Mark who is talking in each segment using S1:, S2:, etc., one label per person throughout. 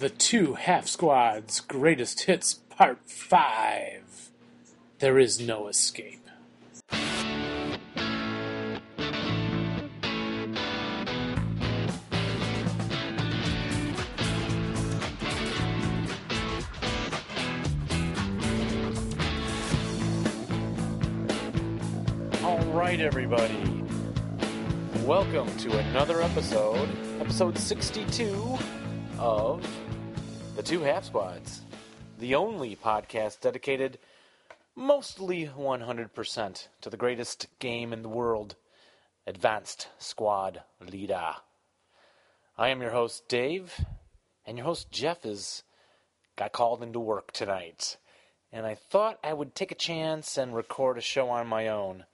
S1: The Two Half Squads Greatest Hits Part 5. There is no escape. All right, everybody. Welcome to another episode, episode 62 of The Two Half Squads, the only podcast dedicated mostly 100% to the greatest game in the world, Advanced Squad Leader. I am your host, Dave, and your host, Jeff, is got called into work tonight. And I thought I would take a chance and record a show on my own,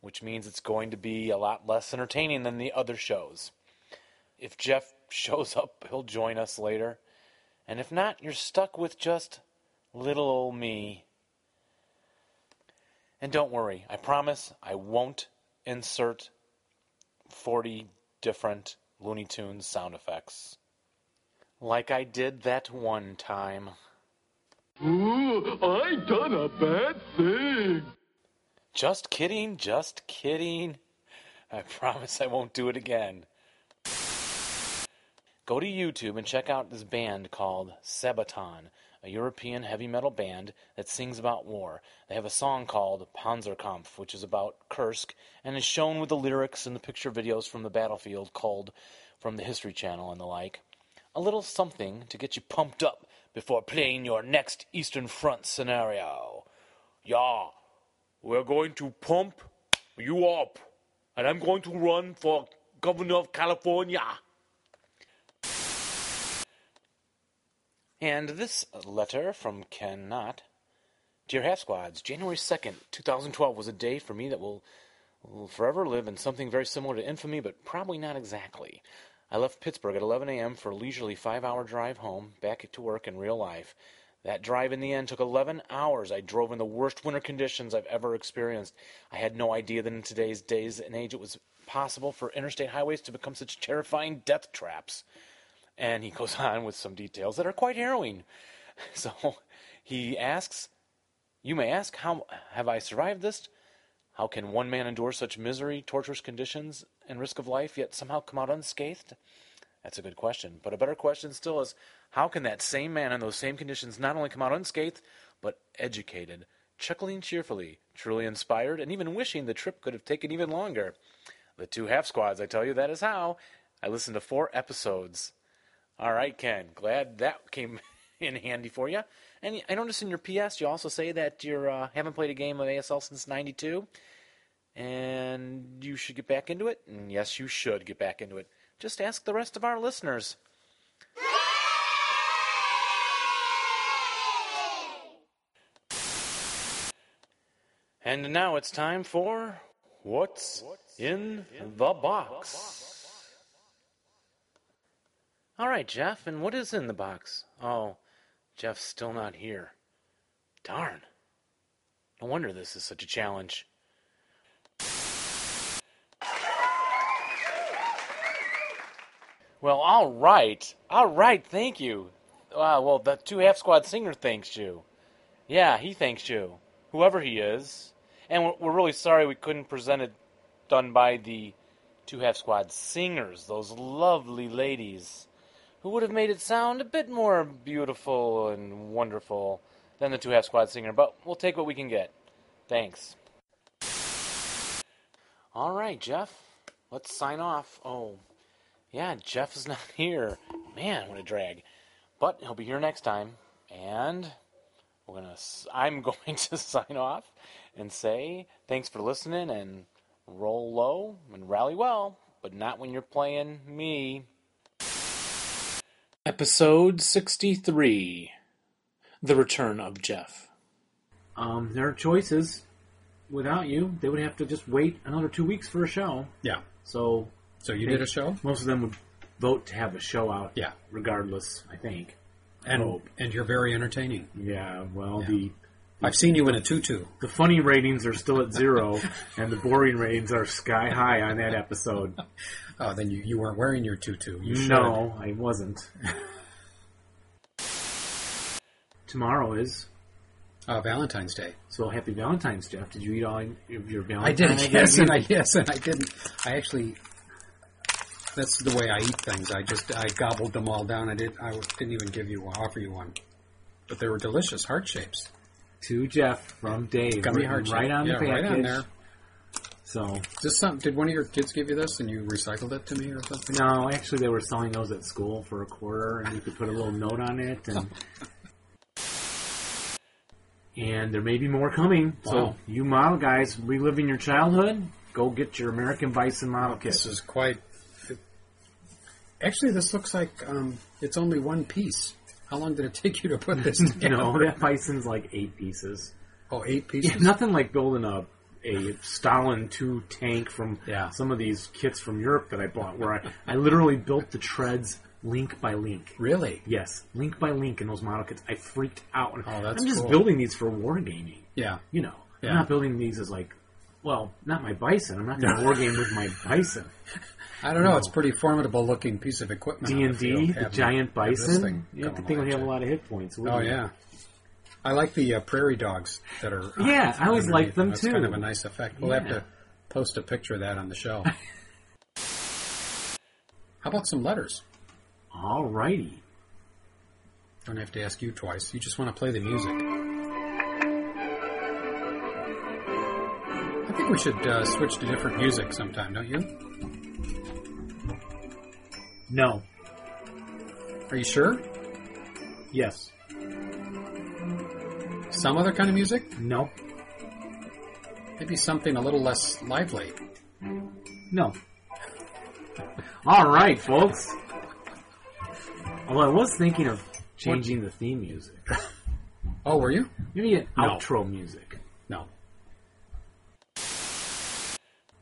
S1: which means it's going to be a lot less entertaining than the other shows. If Jeff shows up, he'll join us later. And if not, you're stuck with just little old me. And don't worry, I promise I won't insert 40 different Looney Tunes sound effects. Like I did that one time.
S2: Ooh, I done a bad thing.
S1: Just kidding, just kidding. I promise I won't do it again. Go to YouTube and check out this band called Sabaton, a European heavy metal band that sings about war. They have a song called Panzerkampf, which is about Kursk and is shown with the lyrics and the picture videos from the battlefield called from the History Channel and the like. A little something to get you pumped up before playing your next Eastern Front scenario. Yeah, we're going to pump you up, and I'm going to run for governor of California. And this letter from Ken Knott. Dear Half Squads, January 2nd, 2012 was a day for me that will, will forever live in something very similar to infamy, but probably not exactly. I left Pittsburgh at 11 a.m. for a leisurely five hour drive home, back to work in real life. That drive in the end took 11 hours. I drove in the worst winter conditions I've ever experienced. I had no idea that in today's days and age it was possible for interstate highways to become such terrifying death traps. And he goes on with some details that are quite harrowing. So he asks, You may ask, how have I survived this? How can one man endure such misery, torturous conditions, and risk of life, yet somehow come out unscathed? That's a good question. But a better question still is how can that same man in those same conditions not only come out unscathed, but educated, chuckling cheerfully, truly inspired, and even wishing the trip could have taken even longer? The two half squads, I tell you, that is how. I listened to four episodes. All right, Ken. Glad that came in handy for you. And I noticed in your PS, you also say that you uh, haven't played a game of ASL since '92, and you should get back into it. And yes, you should get back into it. Just ask the rest of our listeners. And now it's time for what's, in, the box. All right, Jeff, and what is in the box? Oh, Jeff's still not here. Darn. No wonder this is such a challenge. Well, all right. All right, thank you. Wow, well, the two half squad singer thanks you. Yeah, he thanks you. Whoever he is. And we're, we're really sorry we couldn't present it done by the two half squad singers, those lovely ladies who would have made it sound a bit more beautiful and wonderful than the two half squad singer, but we'll take what we can get. Thanks. All right, Jeff, let's sign off. Oh, yeah, Jeff is not here. Man, what a drag. But he'll be here next time, and we're gonna. s- I'm going to sign off and say thanks for listening and roll low and rally well, but not when you're playing me. Episode 63 The Return of Jeff. Um, there are choices. Without you, they would have to just wait another two weeks for a show.
S3: Yeah.
S1: So
S3: So you did a show?
S1: most of them would vote to have a show out.
S3: Yeah.
S1: Regardless, I think.
S3: And
S1: Oh.
S3: and you're very entertaining.
S1: Yeah. Well, the
S3: I've seen you in a tutu.
S1: the funny ratings are still at zero, and the boring ratings are sky high on that episode.
S3: Oh, then you, you weren't wearing your tutu. You should.
S1: no, I wasn't. tomorrow is.
S4: Uh, Valentine's Day.
S1: So happy Valentine's, Jeff. Did you eat all of your
S4: I
S1: Valentine's
S4: did,
S1: Day
S4: yes, and I
S1: meat?
S4: yes, and I didn't. I actually, that's the way I eat things. I just I gobbled them all down. I did. I didn't even give you offer you one, but they were delicious, heart shapes.
S1: To Jeff from Dave.
S4: Gummy
S1: written
S4: heart shape.
S1: right on
S4: yeah,
S1: the package.
S4: right on there.
S1: So,
S4: Is this some, did one of your kids give you this and you recycled it to me or something?
S1: no, actually, they were selling those at school for a quarter, and you could put a little note on it. And, and there may be more coming. So,
S4: Wow.
S1: you model guys reliving your childhood, go get your American Bison model kit.
S4: This is quite. It, actually, this looks like um, it's only one piece. How long did it take you to put this
S1: You
S4: together?
S1: know, that bison's like eight pieces.
S4: oh, eight
S1: Yeah,
S4: pieces.
S1: nothing like building a a Stalin two tank from
S4: Yeah.
S1: some of these kits from Europe that I bought, where I, I literally built the treads link by link.
S4: Really?
S1: Yes, link by link in those model kits. I freaked out.
S4: Oh, that's
S1: I'm just
S4: cool.
S1: building these for wargaming.
S4: Yeah.
S1: You know,
S4: Yeah.
S1: I'm not building these as like, well, not my bison. I'm not going to wargame with my bison.
S4: I don't know. It's a pretty formidable looking piece of equipment.
S1: D
S4: on
S1: and D,
S4: field,
S1: the
S4: having-
S1: giant
S4: have this
S1: bison.
S4: thing
S1: Yeah, the
S4: going
S1: thing
S4: on,
S1: would have a
S4: too.
S1: lot of hit points.
S4: Oh
S1: wouldn't it?
S4: yeah, I like the uh, prairie dogs that are. uh,
S1: Yeah, I always
S4: underneath
S1: liked them,
S4: That's kind
S1: too.
S4: of a nice effect. We'll have
S1: Yeah.
S4: to post a picture of that on the show. How about some letters?
S1: Alrighty.
S4: Don't have to ask you twice. You just want to play the music. I think we should uh, switch to different music sometime, don't you?
S1: No.
S4: Are you sure?
S1: Yes.
S4: Some other kind of music?
S1: No.
S4: Maybe something a little less lively.
S1: No. All right, folks. Although I was thinking of changing the theme music.
S4: Oh, were you?
S1: Maybe an
S4: No.
S1: outro music.
S4: No.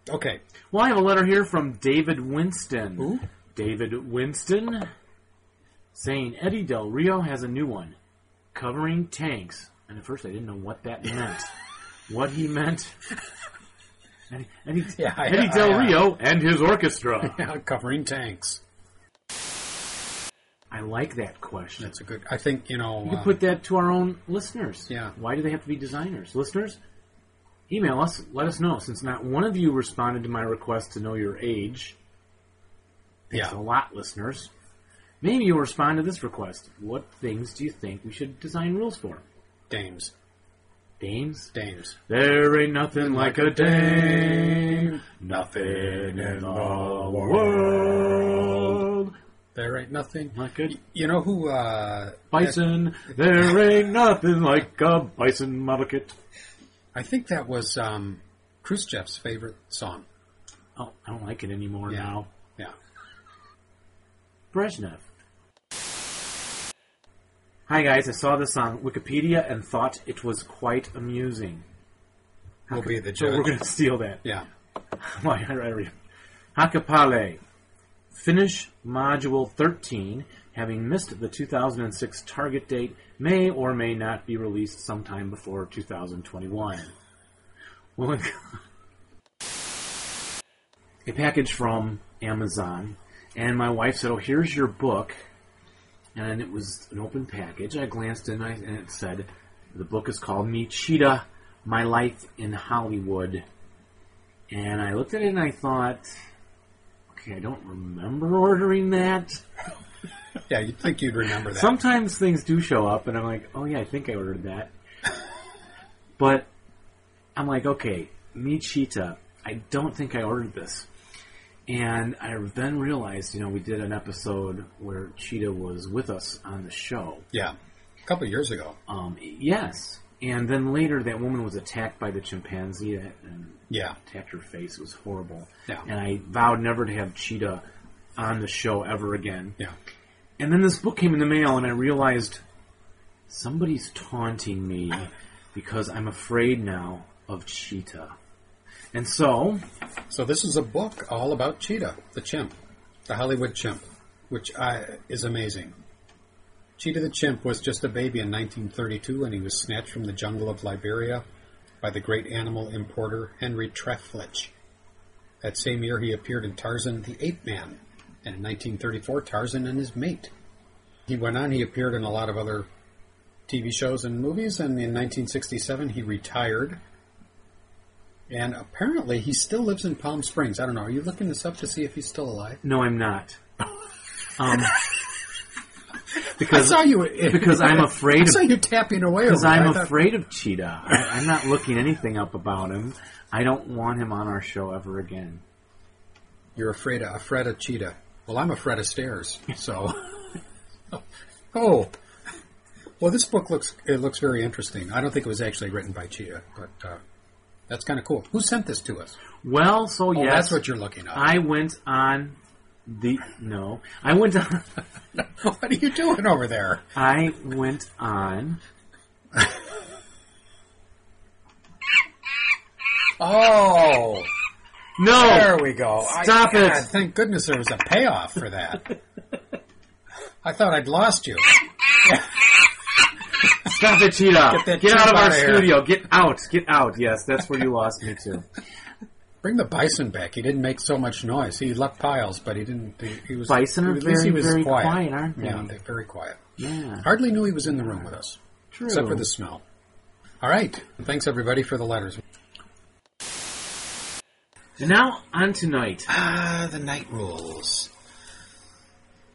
S4: Okay.
S1: Well, I have a letter here from David Winston.
S4: Who?
S1: David Winston saying Eddie Del Rio has a new one covering tanks. And at first I didn't know what that meant. what he meant. Eddie, Eddie,
S4: Yeah, I-
S1: Eddie Del
S4: I, uh,
S1: Rio and his orchestra.
S4: Yeah, covering tanks.
S1: I like that question.
S4: That's a good. I think you know.
S1: You
S4: um,
S1: could put that to our own listeners.
S4: Yeah.
S1: Why do they have to be designers? Listeners, email us. Let us know. Since not one of you responded to my request to know your age,
S4: yeah,
S1: a lot, listeners. Maybe you'll respond to this request. What things do you think we should design rules for?
S4: dames,
S1: Dames?
S4: dames.
S1: There ain't nothing like a dame. Nothing in the world
S4: There ain't nothing.
S1: like a
S4: You know who? Uh,
S1: bison. There ain't nothing like a bison model kit.
S4: I think that was um, Khrushchev's favorite song.
S1: Oh, I don't like it anymore
S4: Yeah.
S1: now.
S4: Yeah,
S1: Brezhnev. Hi guys, I saw this on Wikipedia and thought it was quite amusing.
S4: we'll be the
S1: So we're
S4: judge.
S1: going to steal that.
S4: Yeah,
S1: Why, I read it. Hakapale. Finish Module 13, having missed the 2006 target date, may or may not be released sometime before 2021. Well, a package from Amazon, and my wife said, "Oh, here's your book," and it was an open package. I glanced in, I, and it said, "The book is called Me Cheetah: My Life in Hollywood." And I looked at it and I thought, "Okay, I don't remember ordering that."
S4: yeah. You'd think you'd remember that.
S1: Sometimes things do show up, and I'm like, "Oh yeah, I think I ordered that," but I'm like, "Okay, me cheetah. I don't think I ordered this." And I then realized, you know, we did an episode where Cheetah was with us on the show.
S4: yeah, a couple of years ago.
S1: Um, yes, and then later that woman was attacked by the chimpanzee and
S4: Yeah,
S1: attacked her face. It was horrible.
S4: Yeah.
S1: And I vowed never to have Cheetah on the show ever again.
S4: yeah.
S1: And then this book came in the mail, and I realized somebody's taunting me because I'm afraid now of Cheetah. And so,
S4: So this is a book all about Cheetah, the chimp, the Hollywood chimp, which I, is amazing. Cheetah the chimp was just a baby in 1932, and he was snatched from the jungle of Liberia by the great animal importer Henry Trefletch. That same year, he appeared in Tarzan the Ape Man, and in 1934, Tarzan and his mate. He went on. He appeared in a lot of other TV shows and movies, and in 1967 he retired. And apparently he still lives in Palm Springs. I don't know. Are you looking this up to see if he's still alive?
S1: No, I'm not. Um,
S4: I
S1: because
S4: saw you
S1: because I'm afraid
S4: I saw
S1: of-
S4: you tapping away.
S1: because
S4: over it. I
S1: I'm
S4: thought-
S1: afraid of Cheetah. I, I'm not looking anything up about him. I don't want him on our show ever again.
S4: You're afraid of afraid of cheetah. Well, I'm afraid of stairs. So, oh, well, this book looks it looks very interesting. I don't think it was actually written by Cheetah, but uh, that's kind of cool. Who sent this to us?
S1: Well, so
S4: Oh,
S1: yes,
S4: that's what you're looking at.
S1: I went on the no. I went on.
S4: what are you doing over there?
S1: I went on.
S4: Oh,
S1: No,
S4: there we go. I-
S1: Stop it.
S4: God, thank goodness there was a payoff for that. I thought I'd lost you.
S1: Stop it, Cheetah!
S4: Get that
S1: out
S4: chip
S1: of our
S4: outta here.
S1: studio! Get out! Get out! Yes, that's where you lost me to.
S4: Bring the bison back. He didn't make so much noise. He left piles, but he didn't. He, he was
S1: Bison are
S4: at least he
S1: very,
S4: was
S1: very quiet, aren't they?
S4: Yeah, they're very quiet.
S1: Yeah,
S4: Hardly knew he was in the room with us,
S1: true.
S4: except for the smell. All right. Thanks everybody for the letters.
S1: Now on tonight.
S4: Ah, the night rules.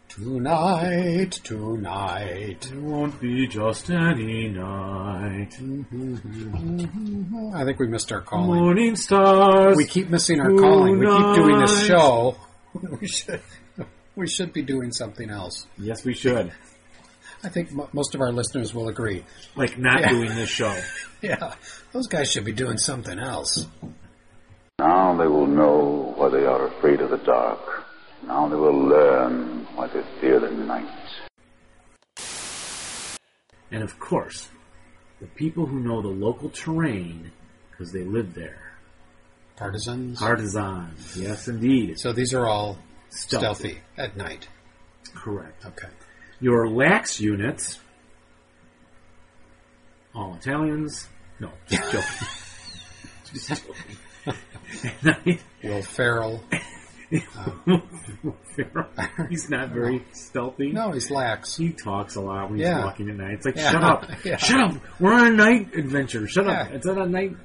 S4: Tonight, tonight.
S1: It won't be just any night.
S4: Mm-hmm, I think we missed our calling.
S1: Morning stars.
S4: We keep missing our calling. We keep doing this
S1: Tonight.
S4: show. We should, we should be doing something else.
S1: yes, we should.
S4: I think mo most of our listeners will agree.
S1: Like not doing this show.
S4: Yeah, those guys should be doing something else.
S3: Now they will know why they are afraid of the dark. Now they will learn why they fear the night.
S1: And of course, the people who know the local terrain because they live there.
S4: Partisans.
S1: Artisans. Yes, indeed. It's
S4: So these are all
S1: Stealthy.
S4: stealthy at night.
S1: correct.
S4: Okay.
S1: Your lax units. All Italians. No, just joking. just joking.
S4: Will uh, Farrell.
S1: He's not very stealthy.
S4: No, he's lax.
S1: He talks a lot when
S4: Yeah.
S1: he's walking at night. It's like,
S4: Yeah.
S1: shut up,
S4: Yeah.
S1: shut up. We're on a night adventure. Shut up.
S4: Yeah.
S1: It's not a night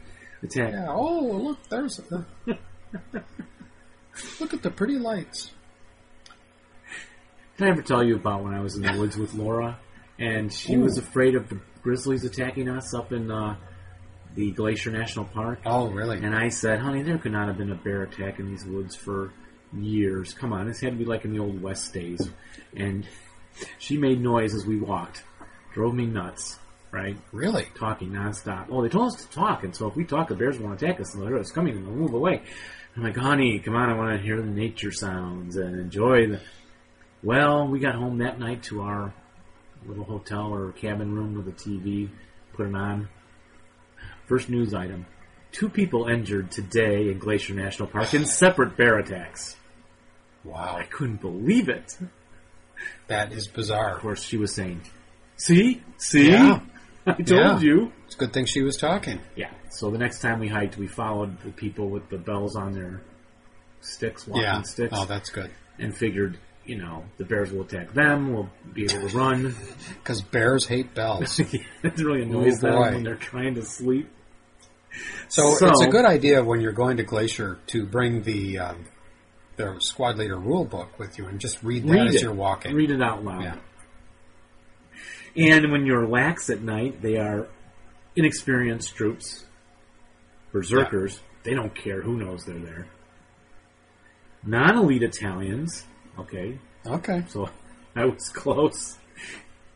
S1: attack.
S4: Yeah. Oh, look, there's. A, look at the pretty lights.
S1: Can I ever tell you about when I was in the woods with Laura, and she was afraid of the grizzlies attacking us up in uh, the Glacier National Park?
S4: Oh, really?
S1: And I said, honey, there could not have been a bear attack in these woods for years. Come on, this had to be like in the old West days. And she made noise as we walked. Drove me nuts, right?
S4: Really?
S1: Talking nonstop. Oh, they told us to talk, and so if we talk, the bears won't attack us. And they're it's coming, and they'll move away. I'm like, honey, come on, I want to hear the nature sounds and enjoy the. Well, we got home that night to our little hotel or cabin room with a TV, put it on. First news item. Two people injured today in Glacier National Park in separate bear attacks.
S4: Wow,
S1: I couldn't believe it.
S4: that is bizarre.
S1: Of course, she was saying, See? See?
S4: Yeah.
S1: I told
S4: Yeah.
S1: you.
S4: It's a good thing she was talking.
S1: Yeah. So the next time we hiked, we followed the people with the bells on their sticks, walking
S4: Yeah.
S1: sticks,
S4: Oh, that's good.
S1: and figured, you know, the bears will attack them, we'll be able to run.
S4: Because bears hate bells.
S1: it really annoys
S4: Oh,
S1: them
S4: boy.
S1: when they're trying to sleep.
S4: So,
S1: So-
S4: it's a good idea when you're going to Glacier to bring the um, the squad leader rule book with you and just read that
S1: Read
S4: as
S1: it.
S4: you're walking.
S1: Read it out loud.
S4: Yeah.
S1: And when you're lax at night, they are inexperienced troops, berserkers. They don't care. Who knows they're there? Non elite Italians. Okay,
S4: Okay.
S1: so I was close.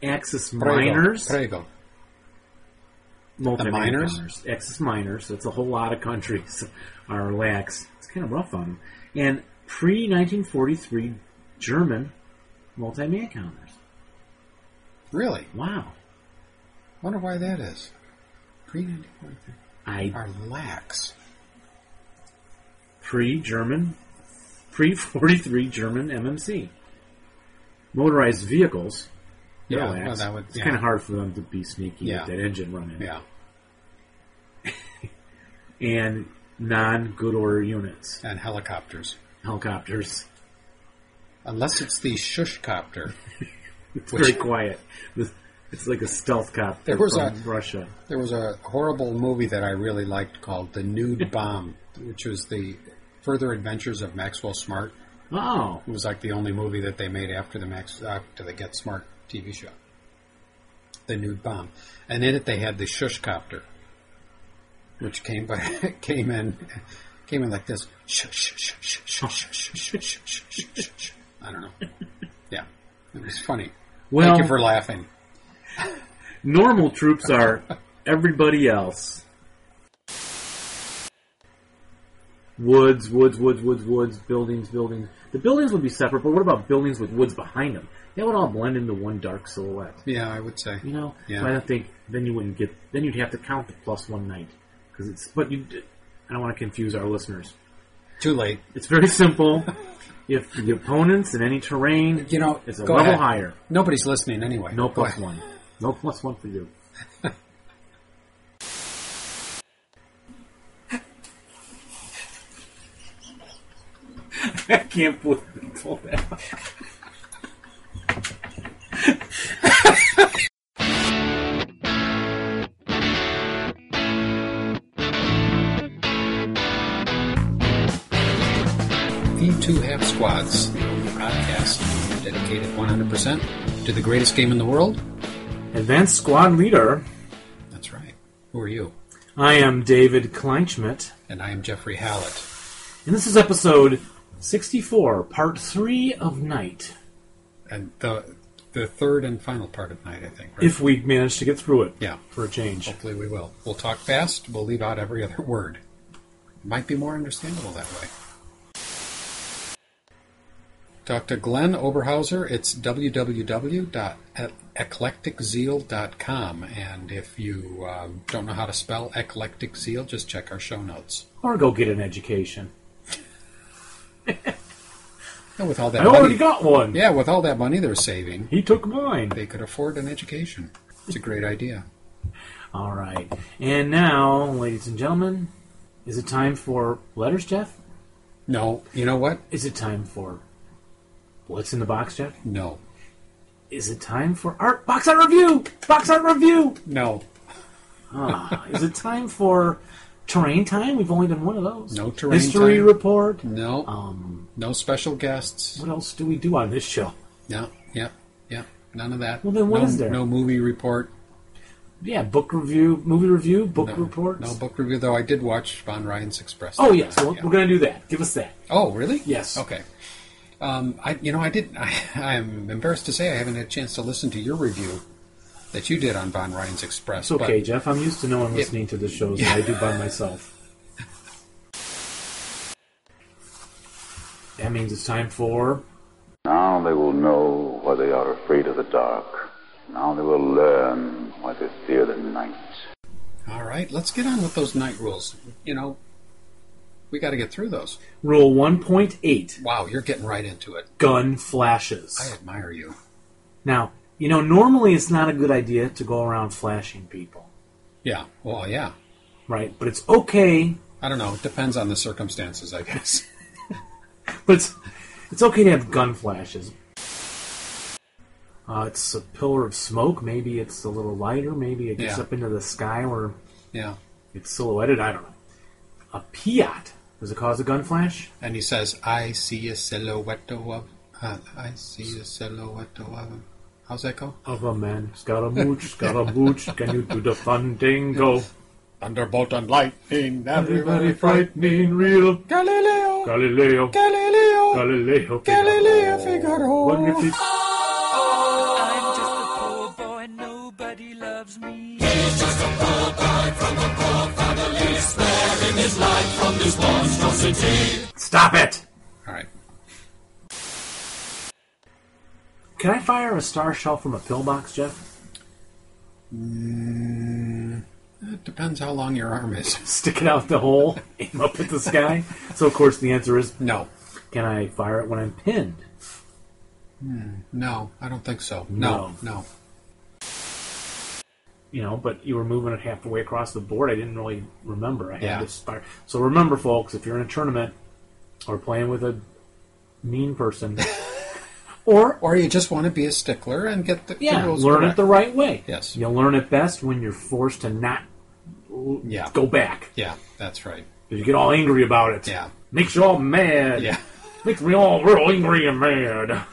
S1: Axis
S4: Prego,
S1: miners.
S4: Prego.
S1: multi
S4: The miners?
S1: Axis miners. That's a whole lot of countries are lax. It's kind of rough on them. And pre 1943 German multi man counters.
S4: Really?
S1: Wow.
S4: Wonder why that is. Pre ninety forty three
S1: I
S4: are lax.
S1: pre-German, pre-43 German MMC. Motorized vehicles, they're
S4: Yeah,
S1: lax.
S4: well, that would
S1: it's
S4: yeah.
S1: kind of hard for them to be sneaky
S4: Yeah.
S1: with that engine running.
S4: yeah.
S1: And non-good order units,
S4: And helicopters.
S1: helicopters.
S4: Unless it's the shush copter.
S1: It's
S4: Which-
S1: very quiet. The, It's like a stealth cop
S4: There was
S1: from
S4: a-
S1: Russia.
S4: There was a horrible movie that I really liked called The Nude Bomb, which was the further adventures of Maxwell Smart.
S1: Oh,
S4: It was like the only movie that they made after the Max after the Get Smart TV show. The Nude Bomb, and in it they had the Shush Copter, which came by came in came in like this. Shush, shush, shush, shush, shush, shush, shush, shush, shush, shush. I don't know. Yeah, it was funny.
S1: well,
S4: Thank you for laughing.
S1: normal troops are everybody else. Woods, woods, woods, woods, woods, buildings, buildings. The buildings would be separate, but what about buildings with woods behind them? That would all blend into one dark silhouette.
S4: Yeah, I would say.
S1: You know,
S4: Yeah.
S1: so I don't think then you wouldn't get. Then you'd have to count the plus one night because it's. But you, I don't want to confuse our listeners.
S4: Too late.
S1: It's very simple. if the opponents in any terrain,
S4: You know,
S1: it's a
S4: go
S1: level
S4: ahead.
S1: higher.
S4: Nobody's listening anyway.
S1: No
S4: Go
S1: plus
S4: ahead.
S1: one. No plus one for you. I can't believe we pulled that. off.
S4: The Two Half Squads, the only podcast dedicated 100% to the greatest game in the world.
S1: Advanced squad leader.
S4: That's right. Who are you?
S1: I am David Kleinschmidt.
S4: And I am Jeffrey Hallett.
S1: And this is episode 64, part 3 of Night,
S4: And the the third and final part of night, I think. Right?
S1: if we manage to get through it
S4: yeah,
S1: for a change.
S4: hopefully we will. We'll talk fast. We'll leave out every other word. Might be more understandable that way. Talk to Glenn Oberhauser. It's www.eclecticzeal.com. And if you um, don't know how to spell eclectic zeal, just check our show notes.
S1: Or go get an education.
S4: Yeah, Oh, with all that
S1: I
S4: money,
S1: already got one.
S4: yeah, with all that money they're saving,
S1: He took mine.
S4: they could afford an education. It's a great idea.
S1: All right. And now, ladies and gentlemen, is it time for letters, Jeff?
S4: No, you know what?
S1: Is it time for what's in the box, Jeff?
S4: No,
S1: Is it time for art box art review? Box art review.
S4: no,
S1: Ah, is it time for terrain time? We've only done one of those.
S4: No terrain
S1: history
S4: time.
S1: report.
S4: no,
S1: Um,
S4: no special guests.
S1: what else do we do on this show?
S4: No, yeah, yeah, none of that.
S1: Well, then what
S4: no,
S1: is there?
S4: No movie report.
S1: Yeah, book review, movie review, book
S4: No,
S1: reports.
S4: No book review. Though I did watch Von Ryan's Express.
S1: Oh yes, well,
S4: Yeah.
S1: we're gonna do that. Give us that.
S4: Oh, really?
S1: Yes.
S4: Okay. Um, I, you know, I didn't. I, I'm embarrassed to say I haven't had a chance to listen to your review that you did on Von Ryan's Express.
S1: It's okay,
S4: But,
S1: Jeff. I'm used to no one listening to the shows that I do by myself. That means it's time for
S3: Now they will know why they are afraid of the dark. Now they will learn why they fear the night.
S4: all right, let's get on with those night rules. You know, we got to get through those.
S1: Rule 1.8
S4: Wow, you're getting right into it.
S1: Gun
S4: I
S1: Flashes.
S4: admire you.
S1: Now, you know, normally it's not a good idea to go around flashing people,
S4: Yeah. Well, yeah.
S1: right? But it's okay.
S4: I don't know. It depends on the circumstances, I guess.
S1: But it's, it's okay to have gun flashes. Uh, it's a pillar of smoke. Maybe it's a little lighter. Maybe it gets
S4: Yeah.
S1: up into the sky where
S4: yeah.
S1: It's silhouetted. I don't know. A Piat. Does it cause a gun flash?
S4: And he says, "I see a silhouette of. Uh, I see a silhouette of." How's that go?
S1: Of a man. Scaramouche, Scaramouche, can you do the fandango?
S4: Thunderbolt and lightning,
S1: Very frightening, real
S4: Galileo,
S1: Galileo,
S4: Galileo,
S1: Galileo,
S4: Galileo Figaro.
S1: Wonder if he-
S5: I'm just a poor boy, nobody loves me.
S1: Stop it!
S4: All right.
S1: Can I fire a star shell from a pillbox, Jeff?
S4: Mm, It depends how long your arm is.
S1: Stick it out the hole, aim up at the sky. So, of course, the answer is
S4: No,
S1: can I fire it when I'm pinned?
S4: hmm, no, I don't think so. no. no.
S1: you know, but you were moving it half the way across the board. I didn't really remember. I had
S4: Yeah.
S1: to start. So remember, folks, if you're in a tournament or playing with a mean person,
S4: Or or you just want to be a stickler and get the, the
S6: Yeah,
S4: rules
S6: learn it
S4: correct.
S6: the right way.
S4: Yes.
S6: you learn it best when you're forced to not l-
S4: Yeah.
S6: go back.
S4: Yeah, that's right.
S6: 'Cause You get all angry about it.
S4: Yeah.
S6: makes you all mad.
S4: Yeah.
S6: makes me all real angry and mad.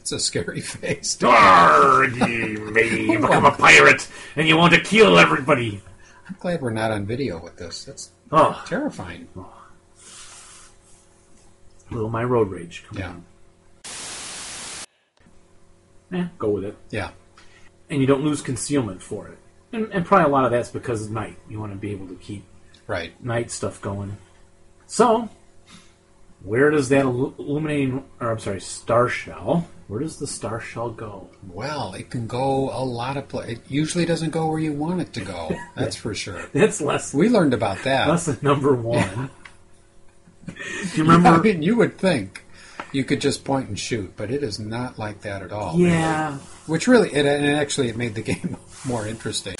S4: It's a scary face.
S6: Darg, you may become a pirate and you want to kill everybody.
S4: I'm glad we're not on video with this. That's
S6: Oh,
S4: terrifying.
S6: little my road rage. Come
S4: Yeah.
S6: on, eh, go with it.
S4: Yeah.
S6: and you don't lose concealment for it. And, and probably a lot of that's because of night. You want to be able to keep
S4: Right.
S6: night stuff going. So, where does that illu- illuminating, or I'm sorry, star shell, where does the star shell go?
S4: Well, it can go a lot of places. It usually doesn't go where you want it to go. That's for sure.
S6: That's less,
S4: We learned about that.
S6: less than number one. Do you
S4: I
S6: remember?
S4: mean, you would think you could just point and shoot, but it is not like that at all.
S6: Yeah.
S4: Which really, it, and actually, it made the game more interesting.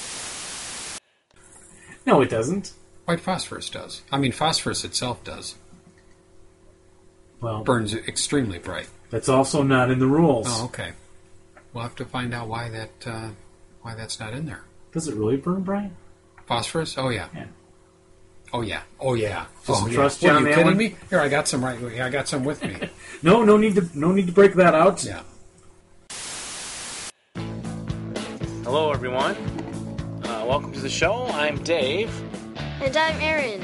S6: No, it doesn't.
S4: White phosphorus does. I mean, phosphorus itself does.
S6: Well,
S4: Burns extremely bright.
S6: that's also not in the rules.
S4: Oh, okay. We'll have to find out why that uh, why that's not in there.
S6: Does it really burn bright?
S4: Phosphorus? Oh yeah.
S6: Yeah.
S4: Oh yeah. Oh yeah.
S6: Just
S4: oh, yeah.
S6: trust
S4: What,
S6: you
S4: are
S6: on
S4: you
S6: that
S4: kidding
S6: one?
S4: me? Here, I got some right. Yeah, I got some with me.
S6: No, no need to, no need to break that out.
S4: yeah.
S1: Hello, everyone. Uh, welcome to the show. I'm Dave,
S7: And I'm Aaron.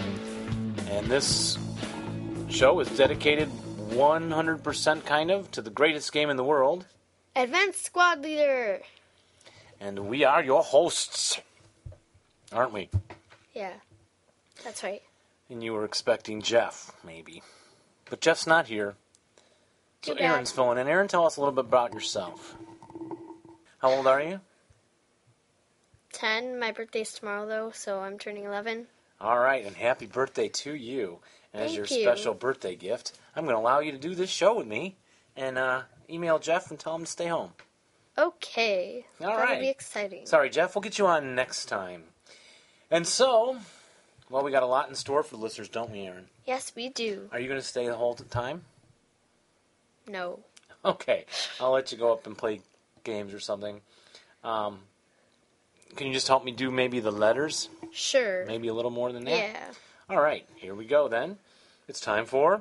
S1: and this show is dedicated 100% kind of to the greatest game in the world,
S7: Advanced squad leader.
S1: and we are your hosts, aren't we?
S7: Yeah, that's right.
S1: And you were expecting Jeff, maybe. But Jeff's not here, so
S7: Too bad.
S1: Aaron's filling in. Aaron, tell us a little bit about yourself. How old are you?
S7: 10. My birthday's tomorrow, though, so I'm turning 11.
S1: All right, and happy birthday to you. As
S7: Thank
S1: your
S7: you.
S1: special birthday gift, I'm going to allow you to do this show with me and uh, email Jeff and tell him to stay home.
S7: Okay.
S1: All
S7: That'll
S1: right.
S7: be exciting.
S1: Sorry, Jeff, we'll get you on next time. And so, well, we got a lot in store for the listeners, don't we, Aaron?
S7: Yes, we do.
S1: Are you going to stay the whole time?
S7: No.
S1: Okay, I'll let you go up and play games or something. Um, can you just help me do maybe the letters?
S7: Sure.
S1: Maybe a little more than that?
S7: Yeah.
S1: All right, here we go then. It's time for.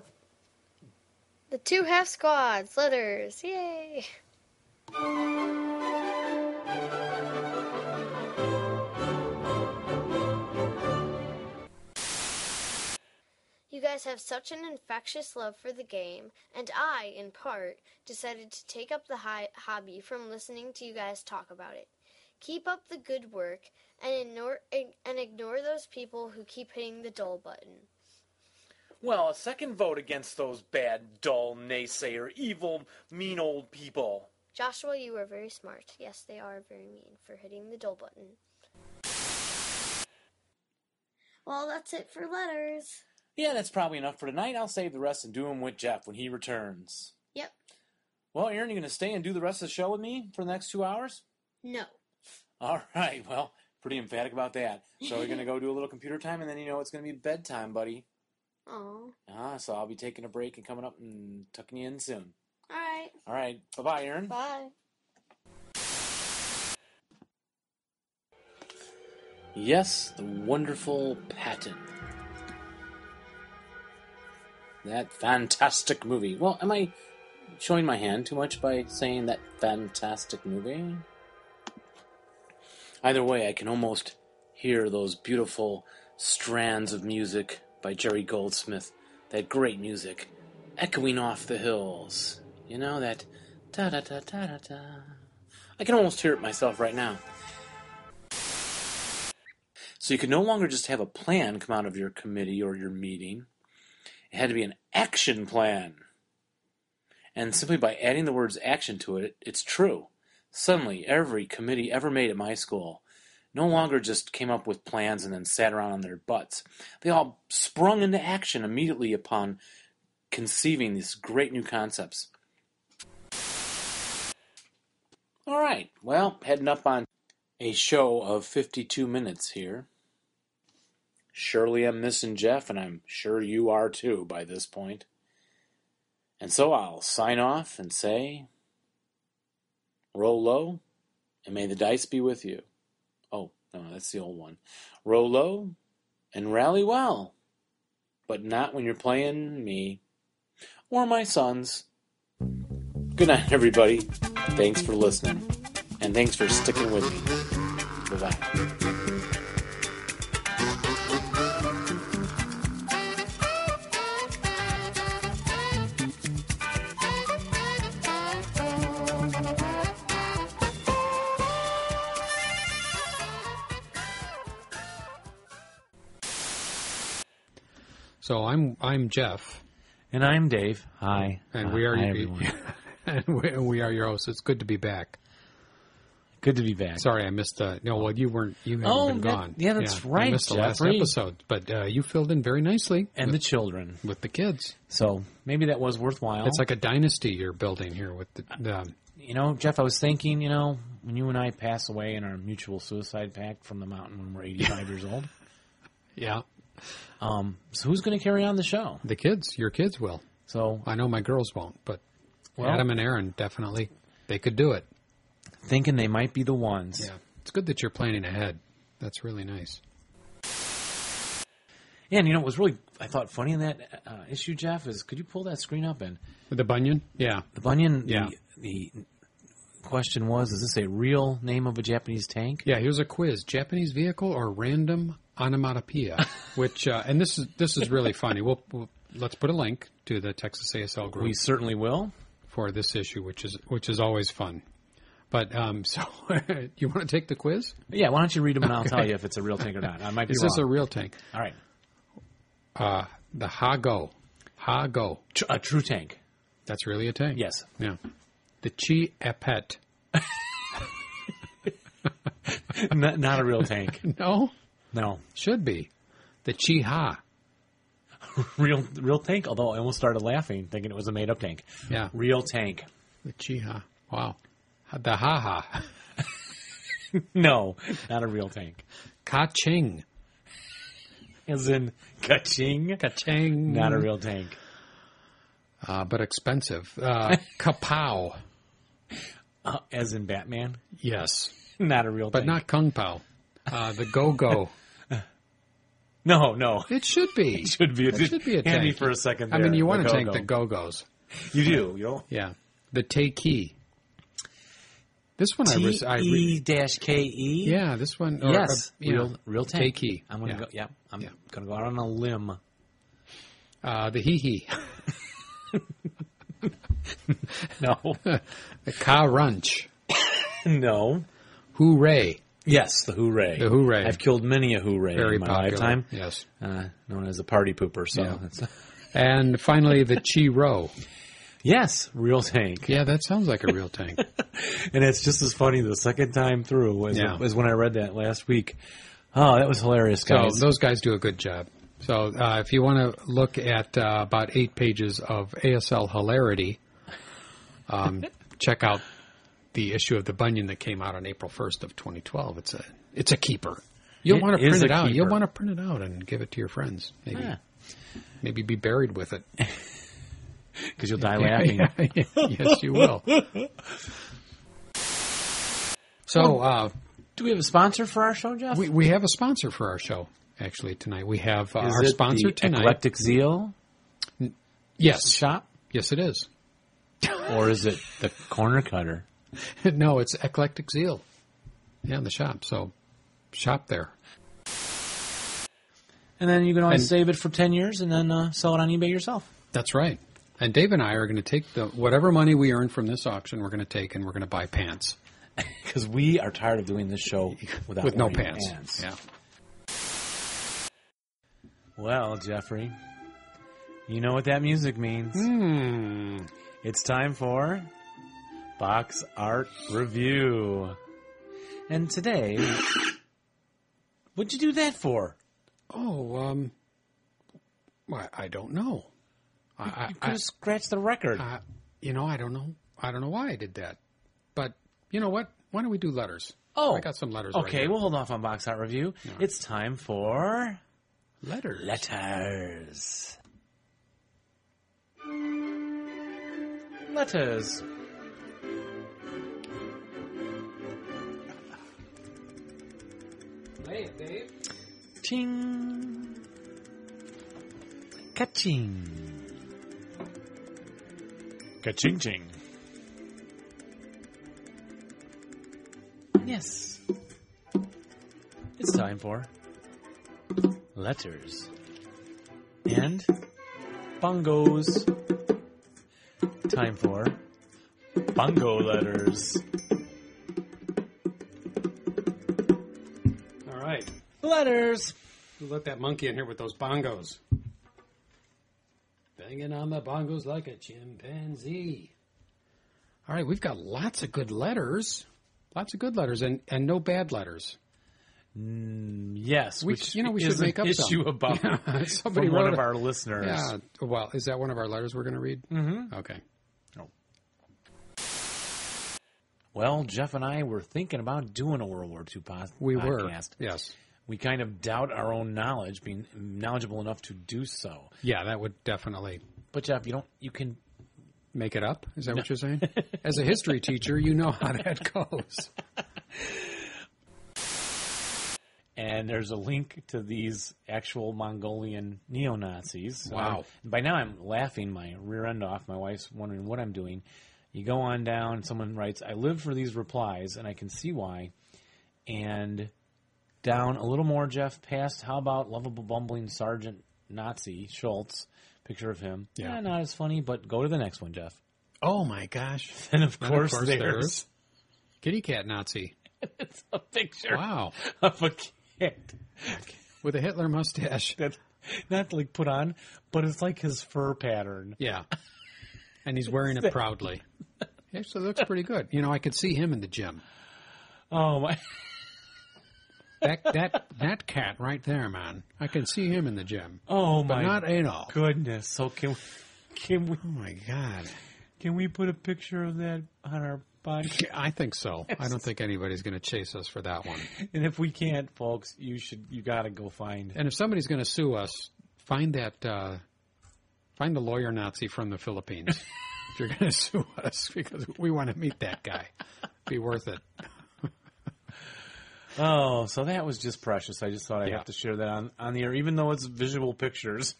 S7: The two half squads. Letters. Yay. You guys have such an infectious love for the game, and I, in part, decided to take up the hi- hobby from listening to you guys talk about it. Keep up the good work and ignore, ig- and ignore those people who keep hitting the dull button.
S1: Well, a second vote against those bad, dull, naysayer, evil, mean old people.
S7: Joshua, you are very smart. Yes, they are very mean for hitting the dull button. Well, that's it for letters.
S1: Yeah, that's probably enough for tonight. I'll save the rest and do them with Jeff when he returns.
S7: Yep.
S1: Well, Aaron, you going to stay and do the rest of the show with me for the next two hours?
S7: No.
S1: All right. Well, pretty emphatic about that. So we're going to go do a little computer time, and then you know it's going to be bedtime, buddy.
S7: Oh.
S1: Ah, so I'll be taking a break and coming up and tucking you in soon.
S7: All right.
S1: All right. Bye bye, Aaron.
S7: Bye.
S1: Yes, the wonderful Patton. That fantastic movie. Well, am I showing my hand too much by saying that fantastic movie? Either way, I can almost hear those beautiful strands of music by Jerry Goldsmith. That great music echoing off the hills. You know, that da da da da da da. I can almost hear it myself right now. So you could no longer just have a plan come out of your committee or your meeting. It had to be an action plan. And simply by adding the words action to it, it's true. Suddenly, every committee ever made at my school no longer just came up with plans and then sat around on their butts. They all sprung into action immediately upon conceiving these great new concepts. All right, well, heading up on a show of 52 minutes here. Surely I'm missing Jeff, and I'm sure you are too by this point.
S8: And so I'll sign off and say, roll low, and may the dice be with you. Oh, no, that's the old one. Roll low and rally well, but not when you're playing me or my sons. Good night, everybody. Thanks for listening, and thanks for sticking with me. Bye bye.
S4: So I'm I'm Jeff,
S1: And I'm Dave. Hi.
S4: and we are
S1: Hi,
S4: you,
S1: everyone.
S4: and we, we are your hosts. It's good to be back.
S1: Good to be back.
S4: Sorry, I missed. Uh, no, well, you weren't. You haven't
S1: Oh,
S4: been
S1: that-
S4: gone.
S1: yeah, that's
S4: I
S1: right,
S4: missed the last
S1: Jeffrey.
S4: episode, but uh, you filled in very nicely
S1: And the
S4: with,
S1: children.
S4: with the kids.
S1: So maybe that was worthwhile.
S4: It's like a dynasty you're building here with the. the
S1: you know, Jeff, I was thinking, you know, when you and I pass away in our mutual suicide pact from the mountain when we're 85 years old,
S4: yeah,
S1: um, so who's going to carry on the show?
S4: the kids. Your kids will.
S1: So
S4: I know my girls won't, but
S1: Well-
S4: Adam and Aaron definitely they could do it.
S1: thinking they might be the ones.
S4: Yeah, it's good that you're planning ahead. That's really nice.
S1: And you know, what was really I thought funny in that uh, issue, Jeff, is could you pull that screen up and
S4: The bunion. Yeah,
S1: the Bunyan?
S4: Yeah.
S1: The, the question was, is this a real name of a Japanese tank?
S4: yeah. Here's a quiz: Japanese vehicle or random onomatopoeia? Which uh, and this is this is really funny. We'll, we'll let's put a link to the Texas ASL group.
S1: We certainly will.
S4: for this issue, which is which is always fun. But um, so you want to take the quiz?
S1: But yeah, why don't you read them and I'll tell you if it's a real tank or not. I might be
S4: Is this a
S1: wrong.
S4: real tank?
S1: All right,
S4: Uh, the Hago, Hago.
S1: Tr- a true tank.
S4: That's really a tank.
S1: Yes.
S4: Yeah. The Chi Apet.
S1: not, not a real tank.
S4: No,
S1: No,
S4: should be the Chi Ha.
S1: real real tank. Although I almost started laughing, thinking it was a made up tank.
S4: Yeah.
S1: Real tank.
S4: The Chi Ha. Wow. The Ha Ha.
S1: No, not a real tank.
S4: Ka Ching.
S1: As in ka-ching.
S4: Ka Ching.
S1: Not a real tank.
S4: Uh, but expensive. Uh, Kapow.
S1: Uh, as in Batman.
S4: Yes.
S1: Not a real
S4: But
S1: tank.
S4: not Kung Pao. Uh, the Go Go.
S1: No, no.
S4: it should be.
S1: Should be a,
S4: It should be a
S1: handy
S4: tank.
S1: for a second.
S4: I
S1: there,
S4: mean, you want to
S1: go-go.
S4: tank the Go Go's.
S1: You do. You know.
S4: Yeah. The Takee. This one I
S1: T
S4: was. I
S1: E
S4: re-
S1: dash K E.
S4: yeah, this one. or,
S1: Yes.
S4: uh, yeah.
S1: Real real tank.
S4: Takee.
S1: I'm gonna
S4: yeah.
S1: go. Yeah. I'm
S4: Yeah.
S1: gonna go out on a limb.
S4: Uh, the Hee Hee.
S1: No.
S4: The Ka Runch.
S1: no.
S4: Hooray.
S1: Yes, the hooray.
S4: The hooray.
S1: I've killed many a hooray
S4: Very
S1: in my
S4: popular.
S1: lifetime.
S4: Yes.
S1: Uh, known as a party pooper. So
S4: Yeah.
S1: it's-
S4: And finally, the Chi Ro.
S1: yes, real tank.
S4: Yeah, that sounds like a real tank.
S1: And it's just as funny the second time through as,
S4: Yeah.
S1: as when I read that last week. Oh, that was hilarious,
S4: So
S1: guys.
S4: those guys do a good job. So uh, if you want to look at uh, about eight pages of ASL hilarity, um, check out the issue of the Bunyan that came out on April first of 2012. It's a it's a keeper. You'll
S1: It
S4: want to
S1: is
S4: print
S1: a
S4: it out. You'll
S1: keeper. Ah.
S4: want to print it out and give it to your friends. Maybe
S1: Yeah.
S4: maybe be buried with it.
S1: Because you'll die laughing.
S4: yes, you will. So uh,
S1: Do we have a sponsor for our show, Jeff?
S4: we we have a sponsor for our show actually tonight. We have uh,
S1: Is
S4: our
S1: it
S4: sponsor
S1: the
S4: tonight.
S1: Eclectic Zeal
S4: yes,
S1: shop?
S4: Yes, it is.
S1: Or is it the Corner Cutter?
S4: no, it's Eclectic Zeal. Yeah, in the shop. So shop there.
S1: And then you can always
S4: And-
S1: save it for 10 years and then uh, sell it on eBay yourself.
S4: That's right. And Dave and I are going to take the whatever money we earn from this auction, we're going to take and we're going to buy pants
S1: Because we are tired of doing this show without
S4: with no
S1: wearing
S4: pants.
S1: pants.
S4: Yeah.
S1: Well, Jeffrey, you know what that music means.
S4: Hmm.
S1: It's time for Box Art Review. And today, what'd you do that for?
S4: Oh, um, I, I don't know. I,
S1: You could
S4: I,
S1: have scratched the record.
S4: I, I, you know, I don't know. I don't know why I did that. But you know what? Why don't we do letters?
S1: oh,
S4: I got some letters. right
S1: Okay,
S4: here.
S1: we'll hold off on Box Art Review. It's time for
S4: letters.
S1: letters. letters.
S9: Play it, Dave.
S1: Ching. Catching. Catching ching. Yes. It's time for letters and bongos. Time for bongo letters.
S4: All right.
S1: Letters.
S4: Who let that monkey in here with those bongos? Banging on the bongos like a chimpanzee. All right, we've got lots of good letters. Lots of good letters and, and no bad letters.
S1: Yes,
S4: We-
S1: Mm, which,
S4: you know, we should
S1: is an
S4: make up some.
S1: issue about
S4: Yeah, somebody
S1: from one
S4: wrote
S1: of
S4: a-
S1: our listeners.
S4: Yeah. Well, is that one of our letters we're going to read? Mm-hmm. Okay.
S1: Well, Jeff and I were thinking about doing a World War II pos-
S4: We were.
S1: podcast.
S4: Yes.
S1: We kind of doubt our own knowledge, being knowledgeable enough to do so.
S4: Yeah, that would definitely
S1: But Jeff, you don't. You can.
S4: make it up. Is that what you're saying? As a history teacher, you know how that goes.
S1: And there's a link to these actual Mongolian neo Nazis.
S4: Wow.
S1: by now, I'm laughing my rear end off. My wife's wondering what I'm doing. You go on down. Someone writes, "I live for these replies, and I can see why." And down a little more, Jeff. Past, how about lovable bumbling Sergeant Nazi Schultz? Picture of him.
S4: Yeah.
S1: Eh, not as funny, but go to the next one, Jeff.
S4: Oh my gosh.
S1: And of
S4: And of
S1: course, there's,
S4: Kitty Cat Nazi.
S1: it's a picture
S4: Wow.
S1: of a cat
S4: With a Hitler mustache.
S1: that not like put on, but it's like his fur pattern.
S4: Yeah. And he's wearing it proudly. He actually looks pretty good. You know, I could see him in the gym.
S1: Oh my!
S4: That that that cat right there, man. I can see him in the gym.
S1: Oh
S4: But
S1: my!
S4: not at all.
S1: goodness. So can we, can we
S4: Oh my god.
S1: can we put a picture of that on our podcast?
S4: I think so. I don't think anybody's going to chase us for that one.
S1: And if we can't, folks, you should you gotta go find.
S4: And if somebody's going to sue us, find that uh, find the lawyer Nazi from the Philippines. if you're going to sue us, because we want to meet that guy, be worth it.
S1: Oh, so that was just precious. I just thought I'd
S4: Yeah.
S1: have to share that on on the air, even though it's visual pictures.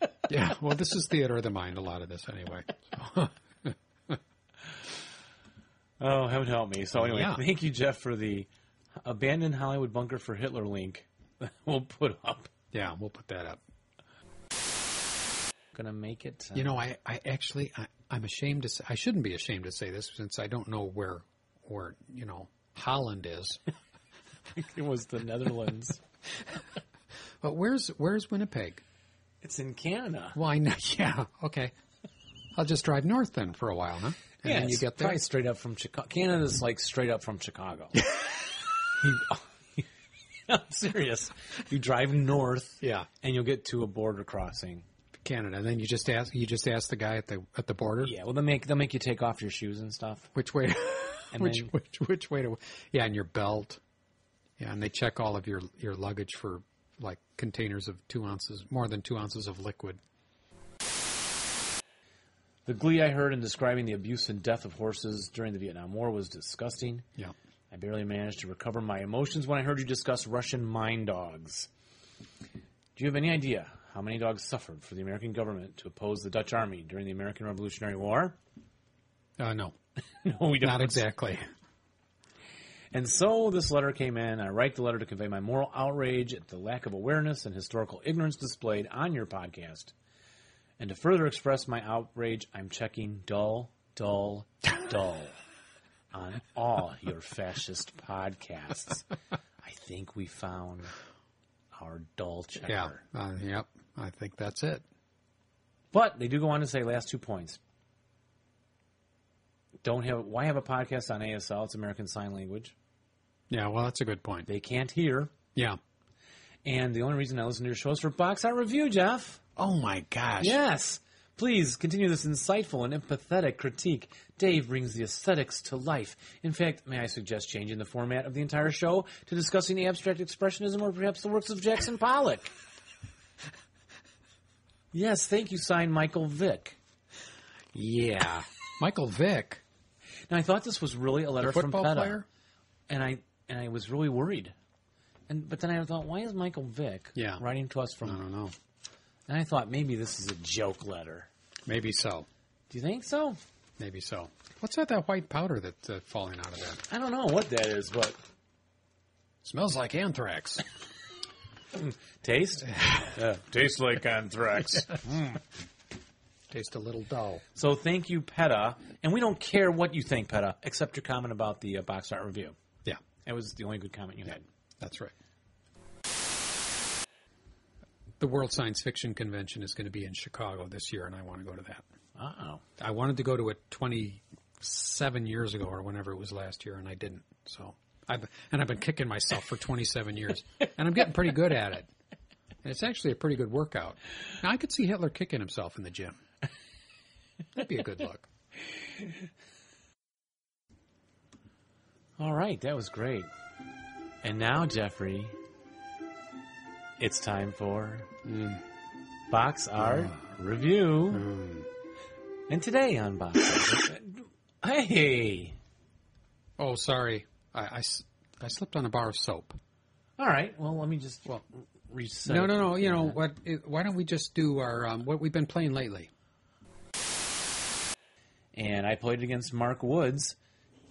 S4: Yeah. Well, this is theater of the mind. A lot of this, anyway.
S1: Oh, heaven help me. So anyway,
S4: Yeah.
S1: thank you, Jeff, for the abandoned Hollywood bunker for Hitler link. we'll put up.
S4: Yeah, we'll put that up.
S1: Gonna make it. uh,
S4: You know, I, I actually I, I'm ashamed to say I shouldn't be ashamed to say this since I don't know where where you know Holland is.
S1: it was the Netherlands.
S4: But where's where's Winnipeg?
S1: it's in Canada.
S4: Why not? Yeah. Okay. I'll just drive north then for a while, huh? And
S1: yeah,
S4: then you
S1: it's
S4: get there.
S1: probably straight up from Chicago. Canada's like straight up from Chicago. You- I'm serious. You drive north,
S4: Yeah.
S1: and you'll get to a border crossing.
S4: Canada. And then you just ask you just ask the guy at the at the border
S1: Yeah, well, they make they'll make you take off your shoes and stuff.
S4: which way which,
S1: then-
S4: which which way to yeah, and your belt. Yeah, and they check all of your your luggage for like containers of two ounces more than two ounces of liquid.
S1: The glee I heard in describing the abuse and death of horses during the Vietnam War was disgusting.
S4: Yeah.
S1: I barely managed to recover my emotions when I heard you discuss Russian mine dogs. Do you have any idea how many dogs suffered for the American government to oppose the Dutch army during the American Revolutionary War?
S4: Uh no.
S1: No, we don't.
S4: Not exactly.
S1: And so this letter came in. I write the letter to convey my moral outrage at the lack of awareness and historical ignorance displayed on your podcast. And to further express my outrage, I'm checking dull, dull, dull on all your fascist podcasts. I think we found our dull checker.
S4: Yeah. Uh, yep. I think that's it.
S1: But they do go on to say last two points. Don't have why have a podcast on ASL? It's American Sign Language.
S4: Yeah, well that's a good point.
S1: They can't hear.
S4: Yeah.
S1: And the only reason I listen to your show is for box art review, Jeff.
S4: Oh my gosh.
S1: Yes. Please continue this insightful and empathetic critique. Dave brings the aesthetics to life. In fact, may I suggest changing the format of the entire show to discussing abstract expressionism or perhaps the works of Jackson Pollock? yes, thank you, signed Michael Vick.
S4: Yeah. Michael Vick,
S1: Now I thought this was really a letter from
S4: football
S1: PETA,
S4: player.
S1: and I and I was really worried. And but then I thought, why is Michael Vick
S4: Yeah.
S1: writing to us from?
S4: I don't know.
S1: And I thought maybe this is a joke letter.
S4: Maybe so.
S1: Do you think so?
S4: Maybe so. What's that? That white powder that's uh, falling out of that
S1: I don't know what that is, but
S4: smells like anthrax.
S1: Mm, taste tastes like anthrax.
S4: Hmm. Tastes a little dull.
S1: so thank you, PETA, and we don't care what you think, PETA, except your comment about the uh, box art review.
S4: Yeah,
S1: That was the only good comment you had.
S4: that's right. The World Science Fiction Convention is going to be in Chicago this year, and I want to go to that.
S1: Uh oh.
S4: I wanted to go to it 27 years ago or whenever it was last year, and I didn't. So I've and I've been kicking myself for 27 years, and I'm getting pretty good at it. And it's actually a pretty good workout. Now I could see Hitler kicking himself in the gym. That'd be a good look.
S1: All right, that was great. And now, Jeffrey, it's time for
S4: Mm.
S1: box art review.
S4: Mm.
S1: And today on box art, hey,
S4: Oh, sorry, I, I s- I slipped on a bar of soap.
S1: all right. Well, let me just
S4: Well,
S1: reset.
S4: no, no, no. You know what? it- Why don't we just do our um, what we've been playing lately?
S1: And I played against Mark Woods,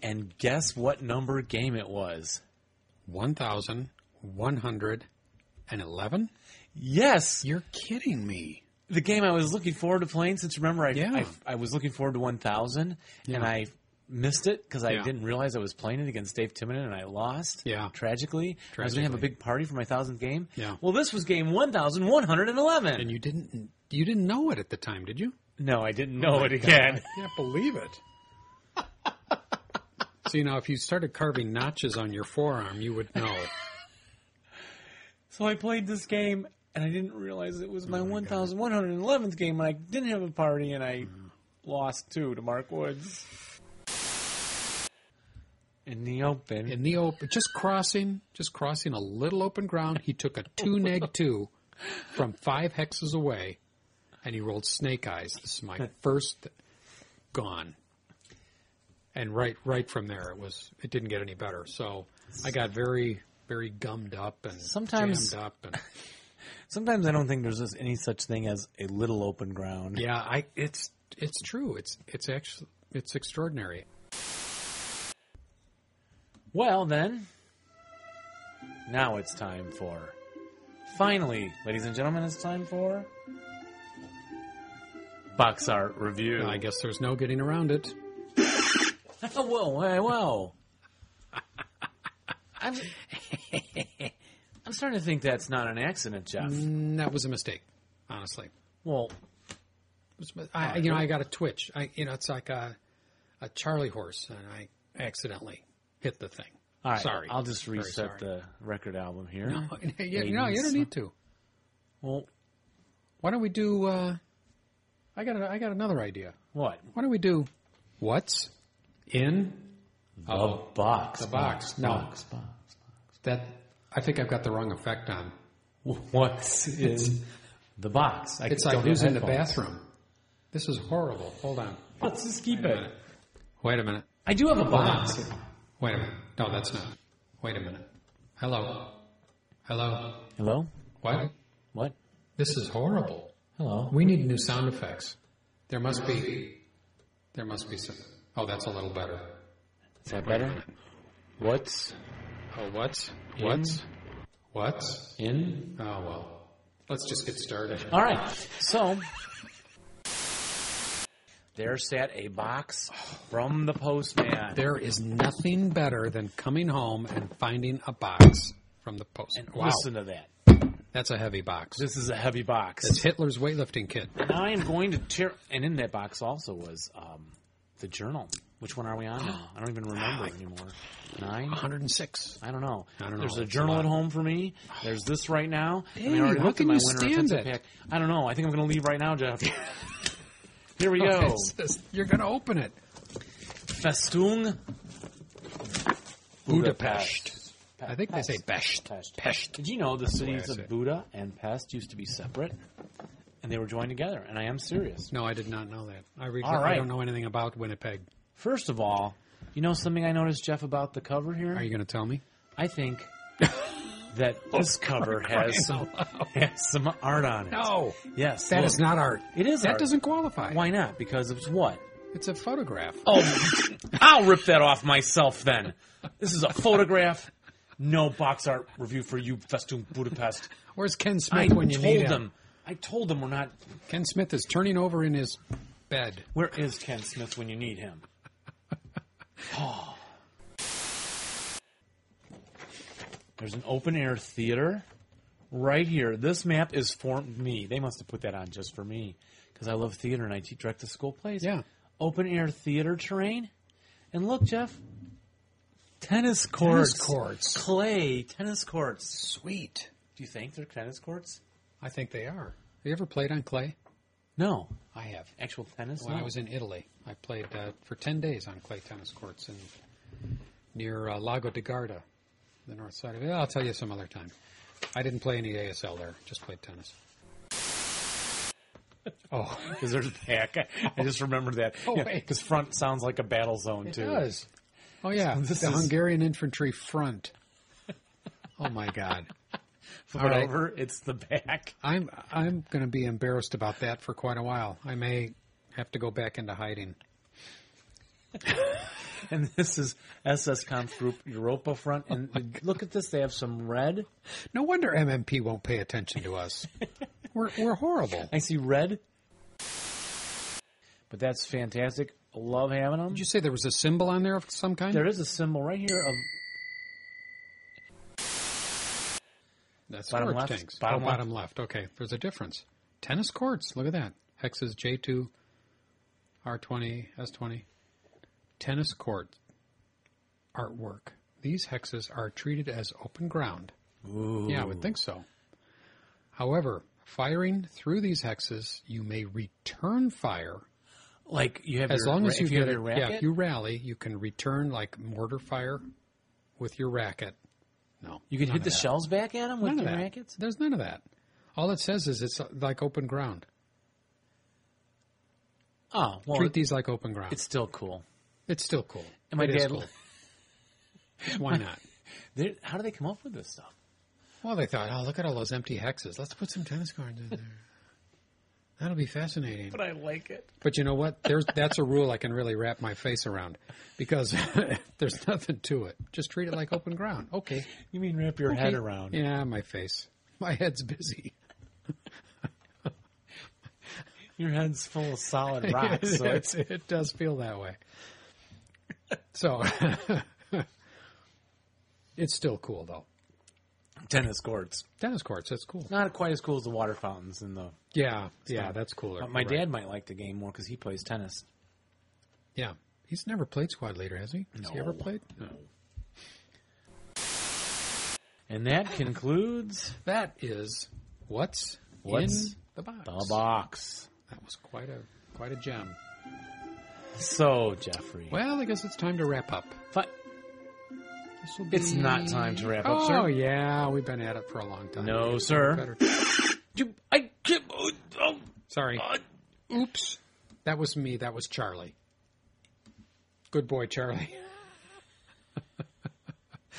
S1: and guess what number game it was?
S4: One thousand one hundred and eleven.
S1: Yes,
S4: You're kidding me.
S1: the game I was looking forward to playing since remember I
S4: Yeah.
S1: I, I was looking forward to 1000 and I missed it because I
S4: Yeah.
S1: didn't realize I was playing it against Dave Timonen and I lost.
S4: Yeah.
S1: tragically, I was going to have a
S4: Tragically.
S1: big party for my thousandth game.
S4: Yeah.
S1: Well, this was game one thousand one hundred and eleven.
S4: And you didn't you didn't know it at the time, did you?
S1: no, I didn't
S4: Oh
S1: know it again.
S4: I can't believe it. See now, if you started carving notches on your forearm, you would know.
S1: So I played this game and I didn't realize it was Oh my one thousand one hundred and eleventh game. And I didn't have a party and I lost two to Mark Woods. In the open,
S4: In the open, just crossing, just crossing a little open ground, he took a two neg two from five hexes away, and he rolled snake eyes. This is my first gone. And right, right from there, it was it didn't get any better. So I got very, very gummed up and
S1: Sometimes-
S4: jammed up and.
S1: Sometimes I don't think there's just any such thing as a little open ground.
S4: Yeah, I it's it's true. It's it's actually it's extraordinary.
S1: Well, then, now it's time for. Finally, ladies and gentlemen, it's time for. Box art review.
S4: I guess there's no getting around it.
S1: whoa, whoa, whoa. I'm, I'm starting to think that's not an accident, Jeff.
S4: And Mm, that was a mistake, honestly.
S1: Well,
S4: It was- I, you know, I got a twitch. I you know, it's like a a Charlie horse, and I accidentally hit the thing.
S1: all right.
S4: Sorry,
S1: I'll just
S4: Very
S1: reset
S4: sorry.
S1: the record album here.
S4: No, you, no, you don't need to.
S1: Well,
S4: Why don't we do? Uh, I got a, I got another idea.
S1: what?
S4: Why don't we do? What's in
S1: Oh, box.
S4: the box? No,
S1: Box, box.
S4: that I think I've got the wrong effect on.
S1: What's in the box? I
S4: It's
S1: don't
S4: like
S1: have
S4: who's in the
S1: headphones.
S4: bathroom. This is horrible. Hold on.
S1: Let's just keep it.
S4: Wait a minute.
S1: I do have a box.
S4: Wait a minute. No, that's not. Wait a minute. Hello. Hello.
S1: Hello?
S4: What?
S1: What?
S4: This is horrible.
S1: Hello?
S4: We need new sound effects. There must be. There must be some. Oh, that's a little better.
S1: Is that better? What's
S4: Oh, what? What? What?
S1: in?
S4: Oh, well. Let's just get started.
S1: All right. So there sat a box from the postman.
S4: There is nothing better than coming home and finding a box from the post. Wow.
S1: Listen to that.
S4: That's a heavy box.
S1: This is a heavy box.
S4: It's Hitler's weightlifting kit.
S1: Now I am going to tear. And in that box also was um, the journal. Which one are we on now? I don't even remember anymore. Nine.
S4: 106.
S1: I don't know.
S4: I don't know.
S1: There's a
S4: That's a
S1: journal
S4: lot.
S1: at home for me. There's this right now. I mean,
S4: Hey,
S1: I already
S4: how
S1: looked at
S4: can
S1: my
S4: you
S1: winter
S4: stand
S1: offensive
S4: it?
S1: pack. I don't know. I think I'm going to leave right now, Jeff. Here we go.
S4: Oh, It's just- you're going to open it.
S1: Festung
S4: Budapest. I think they say Best.
S1: Pest.
S4: Pest.
S1: Did you know the
S4: way I
S1: cities
S4: say
S1: of
S4: it.
S1: Buda and Pest used to be separate? and they were joined together. And I am serious.
S4: No, I did not know that. I, re-
S1: All
S4: I
S1: right.
S4: don't know anything about Winnipeg.
S1: First of all, you know something I noticed, Jeff, about the cover here?
S4: Are you going to tell me?
S1: I think that this cover has some, has some art on it.
S4: No,
S1: Yes.
S4: that
S1: look.
S4: is not art.
S1: It is
S4: That
S1: art.
S4: doesn't qualify.
S1: Why not? Because it's what?
S4: It's a photograph.
S1: Oh, I'll rip that off myself then. This is a photograph. No box art review for you, Festoon Budapest.
S4: Where's Ken
S1: I
S4: Smith when
S1: told
S4: you need him?
S1: them. I told them we're not.
S4: Ken Smith is turning over in his bed.
S1: Where is Ken Smith when you need him? There's an open air theater right here. This map is for me. They must have put that on just for me because I love theater and I te- direct the school plays.
S4: Yeah.
S1: Open air theater terrain. And look, Jeff. Tennis courts.
S4: Tennis courts.
S1: Clay tennis courts.
S4: Sweet.
S1: Do you think they're tennis courts?
S4: I think they are. Have you ever played on clay?
S1: No.
S4: I have.
S1: Actual tennis?
S4: When
S1: no.
S4: I was in Italy, I played uh, for 10 days on clay tennis courts in, near uh, Lago di Garda, the north side of it. I'll tell you some other time. I didn't play any ASL there, just played tennis. Oh,
S1: Because there's back. I, I just remember that.
S4: Oh, wait.
S1: Because front sounds like a battle zone,
S4: it
S1: too.
S4: does. Oh, yeah.
S1: This
S4: the
S1: is-
S4: Hungarian Infantry Front. Oh, my God.
S1: Flip
S4: All
S1: it
S4: right.
S1: over, it's the back.
S4: I'm I'm going to be embarrassed about that for quite a while. I may have to go back into hiding.
S1: And this is SS Kampf Group Europa Front. And look at this. They have some red.
S4: Oh, No wonder MMP won't pay attention to us. we're we're horrible.
S1: I see red. But that's fantastic. Love having them.
S4: Did you say there was a symbol on there of some kind?
S1: There is a symbol right here of
S4: That's
S1: Bottom
S4: storage
S1: left.
S4: tanks.
S1: Bottom
S4: Oh,
S1: left.
S4: bottom left. Okay, there's a difference. Tennis courts. Look at that. Hexes J2, R20, S20. Tennis court artwork. These hexes are treated as open ground. Yeah, I would think so. However, firing through these hexes, you may return fire
S1: like you have
S4: as
S1: your,
S4: long as
S1: if
S4: you,
S1: you
S4: get
S1: have
S4: it.
S1: your
S4: Yeah,
S1: racket.
S4: if you rally, you can return like mortar fire with your racket. No,
S1: You can
S4: none
S1: hit
S4: of
S1: the
S4: that.
S1: shells back at them with
S4: None of
S1: your
S4: that.
S1: rackets.
S4: There's none of that. All it says is it's uh, like open ground.
S1: Oh, well,
S4: Treat these like open ground.
S1: it's
S4: It's,
S1: still cool.
S4: still cool.
S1: And my
S4: It is
S1: dad-
S4: cool. Why not?
S1: They're- how do they come up with this stuff?
S4: Well, they thought, oh, look at all those empty hexes. Let's put some tennis cards in there. That'll be fascinating.
S1: But I like it.
S4: But you know what? There's that's a rule I can really wrap my face around because there's nothing to it. Just treat it like open ground. Okay.
S1: You mean wrap your head
S4: Okay.
S1: around?
S4: Yeah, my face. My head's busy.
S1: Your head's full of solid rocks, so it's
S4: it, it does feel that way. So it's still cool though.
S1: tennis courts.
S4: Tennis courts, that's cool.
S1: Not quite as cool as the water fountains and the.
S4: Yeah, yeah, that's cooler.
S1: But my
S4: You're right.
S1: dad might like the game more because he plays tennis.
S4: Yeah, he's never played squad leader, has he? Has he ever played? No.
S1: And that concludes
S4: That is what's,
S1: What's
S4: in the box.
S1: the box.
S4: That was quite a quite a gem.
S1: So Jeffrey,
S4: Well, I guess it's time to wrap up.
S1: Fi-
S4: This will
S1: it's
S4: be-
S1: not time to wrap up,
S4: oh,
S1: sir.
S4: yeah, we've been at it for a long time.
S1: No, sir.
S4: Better-
S1: You- I can't. Oh, oh,
S4: Sorry.
S1: uh,
S4: Oops. That was me. That was Charlie. Good boy, Charlie.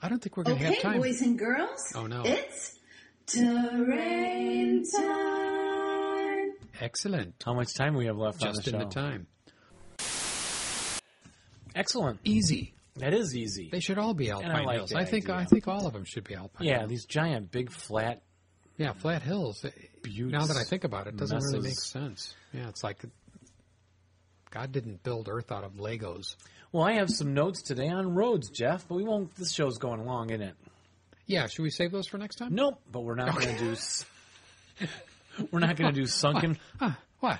S4: I don't think we're going to have time.
S10: boys and girls.
S4: Oh, no.
S10: It's terrain time.
S4: Excellent.
S1: how much time we have left on
S4: Just
S1: the
S4: in
S1: show?
S4: the time.
S1: Excellent.
S4: Easy.
S1: That is easy.
S4: They should all be alpine
S1: I like
S4: hills.
S1: the
S4: I think I
S1: idea.
S4: think all of them should be alpine.
S1: yeah, these giant, big, flat.
S4: Yeah, flat hills.
S1: Buttes,
S4: now that I think about it, it doesn't really make
S1: messes.
S4: sense. Yeah, it's like God didn't build Earth out of Legos.
S1: Well, I have some notes today on roads, Jeff, but we won't. This show's going long, isn't it?
S4: Yeah, should we save those for next time?
S1: Nope. But we're not going to do. s- We're not going to do sunken.
S4: Ah, what?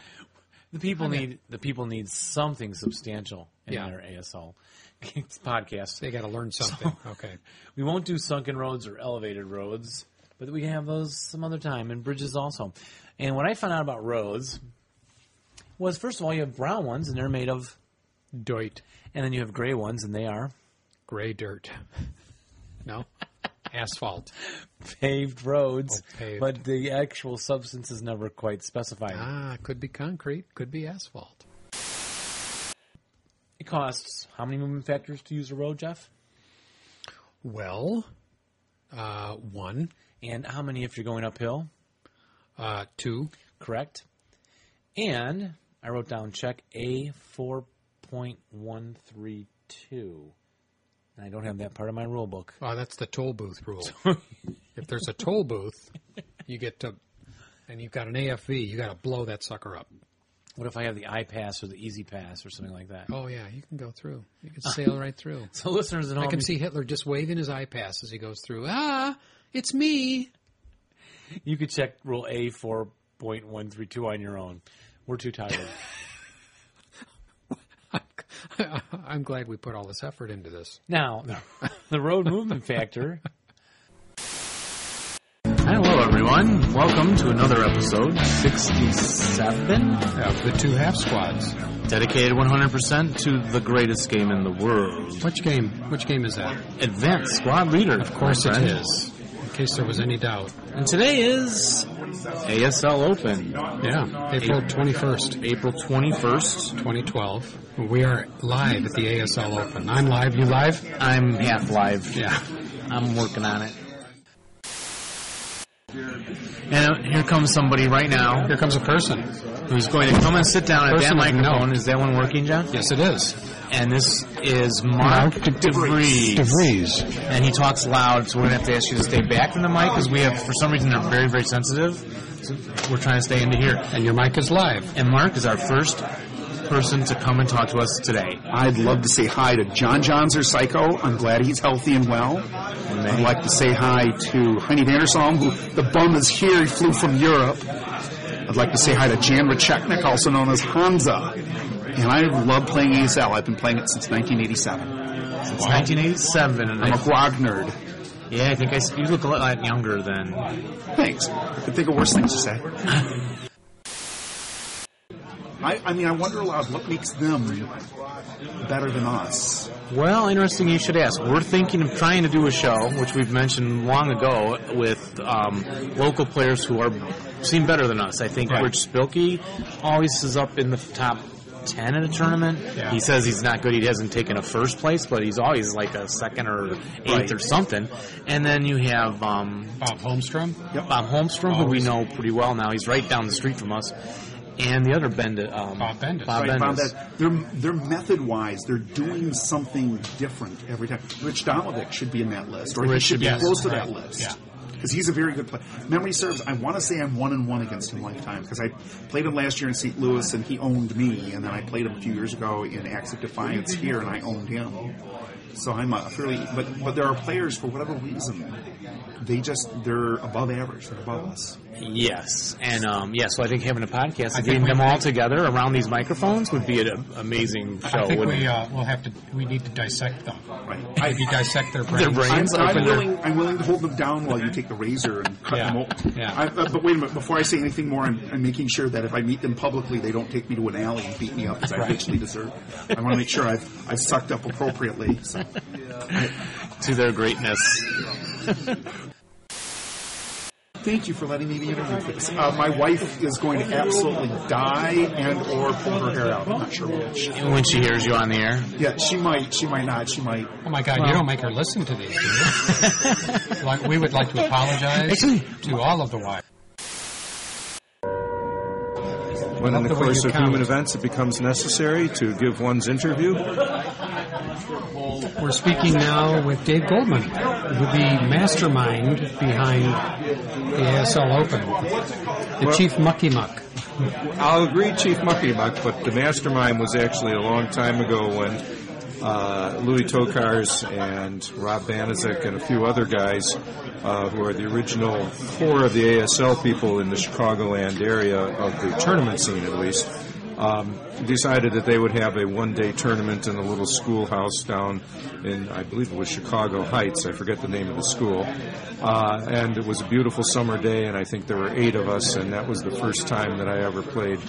S1: The people
S4: Okay.
S1: need the people need something substantial in
S4: Yeah.
S1: their ASL podcast.
S4: They got to learn something. okay.
S1: We won't do sunken roads or elevated roads, but we can have those some other time and bridges also. And what I found out about roads was first of all you have brown ones and they're made of,
S4: Doit.
S1: and then you have gray ones and they are
S4: gray dirt. No? Asphalt.
S1: paved roads,
S4: Oh, paved.
S1: but the actual substance is never quite specified.
S4: Ah, could be concrete, could be asphalt.
S1: It costs how many movement factors to use a road, Jeff?
S4: Well, uh, one,
S1: And how many if you're going uphill?
S4: uh, two,
S1: Correct. And I wrote down check A four point one three two. And I don't have that part of my rule book.
S4: Oh, that's the toll booth rule. if there's a toll booth, you get to, and you've got an AFV, you got to blow that sucker up.
S1: What if I have the I pass or the Easy Pass or something like that?
S4: Oh yeah, you can go through. You can sail right through.
S1: So listeners at home,
S4: I can see Hitler just waving his eye pass as he goes through. Ah, it's me.
S1: you could check rule A four point one three two on your own. We're too tired.
S4: I'm glad we put all this effort into this.
S1: Now, the road movement factor. Hello, everyone. Welcome to another episode 67,
S4: Of the two half squads.
S1: dedicated 100% to the greatest game in the world
S4: Which game? Which game is that?
S1: Advanced Squad Leader. Of
S4: Of course it is. In case there was any doubt.
S1: And today is ASL Open,
S4: Yeah, April 21st,
S1: April 21st.
S4: 2012. We are live at the ASL Open. I'm live. You live?
S1: I'm half live.
S4: Yeah.
S1: I'm working on it. And here comes somebody right now
S4: Here comes a person.
S1: who's going to come and sit down at that
S4: Person with no-
S1: microphone. Is that one working, John?
S4: Yes, it is.
S1: and this is Mark DeVries.
S4: DeVries.
S1: And he talks loud, so we're going to have to ask you to stay back from the mic because we have, for some reason, they're very, very sensitive. So we're trying to stay into here.
S4: And your mic is live.
S1: And Mark is our first person to come and talk to us today.
S11: I'd love to say hi to John Johns or Psycho. I'm glad he's healthy and well. I'd like to say hi to Heine Vandersom, who the bum is here. He flew from Europe. I'd like to say hi to Jan Racheknik, also known as Hanza. And I love playing ASL. I've been playing it since 1987.
S1: It's 1987, and
S11: I'm a
S1: I,
S11: Grog nerd.
S1: yeah, I think I, s- you look a lot younger than.
S11: Thanks. I could think of worse things to say. I, I mean, I wonder aloud what makes them better than us.
S1: Well, interesting you should ask. We're thinking of trying to do a show, which we've mentioned long ago, with um, local players who are seem better than us. I think
S11: Right.
S1: Rich Spilkey always is up in the top ten at a tournament.
S11: Yeah.
S1: He says he's not good. He hasn't taken a first place, but he's always like a second or eighth or something. And then you have um,
S4: Bob Holmstrom.
S1: Bob Holmstrom, who we know pretty well now. He's right down the street from us. And the other Bendit, um,
S4: Bob Bendis.
S1: Bob
S11: Right, Bob,
S1: Bendis.
S11: that they're they're method wise, they're doing something different every time. Rich Dominic should be in that list, or he
S1: Rich
S11: should be
S4: yes,
S11: close to
S4: right,
S11: that list.
S4: yeah.
S11: Because he's a very good player. Memory serves. I want to say I'm one and one against him lifetime because I played him last year in St. Louis and he owned me, and then I played him a few years ago in Acts of Defiance here and I owned him. So I'm a fairly, but but there are players for whatever reason, they just they're above average. They're above us.
S1: Yes, and um, yeah, so I think having a podcast and
S4: think
S1: getting
S4: we-
S1: them all together around these microphones would be an amazing show.
S4: I think
S1: wouldn't
S4: we
S1: it?
S4: uh, will have to. We need to dissect them.
S11: Right.
S4: Maybe dissect their brains.
S1: Their
S11: I'm,
S1: brains
S11: I'm
S1: open.
S11: willing. I'm willing to hold them down while you take the razor and cut
S4: Yeah,
S11: them open.
S4: yeah.
S11: I, uh, but wait a minute. Before I say anything more, I'm, I'm making sure that if I meet them publicly, they don't take me to an alley and beat me up because I richly deserve. it. I want to make sure I've I've sucked up appropriately. So.
S1: to their greatness.
S11: Thank you for letting me be interviewed for this. Uh, my wife is going to absolutely die and or pull her hair out. I'm not sure which.
S1: And when she hears you on the air,
S11: Yeah, she might. She might not. She might.
S4: Oh my God! you don't make her listen to these. Do you? like we would like to apologize
S1: Actually-
S4: to all of the wives.
S12: When in the
S4: the way
S12: course
S4: you
S12: of human
S4: count.
S12: events it becomes necessary to give one's interview,
S4: We're speaking now with Dave Goldman, the mastermind behind the ASL Open, the
S12: Well-
S4: chief mucky muck.
S12: I'll agree, Chief Mucky Muck, but the mastermind was actually a long time ago when uh, Louis Tokars and Rob Banizek and a few other guys, uh, who are the original four of the ASL people in the Chicagoland area of the tournament scene at least, um, decided that they would have a one-day tournament in a little schoolhouse down in, I believe it was Chicago Heights. I forget the name of the school. Uh, and it was a beautiful summer day, and I think there were eight of us, and that was the first time that I ever played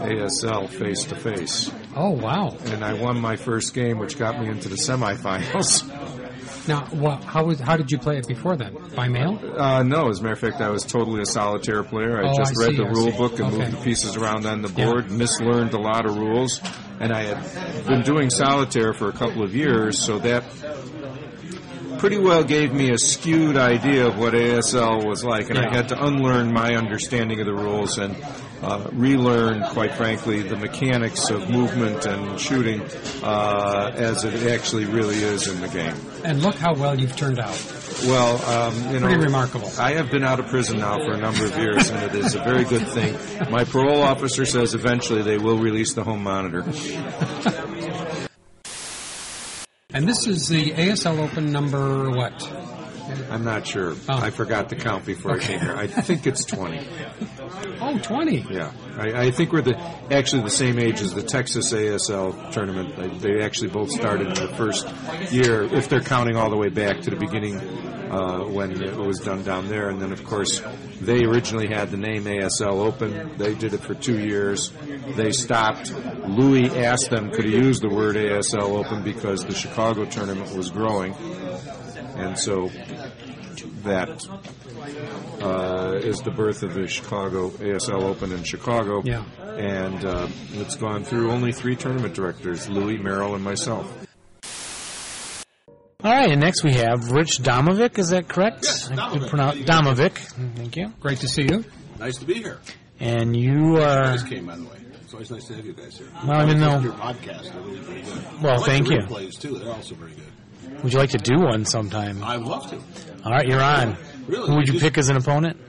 S12: ASL face to face.
S4: Oh wow!
S12: And I won my first game, which got me into the semifinals.
S4: Now, wha how was how did you play it before then? By mail?
S12: Uh, no, as a matter of fact, I was totally a solitaire player. I
S4: Oh,
S12: just
S4: I see,
S12: read the
S4: I
S12: rule
S4: see.
S12: book and
S4: Okay.
S12: moved the pieces around on the
S4: Yeah.
S12: board, mislearned a lot of rules, and I had been doing solitaire for a couple of years, so that pretty well gave me a skewed idea of what ASL was like, and I
S4: Yeah.
S12: had to unlearn my understanding of the rules and uh, relearn, quite frankly, the mechanics of movement and shooting uh, as it actually really is in the game.
S4: And look how well you've turned out.
S12: Well, um, you know,
S4: Pretty remarkable.
S12: I have been out of prison now for a number of years, and it is a very good thing. My parole officer says eventually they will release the home monitor.
S4: And this is the ASL Open number what?
S12: I'm not sure. I forgot to count before I came here. I think it's 20.
S4: Oh, 20.
S12: Yeah, I, I think we're the actually the same age as the Texas ASL tournament. They, they actually both started in the first year, if they're counting all the way back to the beginning uh, when it was done down there. And then, of course, they originally had the name ASL Open. They did it for two years. They stopped. Louis asked them could he use the word ASL Open because the Chicago tournament was growing, and so that uh, is the birth of the Chicago ASL Open in Chicago.
S4: Yeah.
S12: And uh, it's gone through only three tournament directors Louis, Merrill, and myself.
S1: All right, and next we have Rich Domovic. Is that correct? Yes,
S13: Domovic.
S1: Domovic. Thank you.
S4: Great to see you.
S13: Nice to be here.
S1: And you
S13: I
S1: are.
S13: just came, by the way. It's always nice to have you guys here.
S1: Uh, Well, I didn't know-
S13: Your podcast, they're really pretty good.
S1: Well,
S13: I like
S1: thank
S13: the
S1: you.
S13: Replays too. They're also very good.
S1: Would you like to do one sometime?
S13: I would love to.
S1: All right, you're on.
S13: Really?
S1: Who would you
S13: Just-
S1: pick as an opponent?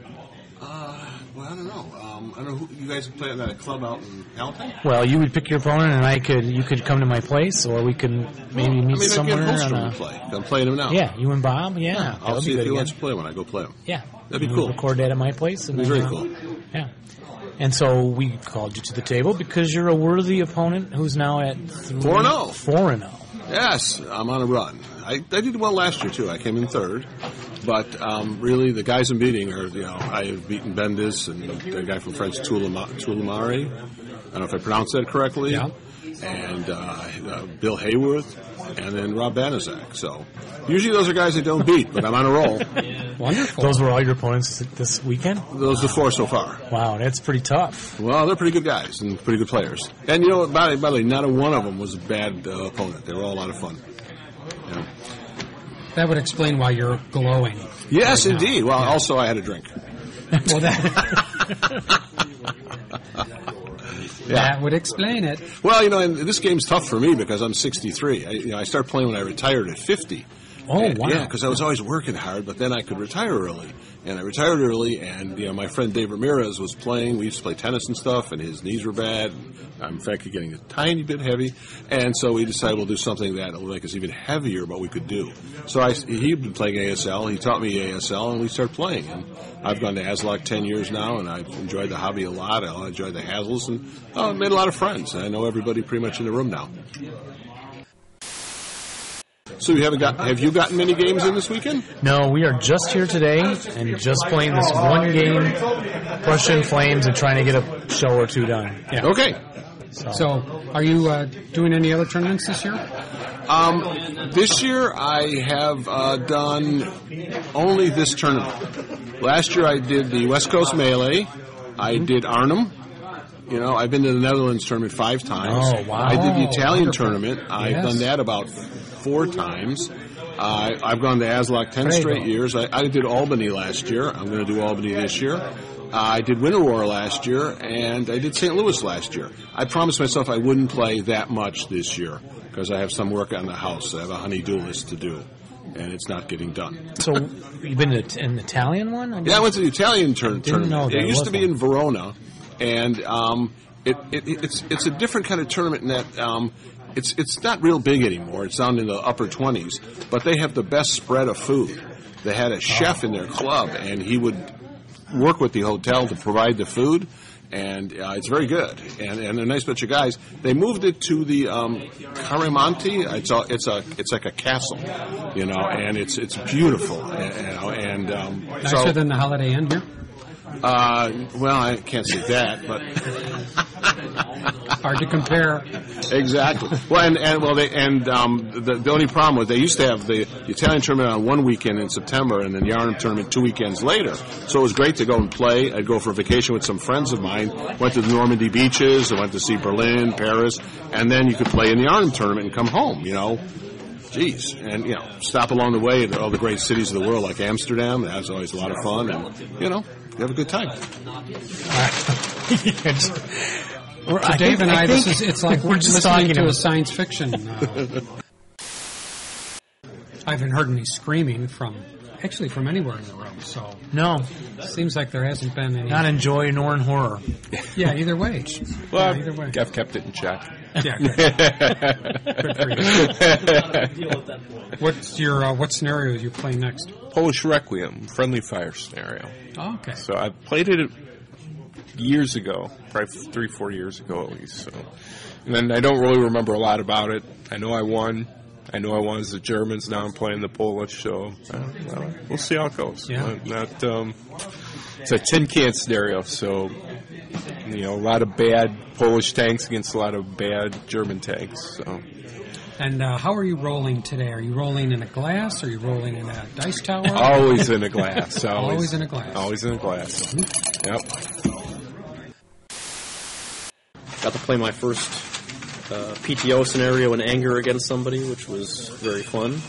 S13: Uh, well, I don't know. Um, I don't know who you guys play at that club out in Alton.
S1: Well, you would pick your opponent, and I could. You could come to my place, or we can maybe meet
S13: I mean, that'd be
S1: somewhere.
S13: a
S1: on
S13: Holstrom
S1: a-
S13: to play. I'm playing him now.
S1: Yeah, you and Bob. Yeah, that
S13: Oh. I'll
S1: would be
S13: see if
S1: good
S13: he
S1: again.
S13: wants to play when I go play him.
S1: Yeah,
S13: That'd be
S1: And
S13: cool.
S1: We record that at my place. And
S13: It'd be
S1: then,
S13: very
S1: uh,
S13: cool.
S1: Yeah, and so we called you to the table because you're a worthy opponent who's now at
S13: Four and oh.
S1: Four and zero.
S13: Yes, I'm on a run. I, I did well last year too. I came in third, but um, really the guys I'm beating are you know I have beaten Bendis and the guy from French Tulama- Tulamari. I don't know if I pronounced that correctly. Yeah. And uh, uh, Bill Hayworth, and then Rob Banizak. So usually those are guys I don't beat, but I'm on a roll.
S1: Wonderful. Those were all your opponents this weekend.
S13: Those are the four so far.
S1: Wow, that's pretty tough.
S13: Well, they're pretty good guys and pretty good players. And you know what? By, the- by the way, not a one of them was a bad uh, opponent. They were all a lot of fun. Yeah.
S4: That would explain why you're glowing.
S13: Yes, indeed. Well, also I had a drink.
S4: Well, that,
S13: Yeah.
S4: that would explain it.
S13: Well, you know, and this game's tough for me because I'm 63. I, you know, I started playing when I retired at 50.
S4: Oh,
S13: And-
S4: wow.
S13: Yeah, because I was always working hard, but then I could retire early. And I retired early, and you know, my friend Dave Ramirez was playing. We used to play tennis and stuff, and his knees were bad. And I'm in fact getting a tiny bit heavy, and so we decided we'll do something that will make us even heavier, but we could do. So I, he'd been playing ASL. He taught me ASL, and we started playing. And I've gone to ASLOC 10 years now, and I've enjoyed the hobby a lot. I enjoyed the hassles, and oh, I made a lot of friends. I know everybody pretty much in the room now. So you haven't got? Have you gotten many games in this weekend?
S1: No, we are just here today and just playing this one game, Prussian Flames, and trying to get a show or two done. Yeah.
S13: Okay.
S4: So, are you uh, doing any other tournaments this year?
S13: Um, this year I have uh, done only this tournament. Last year I did the West Coast Melee. I
S1: Mm-hmm.
S13: did Arnhem. You know, I've been to the Netherlands tournament five times.
S1: Oh, wow.
S13: I did the
S1: Oh,
S13: Italian
S1: wonderful.
S13: tournament. I've
S1: Yes.
S13: done that about four times. I I've gone to ASLOC 10
S1: There you
S13: straight
S1: go.
S13: years. I, I did Albany last year. I'm going to do Albany this year. I did Winter War last year, and I did St. Louis last year. I promised myself I wouldn't play that much this year because I have some work on the house. I have a honey-do list to do, and it's not getting done.
S1: So you've been to an Italian one? I
S13: Yeah, I went to the Italian turn-
S1: Didn't
S13: tournament.
S1: know there
S13: it used
S1: was
S13: to be in Verona, and um, it, it, it's it's a different kind of tournament in that um, it's it's not real big anymore. It's down in the upper twenties, but they have the best spread of food. They
S1: Oh.
S13: had a chef in their club, and he would work with the hotel to provide the food. And uh, it's very good, and, and they're a nice bunch of guys. They moved it to the um, Caramonti. It's a, it's a, it's like a castle, you know, and it's it's beautiful, and, you know, and um,
S4: Nicer
S13: so
S4: than the Holiday Inn here?
S13: uh, well, I can't say that, but
S4: Hard to compare.
S13: Exactly. Well, and, and well, they, and um, the, the only problem was they used to have the, the Italian tournament on one weekend in September, and then the Arnhem tournament two weekends later. So it was great to go and play. I'd go for a vacation with some friends of mine. Went to the Normandy beaches. I went to see Berlin, Paris, and then you could play in the Arnhem tournament and come home. You know, Jeez, and you know, stop along the way at all the great cities of the world like Amsterdam. That was always a lot of fun, and you know, you have a good time.
S4: So
S1: I
S4: Dave
S1: think-
S4: and I,
S1: I
S4: this
S1: think
S4: is it's like
S1: we're
S4: we're just
S1: just
S4: listening
S1: talking
S4: to a
S1: about-
S4: science fiction. Uh, I haven't heard any screaming from actually from anywhere in the room. So
S1: no,
S4: seems like there hasn't been any.
S1: Not in joy nor in horror.
S4: yeah, either way.
S14: Well,
S4: yeah, either way.
S14: I've kept it in check.
S4: Yeah, good. Good for you. What's your uh, what scenario do you play next?
S14: Polish Requiem, friendly fire scenario.
S4: Oh, okay.
S14: So I played it years ago, probably three, four years ago at least. So, and then I don't really remember a lot about it. I know I won. I know I won as the Germans. Now I'm playing the Polish. So uh, well, we'll see how it goes.
S4: Yeah.
S14: Not- not, um, it's a tin can scenario. So you know, a lot of bad Polish tanks against a lot of bad German tanks. So.
S4: And uh, how are you rolling today? Are you rolling in a glass? Are you rolling in a dice tower?
S14: always in a glass. Always,
S4: Always in a glass.
S14: Always in a glass. Yep.
S15: Got to play my first uh, PTO scenario in anger against somebody, which was very fun.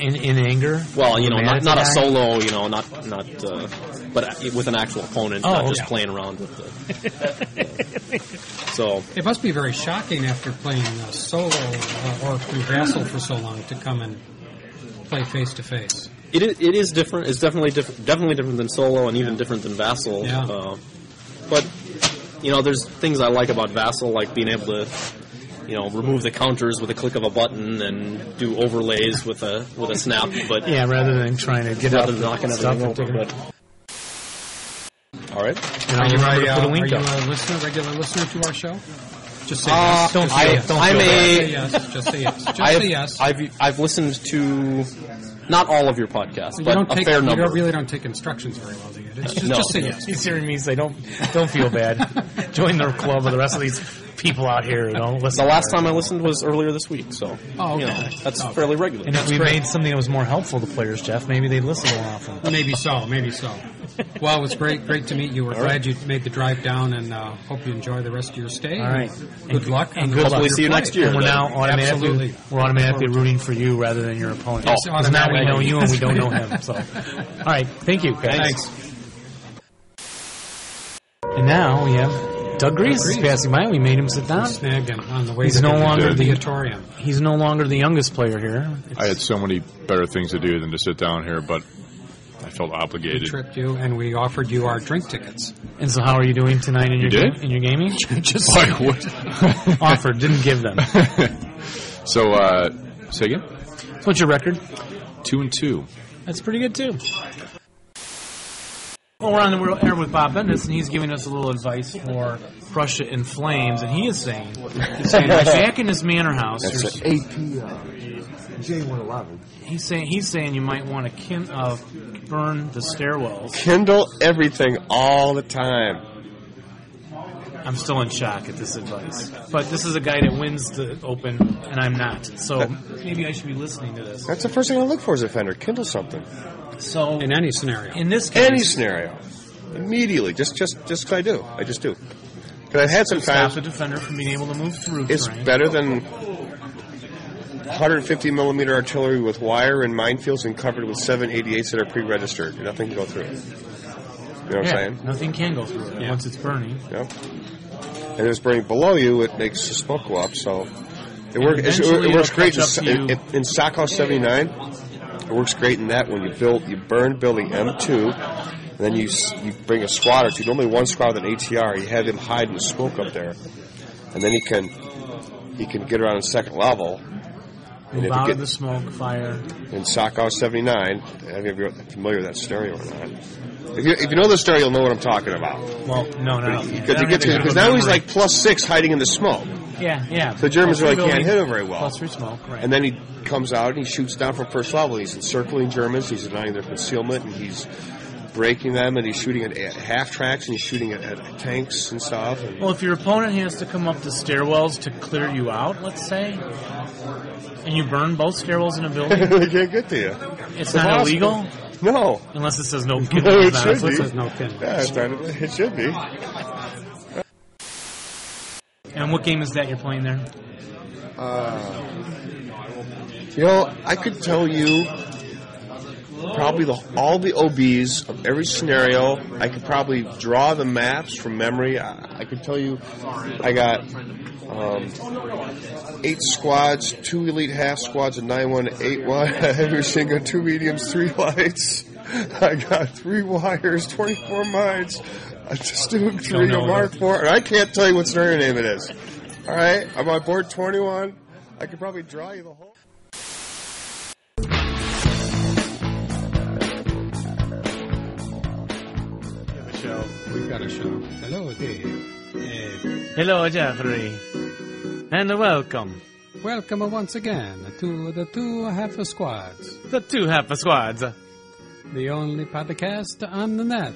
S1: In, in anger?
S15: Well, you know,
S1: Mad
S15: not, not a
S1: attack?
S15: solo, you know, not not, uh, but with an actual opponent,
S4: Oh,
S15: not just
S4: yeah.
S15: playing around with the. so
S4: It must be very shocking after playing uh, solo uh, or through Vassal for so long to come and play face to face.
S15: it is, it is different. It's definitely different, definitely different than solo, and even different than Vassal.
S4: Yeah.
S15: Uh, but you know, there's things I like about Vassal, like being able to, you know, remove the counters with a click of a button and do overlays with a with a snap. But
S1: Yeah, rather than trying to get
S15: rather
S1: up
S15: than knocking
S1: and stuff
S15: everything
S1: and
S15: over.
S1: taking-
S15: But all right.
S1: And I'll
S4: are you,
S1: remember
S4: a,
S1: to
S4: uh,
S1: put a link
S4: are you
S1: up.
S4: a listener, regular listener to our show? Just say
S15: Uh,
S4: yes.
S15: don't
S4: just
S15: feel-
S4: say yes.
S15: don't I'm feel a-
S4: Say yes. Just say yes. Just
S15: I've,
S4: say yes.
S15: I've I've listened to not all of your podcasts,
S4: you
S15: but
S4: don't
S15: a
S4: take,
S15: fair
S4: you
S15: number.
S4: don't, really don't take instructions very well, do you? Just, just,
S15: No.
S4: just say yes.
S1: He's hearing me say, "Don't, don't feel bad. Join the club with the rest of these people out here." You know, listen
S15: the
S1: to
S15: last
S1: our-
S15: time I listened was earlier this week, so
S1: Oh,
S15: you
S1: okay.
S15: know that's
S1: Okay.
S15: fairly regular.
S1: And if we made something that was more helpful to players, Jeff, maybe they'd listen more often.
S4: Maybe so. Maybe so. Well, it was great. Great to meet you. We're
S1: All
S4: glad you made the drive down, and uh, hope you enjoy the rest of your stay.
S1: All right.
S4: Good
S1: And-
S4: luck.
S1: And
S4: on
S1: good
S4: the rest
S1: luck.
S4: of your play.
S1: And we're now automatically
S4: Absolutely.
S1: we're automatically rooting for you rather than your opponent.
S15: Oh,
S4: Yes,
S1: Because now we know
S4: automatically.
S1: you and we don't know him. So, all right. Thank you. Guys.
S4: Thanks.
S1: And now we have Doug Grease is passing by. We made him sit down.
S4: Snag him on the way
S1: He's
S4: to
S1: no
S4: the
S1: longer the
S4: auditorium.
S1: He's no longer the youngest player here.
S14: I had so many better things to do than to sit down here, but I felt
S4: We
S14: obligated.
S4: tripped you, and we offered you our drink tickets.
S1: And so, how are you doing tonight in
S14: You
S1: your
S14: did?
S1: ga- in your gaming? Just
S14: Why, what?
S1: offered, didn't give them.
S14: So, uh, say again?
S1: What's your record?
S14: Two and two.
S1: That's pretty good too. Well, we're on the world air with Bob Bendis, and he's giving us a little advice for Prussia in Flames, and he is saying, he's saying back in his manor house,
S16: That's
S1: there's-
S16: an APR. J111.
S1: he's saying he's saying you might want to kin, uh, burn the stairwells.
S14: Kindle everything all the time.
S1: I'm still in shock at this advice, but this is a guy that wins the Open, and I'm not. So maybe I should be listening to this.
S16: That's the first thing I look for as a fender. Kindle something.
S1: So
S4: in any scenario,
S1: in this case,
S16: Any scenario, immediately. Just, just, just 'cause I do. I just do. Because I've had some
S1: stop
S16: times.
S1: the defender from being able to move through.
S16: It's
S1: terrain.
S16: better than 150 millimeter artillery with wire and minefields and covered with 788s that are pre-registered. Nothing can go through. it. You know what
S1: Yeah,
S16: I'm saying?
S1: Nothing can go through it once it's burning.
S16: Yeah. And it's burning below you, it makes the smoke go up. So it, work, it's-
S1: eventually
S16: it works
S1: it'll
S16: great in,
S1: catch up to
S16: in,
S1: you.
S16: in, in Stockhouse 79. It works great in that when you build, you burn building M2, and then you s- you bring a squad or two, normally one squad with an ATR. You have him hide in the smoke up there, and then he can he can get around the second level. And
S1: Move
S16: if
S1: out
S16: you
S1: of the
S16: get
S1: smoke, fire.
S16: in Stockhouse 79, I don't know if you're familiar with that stereo or not. If you, if you know the stereo, you'll know what I'm talking about.
S1: Well, no, no.
S16: Because it gets because now he's like plus six hiding in the smoke,
S1: yeah, yeah.
S16: So the Germans really
S1: Plus
S16: can't
S1: rebuilding,
S16: hit him very well.
S1: Plus through smoke, right?
S16: and then he comes out and he shoots down from first level. He's encircling Germans. He's denying their concealment, and he's breaking them, and he's shooting at, at half tracks, and he's shooting at, at tanks and stuff. And
S1: Well, if your opponent has to come up the stairwells to clear you out, let's say, and you burn both stairwells in a building,
S16: they can't get to you.
S1: It's
S16: The
S1: not
S16: boss-
S1: illegal?
S16: No.
S1: Unless it says no
S16: No,
S1: kindling.
S16: it
S1: That's
S16: should
S1: what
S16: be.
S1: it says, no kindling.
S16: Yeah, it's not- it should be.
S1: and what game is that you're playing there?
S16: Uh, you know, I could tell you probably the, all the OBs of every scenario. I could probably draw the maps from memory. I, I could tell you I got um, eight squads, two elite half squads, a nine one, eight one, heavy machine gun, two mediums, three lights. I got three wires, twenty four mines, a Stoom tree,
S10: no,
S16: a Mark four, and I can't tell you what scenario name it is. All right, I'm on board twenty one. I could probably draw you the whole.
S17: show. We've got a show. Hello, Dave.
S4: Eh,
S1: Hello, Jeffrey. And welcome.
S4: Welcome once again to the Two Half Squads,
S1: The two half squads
S4: the only podcast on the net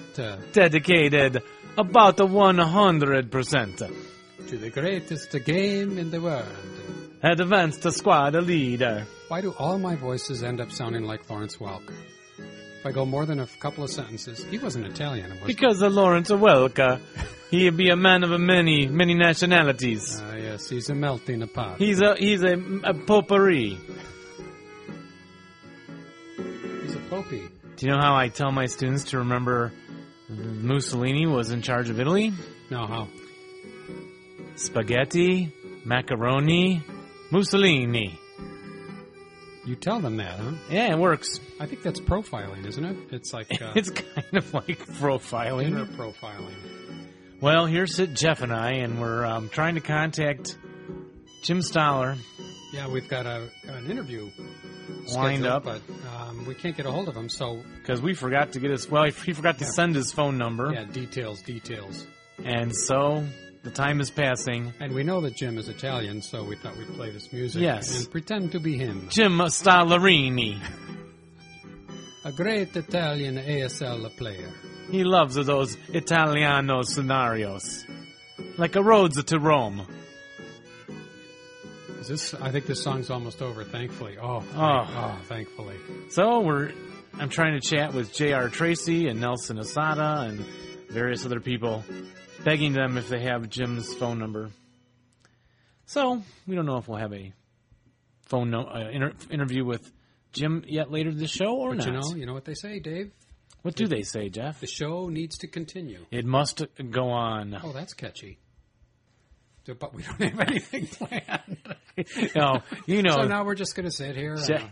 S1: dedicated about 100%
S4: to the greatest game in the world.
S1: advanced squad leader.
S4: Why do all my voices end up sounding like Lawrence Welk? If I go more than a couple of sentences, he wasn't Italian, was he?
S1: Because of Lawrence Welker, he be a man of many, many nationalities.
S4: Ah, yes, he's a melting pot.
S1: He's a he's a, a potpourri.
S4: He's a popey.
S1: Do you know how I tell my students to remember Mussolini was in charge of Italy?
S4: No, how?
S1: Spaghetti, macaroni, Mussolini.
S4: You tell them that, huh?
S1: Yeah, it works.
S4: I think that's profiling, isn't it? It's like uh,
S1: It's kind of like profiling.
S4: inner profiling.
S1: Well, here sit Jeff and I, and we're um, trying to contact Jim Stoller.
S4: Yeah, we've got a, an interview
S1: Lined
S4: scheduled,
S1: up.
S4: but um, we can't get a hold of him. So
S1: Because we forgot to get his, well, he forgot to send his phone number.
S4: yeah, details, details.
S1: And so the time is passing.
S4: And we know that Jim is Italian, so we thought we'd play this music
S1: Yes.
S4: and pretend to be him.
S1: Jim Stollerini.
S4: A great Italian ASL player.
S1: He loves those Italiano scenarios. Like a road to Rome.
S4: Is this? I think this song's almost over. Thankfully. Oh, thank-
S1: Oh.
S4: oh, thankfully.
S1: So we're, I'm trying to chat with J.R. Tracy and Nelson Asada and various other people, begging them if they have Jim's phone number. So we don't know if we'll have a phone no, uh, inter- interview with Jim yet later this show or
S4: but
S1: not.
S4: you know, you know what they say, Dave.
S1: what do they say, Jeff?
S4: The show needs to continue.
S1: It must go on.
S4: Oh, that's catchy. But we don't have anything planned.
S1: No, you know-
S4: So now we're just going to sit here.
S1: Ja-
S4: and-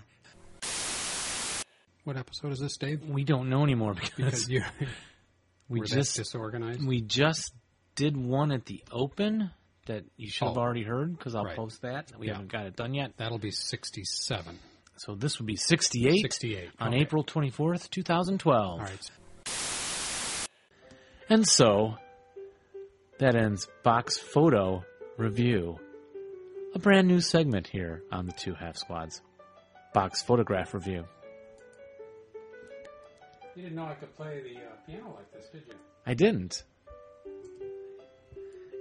S4: what episode is this, Dave?
S1: We don't know anymore because,
S4: Because you
S1: we
S4: were that
S1: just
S4: disorganized.
S1: we just did one at the open that you should have
S4: Oh.
S1: already heard because I'll
S4: Right.
S1: post that. We
S4: Yeah.
S1: haven't got it done yet.
S4: That'll be sixty-seven.
S1: So this would be 68,
S4: 68,
S1: on
S4: okay.
S1: April 24th, 2012.
S4: All right.
S1: And so that ends Box Photo Review, a brand new segment here on the Two Half Squads. Box Photograph Review.
S4: You didn't know I could play the uh, piano like this, did you?
S1: I didn't.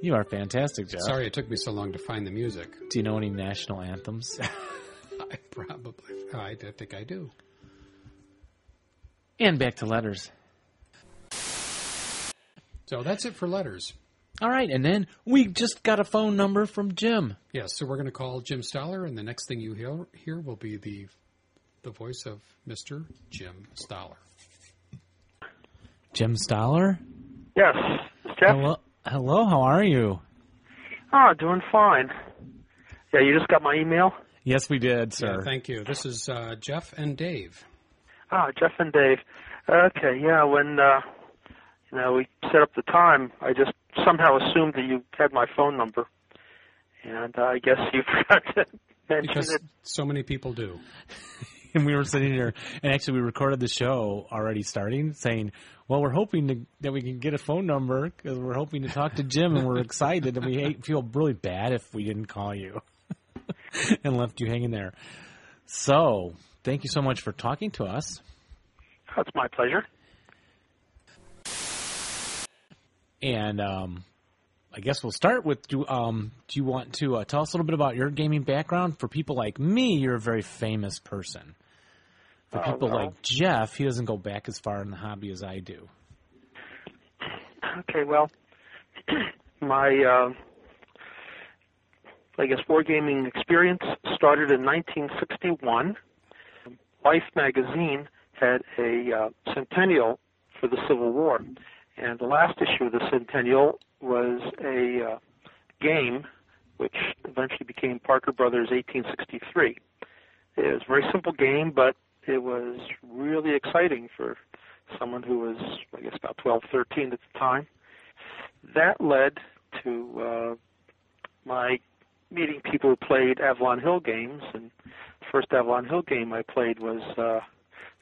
S1: You are fantastic, Jeff.
S4: Sorry, it took me so long to find the music.
S1: Do you know any national anthems?
S4: I probably, I, I think I do.
S1: and back to letters.
S4: So that's it for letters.
S1: All right, and then we just got a phone number from Jim.
S4: Yes, so we're going to call Jim Stoller, and the next thing you hear, hear will be the the voice of Mr. Jim Stoller.
S1: Jim Stoller?
S18: Yes. Jeff?
S1: Hello, hello how are you?
S18: Oh, doing fine. Yeah, you just got my email?
S1: Yes, we did,
S4: Yeah, thank you. This is uh, Jeff and Dave.
S18: Oh, Jeff and Dave. Okay, yeah, when uh you know, we set up the time, I just somehow assumed that you had my phone number. And uh, I guess you forgot to mention
S4: Because
S18: it.
S4: so many people do.
S1: and we were sitting here, and actually we recorded the show already starting, saying, "Well, we're hoping to, that we can get a phone number because we're hoping to talk to Jim, and we're excited, and we hate, feel really bad if we didn't call you and left you hanging there." So, thank you so much for talking to us.
S18: That's my pleasure.
S15: And um, I guess we'll start with do um, do you want to uh, tell us a little bit about your gaming background? For people like me, you're a very famous person. For
S18: Oh,
S15: people
S18: well.
S15: like Jeff, he doesn't go back as far in the hobby as I do.
S18: Okay, well, my uh, I guess wargaming experience started in 1961. Life magazine had a uh, centennial for the Civil War, and the last issue of the centennial was a uh, game which eventually became Parker Brothers 1863. It was a very simple game, but it was really exciting for someone who was, I guess, about 12, 13 at the time. That led to uh, my meeting people who played Avalon Hill games, and the first Avalon Hill game I played was uh,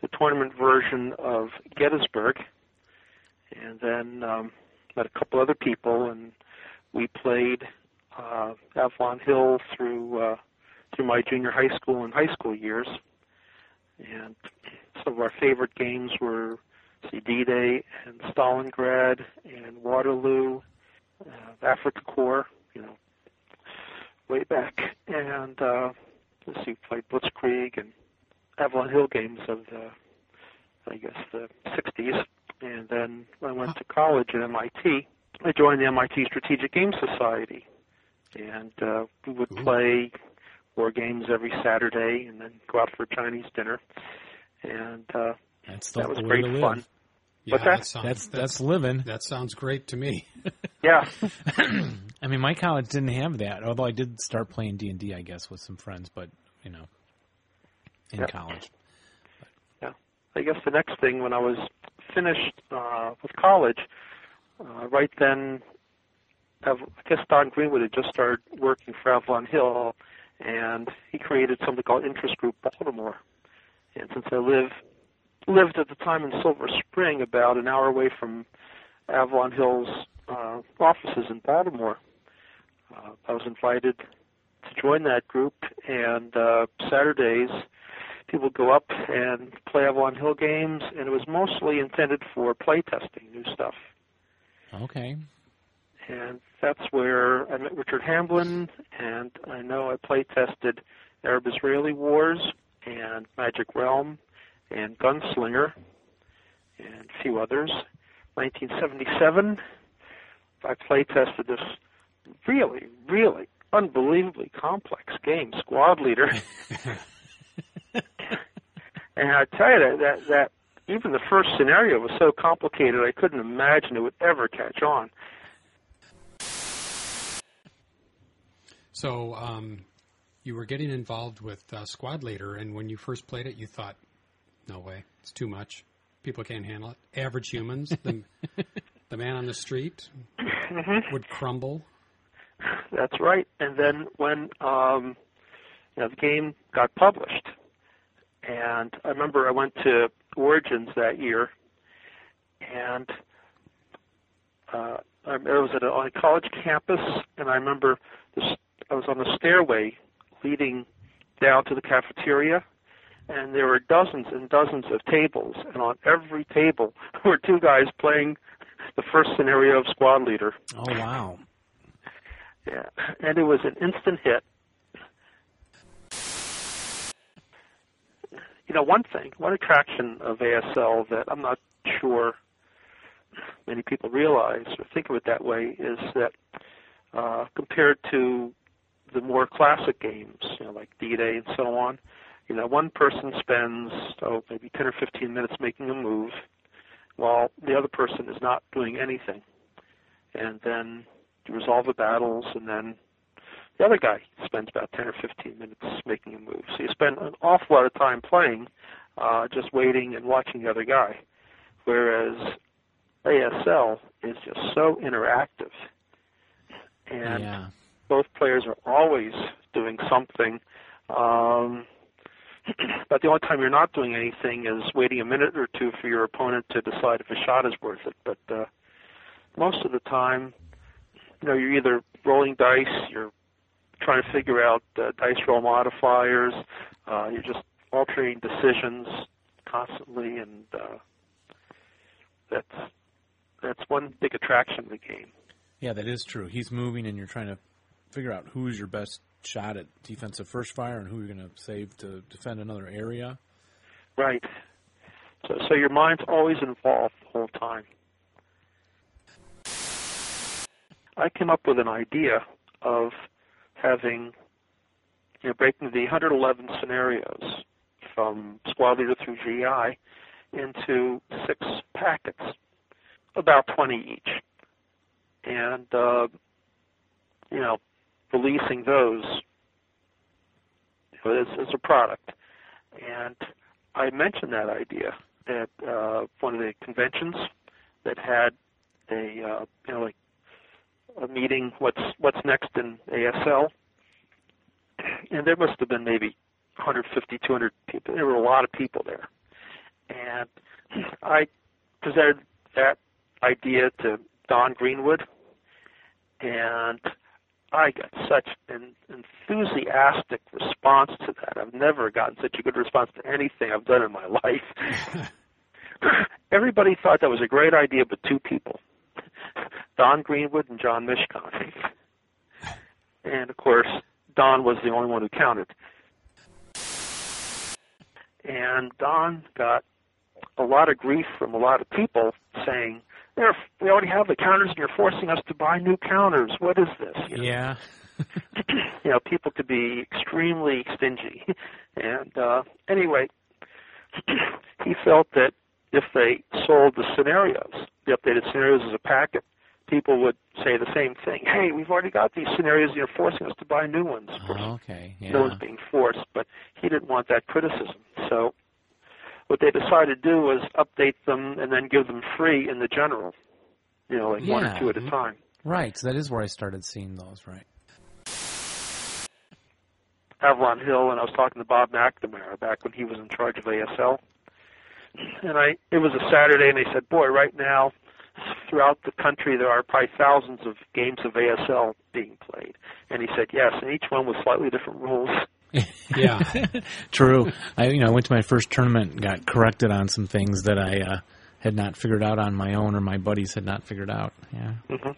S18: the tournament version of Gettysburg, and then um, met a couple other people, and we played uh, Avalon Hill through uh, through my junior high school and high school years, and some of our favorite games were see D-Day and Stalingrad and Waterloo, uh, Africa Corps, you know, way back. And uh, let's see, we played Blitzkrieg and Avalon Hill games of the, I guess, the 60s. And then when I went to college at MIT. I joined the MIT Strategic Game Society, and uh, we would play war games every Saturday, and then go out for Chinese dinner. And uh,
S15: That's
S18: that was great fun.
S4: Yeah,
S18: What's that?
S4: that sounds,
S15: That's that's living.
S4: That sounds great to me.
S18: Yeah.
S15: I mean, my college didn't have that, although I did start playing D and D, I guess, with some friends, but you know, in
S18: Yep.
S15: college.
S18: I guess the next thing when I was finished uh, with college, uh, right then, Av- I guess Don Greenwood had just started working for Avalon Hill, and he created something called Interest Group Baltimore. And since I live lived at the time in Silver Spring, about an hour away from Avalon Hill's uh, offices in Baltimore, uh, I was invited to join that group. And uh, Saturdays, people go up and play Avalon Hill games, and it was mostly intended for play testing new stuff.
S15: Okay.
S18: And that's where I met Richard Hamblin, and I know I play tested Arab Israeli Wars, and Magic Realm, and Gunslinger, and a few others. 1977, I play tested this really, really unbelievably complex game, Squad Leader. And I tell you that, that that even the first scenario was so complicated, I couldn't imagine it would ever catch on.
S4: So um, you were getting involved with uh, Squad Leader, and when you first played it, you thought, "No way, it's too much. People can't handle it. Average humans, the, the man on the street
S18: Mm-hmm.
S4: would crumble."
S18: That's right. And then when um, you know, the game got published, and I remember I went to Origins that year, and uh, I I was at a, on a college campus, and I remember this, I was on the stairway leading down to the cafeteria, and there were dozens and dozens of tables, and on every table were two guys playing the first scenario of Squad Leader.
S15: Oh wow.
S18: Yeah, and it was an instant hit. You know, one thing, one attraction of ASL that I'm not sure many people realize or think of it that way is that uh, compared to the more classic games, you know, like D-Day and so on, you know, one person spends oh maybe 10 or 15 minutes making a move, while the other person is not doing anything, and then to resolve the battles, and then the other guy spends about 10 or 15 minutes making a move. So you spend an awful lot of time playing, uh, just waiting and watching the other guy. Whereas ASL is just so interactive, and
S15: yeah.
S18: both players are always doing something. Um, but the only time you're not doing anything is waiting a minute or two for your opponent to decide if a shot is worth it. But uh, most of the time, you know, you're either rolling dice, you're trying to figure out uh, dice roll modifiers, uh, you're just altering decisions constantly, and uh, that's That's one big attraction of the game.
S15: Yeah, that is true. He's moving, and you're trying to figure out who's your best shot at defensive first fire and who you're going to save to defend another area.
S18: Right. So, so your mind's always involved the whole time. I came up with an idea of having, you know, breaking the 111 scenarios from squad leader through GI into six packets, about 20 each, and uh, you know, releasing those as, as a product. And I mentioned that idea at uh, one of the conventions that had a uh, you know like a meeting. What's what's next in ASL? And there must have been maybe 150, 200 people. There were a lot of people there, and I presented that idea to Don Greenwood, and I got such an enthusiastic response to that. I've never gotten such a good response to anything I've done in my life. Everybody thought that was a great idea, but two people Don Greenwood and John Mishcon. And of course, Don was the only one who counted. And Don got a lot of grief from a lot of people saying, there, we already have the counters, and you're forcing us to buy new counters. What is this? You know,
S15: Yeah.
S18: you know people could be extremely stingy. And uh, anyway, he felt that if they sold the scenarios, the updated scenarios as a packet, people would say the same thing. Hey, we've already got these scenarios, and you're forcing us to buy new ones. Of course,
S15: Okay. Uh-huh. Yeah.
S18: no one's being forced, but he didn't want that criticism. So what they decided to do was update them and then give them free in the general, you know, like one
S15: Yeah.
S18: or two at a time.
S15: Right. So that is where I started seeing those. Right.
S18: Avalon Hill, and I was talking to Bob McNamara back when he was in charge of ASL. And I, it was a Saturday, and they said, "Boy, right now, throughout the country, there are probably thousands of games of ASL being played." And he said, "Yes," and each one with slightly different rules.
S15: Yeah. True. I you know I went to my first tournament and got corrected on some things that I uh, had not figured out on my own or my buddies had not figured out. Yeah.
S18: hmm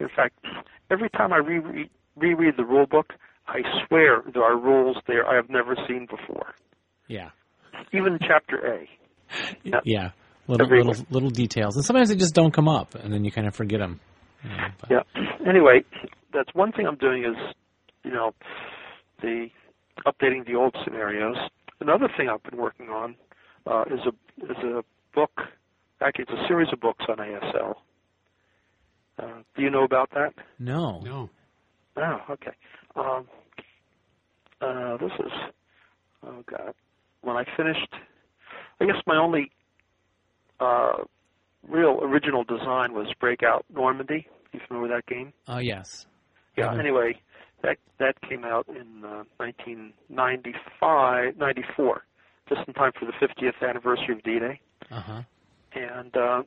S18: In fact, every time I reread, reread the rule book, I swear there are rules there I have never seen before.
S15: Yeah.
S18: Even chapter A. Now,
S15: Yeah. Little
S18: Everywhere.
S15: little little details, and sometimes they just don't come up, and then you kind of forget them.
S18: Yeah. Anyway, that's one thing I'm doing is, you know, the updating the old scenarios. Another thing I've been working on uh, is a is a book. Actually, it's a series of books on ASL. Uh, do you know about that?
S15: No.
S4: No.
S18: Oh, okay. Um, uh, this is, oh God, when I finished, I guess my only uh, real original design was Breakout Normandy. You familiar with that game?
S15: Oh yes.
S18: Yeah.
S1: Mm-hmm.
S15: Mhm.
S18: Anyway, that that came out in uh, 1995, 94, just in time for the 50th anniversary of D-Day.
S15: Uh
S1: Uh-huh.
S15: huh.
S18: And uh,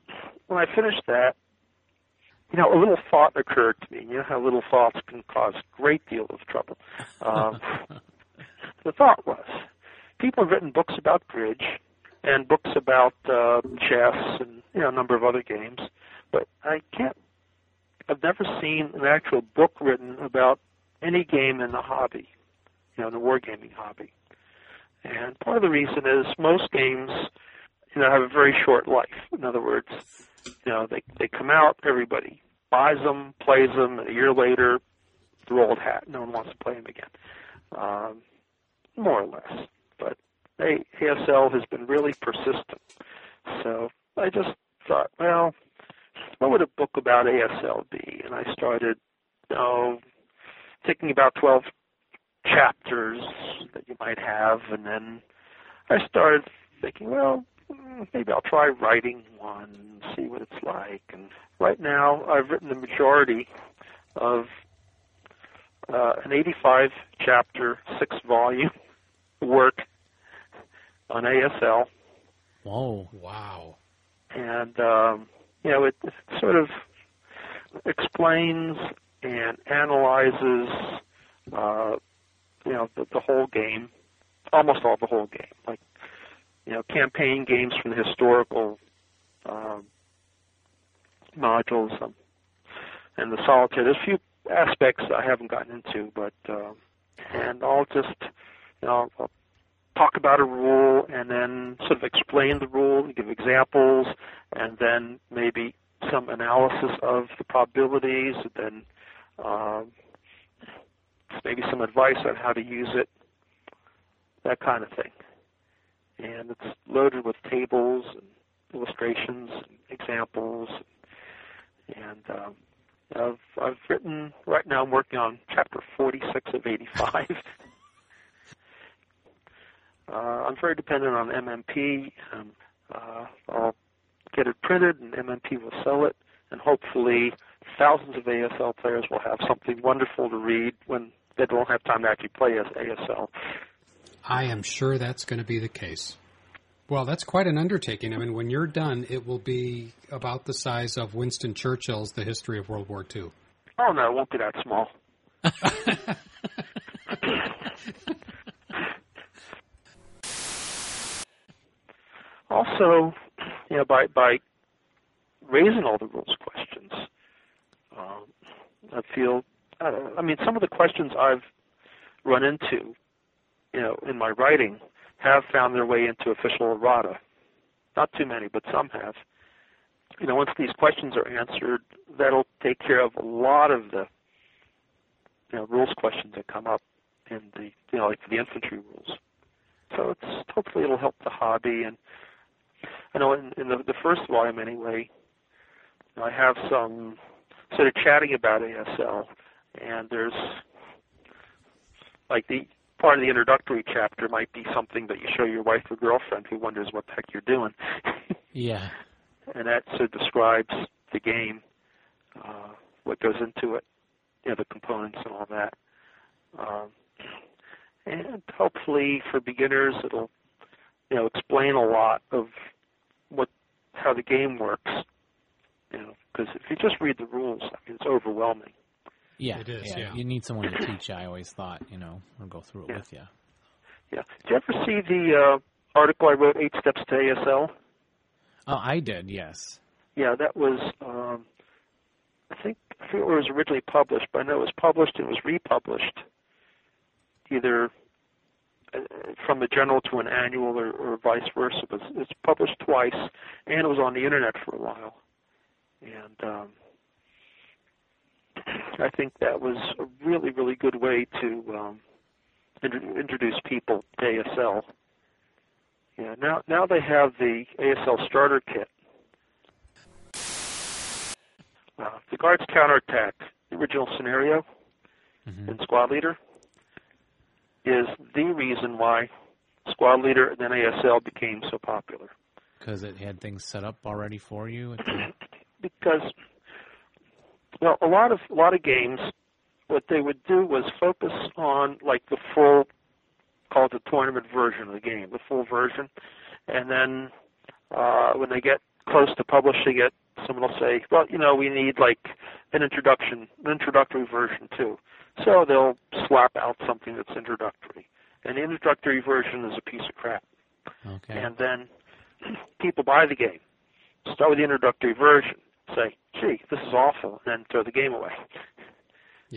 S18: when I finished that, you know, a little thought occurred to me. You know how little thoughts can cause a great deal of trouble. Um, the thought was, people have written books about bridge and books about uh, chess and you know a number of other games, but I can't. I've never seen an actual book written about any game in the hobby, you know, in the wargaming hobby. And part of the reason is most games, you know, have a very short life. In other words, you know, they they come out, everybody buys them, plays them, and a year later, they're old hat. No one wants to play them again, um, more or less. But hey, ASL has been really persistent. So I just thought, well, what would a book about ASL be? And I started, oh, thinking about 12 chapters that you might have, and then I started thinking, well, mm, maybe I'll try writing one, see what it's like. And right now, I've written the majority of uh, an 85 chapter, six volume work on ASL
S15: Whoa.
S4: Wow.
S18: and um, you know it sort of explains and analyzes uh, you know the, the whole game, almost all the whole game, like you know campaign games from the historical um, nodules um, and the solitaire. There's a few aspects I haven't gotten into, but uh, and I'll just you know I'll talk about a rule and then sort of explain the rule, give examples, and then maybe some analysis of the probabilities, and then uh, maybe some advice on how to use it, that kind of thing. And it's loaded with tables and illustrations, and examples, and um, I've I've written right now. I'm working on chapter 46 of 85. uh, I'm very dependent on MMP. Um, uh, I'll get it printed, and MMP will sell it, and hopefully thousands of ASL players will have something wonderful to read when they don't have time to actually play as ASL.
S4: I am sure that's going to be the case. Well, that's quite an undertaking. I mean, when you're done, it will be about the size of Winston Churchill's The History of World War II.
S18: Oh no, it won't be that small. also, you know, by by raising all the rules questions, um, I feel. I, don't know, I mean, some of the questions I've run into, you know, in my writing, have found their way into official errata. Not too many, but some have. You know, once these questions are answered, that'll take care of a lot of the you know rules questions that come up in the you know like the infantry rules. So it's hopefully it'll help the hobby and I know in, in the, the first volume anyway, you know, I have some sort of chatting about ASL, and there's like the part of the introductory chapter might be something that you show your wife or girlfriend who wonders what the heck you're doing,
S12: Yeah.
S18: and that sort of describes the game, uh, what goes into it, you know, the components and all that. Um, and hopefully for beginners, it'll you know explain a lot of what how the game works. You know, because if you just read the rules, I mean, it's overwhelming.
S12: Yeah.
S18: It is, yeah.
S12: You need someone to teach you, I always thought, you know, or go through it with you.
S18: Yeah. Did you ever see the uh, article I wrote, Eight Steps to ASL?
S12: Oh, I did, yes.
S18: Yeah, that was um, I think I forget where it was originally published, but I know it was published and it was republished, either uh, from a general to an annual or, or vice versa. But it's- it's published twice, and it was on the internet for a while. And um, I think that was a really, really good way to um, intro- introduce people to ASL. Yeah, now now they have the ASL starter kit. Uh, the guards counterattack, the original scenario in Squad Leader, is the reason why Squad Leader and then ASL became so popular.
S12: Because it had things set up already for you. If you-
S18: Because well, a lot of a lot of games, what they would do was focus on like the full, called the tournament version of the game, the full version, and then uh, when they get close to publishing it, someone will say, well, you know, we need like an introduction, an introductory version too. So they'll slap out something that's introductory, and the introductory version is a piece of crap.
S12: Okay.
S18: And then people buy the game, start with the introductory version, say, gee, this is awful, and then throw the game away.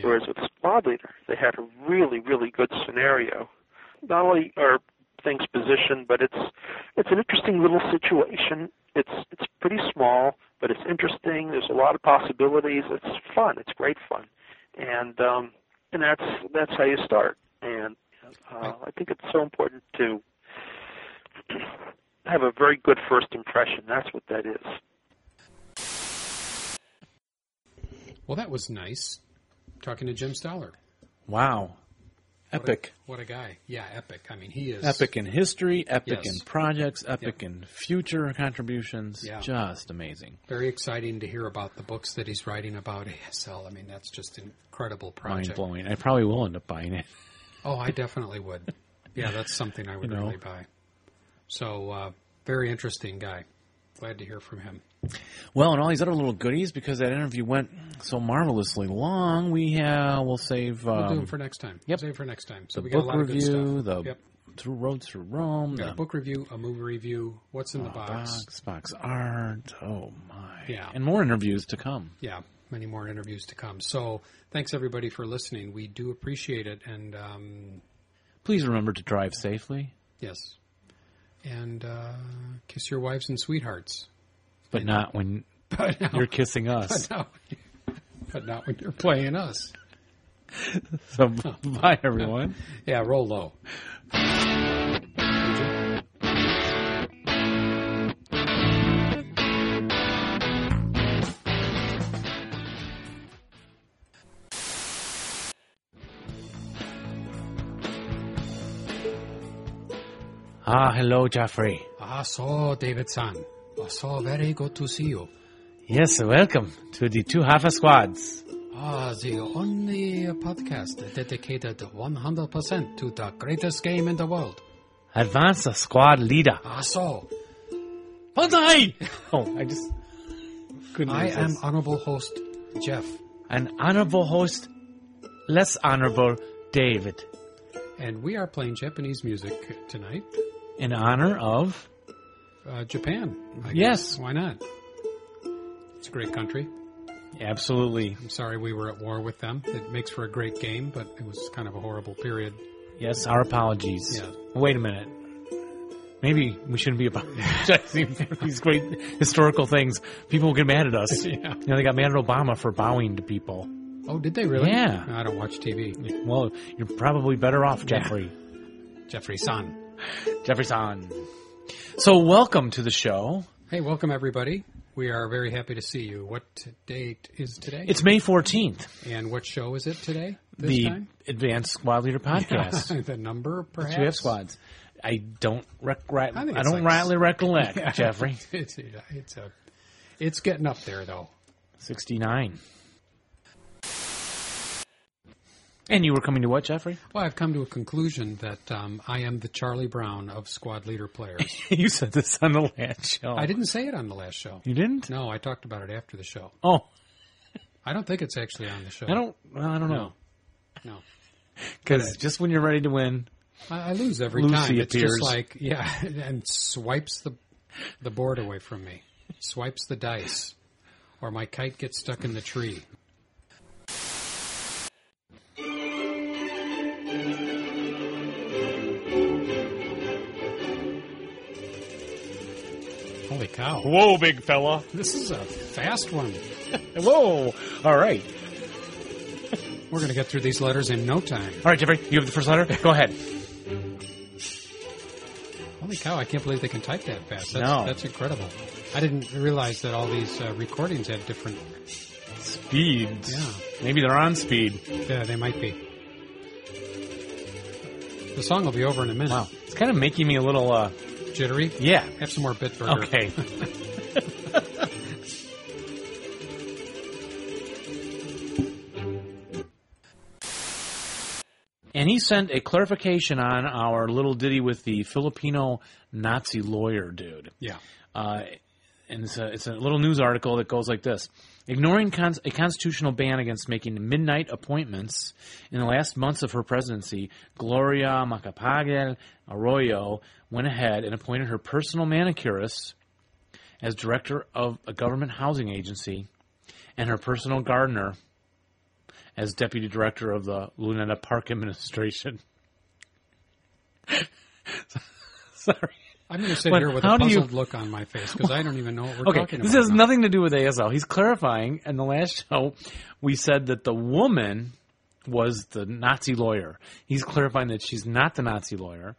S18: Whereas with Squad Leader, they had a really, really good scenario. Not only are things positioned, but it's it's an interesting little situation. It's it's pretty small, but it's interesting. There's a lot of possibilities. It's fun. It's great fun, and um, and that's that's how you start. And uh, I think it's so important to have a very good first impression. That's what that is.
S4: Well, that was nice talking to Jim Stoller.
S12: Wow. Epic.
S4: What a guy. Yeah, epic. I mean, he is.
S12: Epic in history, epic
S4: Yes.
S12: in projects, epic in future contributions.
S4: Yeah.
S12: Just amazing.
S4: Very exciting to hear about the books that he's writing about ASL. I mean, that's just an incredible
S12: Mind
S4: project.
S12: blowing. I probably will end up buying it.
S4: Oh, I definitely would. Yeah, that's something I would
S12: You know.
S4: really buy. So, uh, very interesting guy. Glad to hear from him.
S12: Well, and all these other little goodies because that interview went so marvelously long. We uh, will save um,
S1: Um,
S4: we'll do him for next time. Yep. Save for next time. So
S12: the
S4: we got a
S12: book
S4: lot of good stuff.
S12: review, the
S4: Yep.
S1: through roads through Rome.
S4: Got a
S1: the
S4: book review, a movie review. What's in the
S1: Oh,
S4: box?
S1: box, box art. Oh my!
S4: Yeah.
S1: and more interviews to come.
S4: Yeah, many more interviews to come. So thanks everybody for listening. We do appreciate it, and um,
S1: Please remember to drive safely,
S4: yes, and uh, kiss your wives and sweethearts.
S1: but not when you're kissing us.
S4: But not, but not when you're playing us.
S1: So bye everyone.
S4: Yeah, roll low.
S1: Ah, hello, Jeffrey.
S4: Ah, so David San. Ah, so very good to see you.
S1: Yes, welcome to the two half squads.
S4: Ah, the only podcast dedicated 100% to the greatest game in the world.
S1: Advance squad leader.
S4: Ah, so.
S1: Banzai! Oh, I just couldn't.
S4: I am
S1: resist.
S4: honorable host Jeff,
S1: an honorable host, less honorable David,
S4: and we are playing Japanese music tonight.
S1: in honor of
S4: Uh, Japan. I
S1: Yes.
S4: guess. Why not? It's a great country.
S1: absolutely
S4: I'm sorry we were at war with them. It makes for a great game, but it was kind of a horrible period.
S1: yes. Our apologies.
S4: Yeah.
S1: Wait a minute. Maybe we shouldn't be apologizing for these great historical things. People will get mad at us.
S4: Yeah.
S1: You know, they got mad at Obama for bowing to people.
S4: Oh, did they really?
S1: Yeah.
S4: I don't watch TV.
S1: Well, you're probably better off, Jeffrey.
S4: Jeffrey San.
S1: Jeffrey San. So, welcome to the show.
S4: Hey, welcome everybody. We are very happy to see you. What date is today?
S1: It's May 14th,
S4: and what show is it today? This
S1: the
S4: time?
S1: Advanced Squad Leader podcast.
S4: the number, perhaps.
S1: Two F squads. I don't rec- ri- I,
S4: I think it's
S1: don't
S4: like-
S1: rightly recollect,
S4: Yeah.
S1: Jeffrey.
S4: it's, it's a, it's getting up there though.
S1: 69. And you were coming to what, Jeffrey?
S4: Well, I've come to a conclusion that um, I am the Charlie Brown of squad leader players.
S1: you said this on the last show.
S4: I didn't say it on the last show.
S1: Oh. You didn't?
S4: No, I talked about it after the show.
S1: Oh,
S4: I don't think it's actually on the show.
S1: I don't. Well, I don't know.
S4: No.
S1: Because just when you're ready to win,
S4: I, I lose every
S1: Lucy
S4: time. It's
S1: appears.
S4: just like yeah, and swipes the the board away from me. Swipes the dice, or my kite gets stuck in the tree. Holy cow!
S1: whoa, big fella!
S4: This is a fast one.
S1: Whoa! All right,
S4: We're going to get through these letters in no time.
S1: all right, Jeffrey. You have the first letter. Go ahead.
S4: Holy cow! I can't believe they can type that fast. That's,
S1: No.
S4: that's incredible. I didn't realize that all these uh, recordings have different.
S1: Speed.
S4: Yeah.
S1: Maybe they're on speed.
S4: Yeah, they might be. The song will be over in a minute.
S1: Wow, it's kind of making me a little. uh
S4: Jittery.
S1: Yeah.
S4: Have some more Bitburger.
S1: Okay. and he sent a clarification on our little ditty with the Filipino Nazi lawyer dude.
S4: Yeah.
S1: Uh, and it's a, it's a little news article that goes like this. Ignoring cons- a constitutional ban against making midnight appointments in the last months of her presidency, Gloria Macapagal Arroyo went ahead and appointed her personal manicurist as director of a government housing agency and her personal gardener as deputy director of the Luneta Park Administration. Sorry.
S4: I'm going to sit
S1: But
S4: here with
S1: how
S4: a
S1: do you-
S4: puzzled look on my face because I don't even know what we're
S1: Okay,
S4: talking
S1: this
S4: about.
S1: has
S4: now.
S1: nothing to do with ASL. He's clarifying. In the last show, we said that the woman was the Nazi lawyer. He's clarifying that she's not the Nazi lawyer.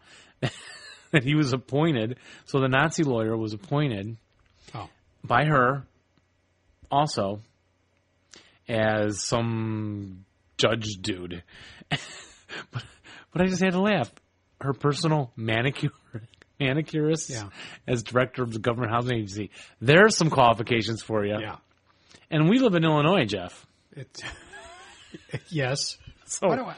S1: that he was appointed. So the Nazi lawyer was appointed
S4: Oh.
S1: by her, also as some judge dude. but, but I just had to laugh. Her personal manicure manicurist
S4: Yeah.
S1: as director of the government housing agency. There's some qualifications for you.
S4: Yeah.
S1: And we live in Illinois, Jeff.
S4: It's, yes.
S1: So
S4: Why do I,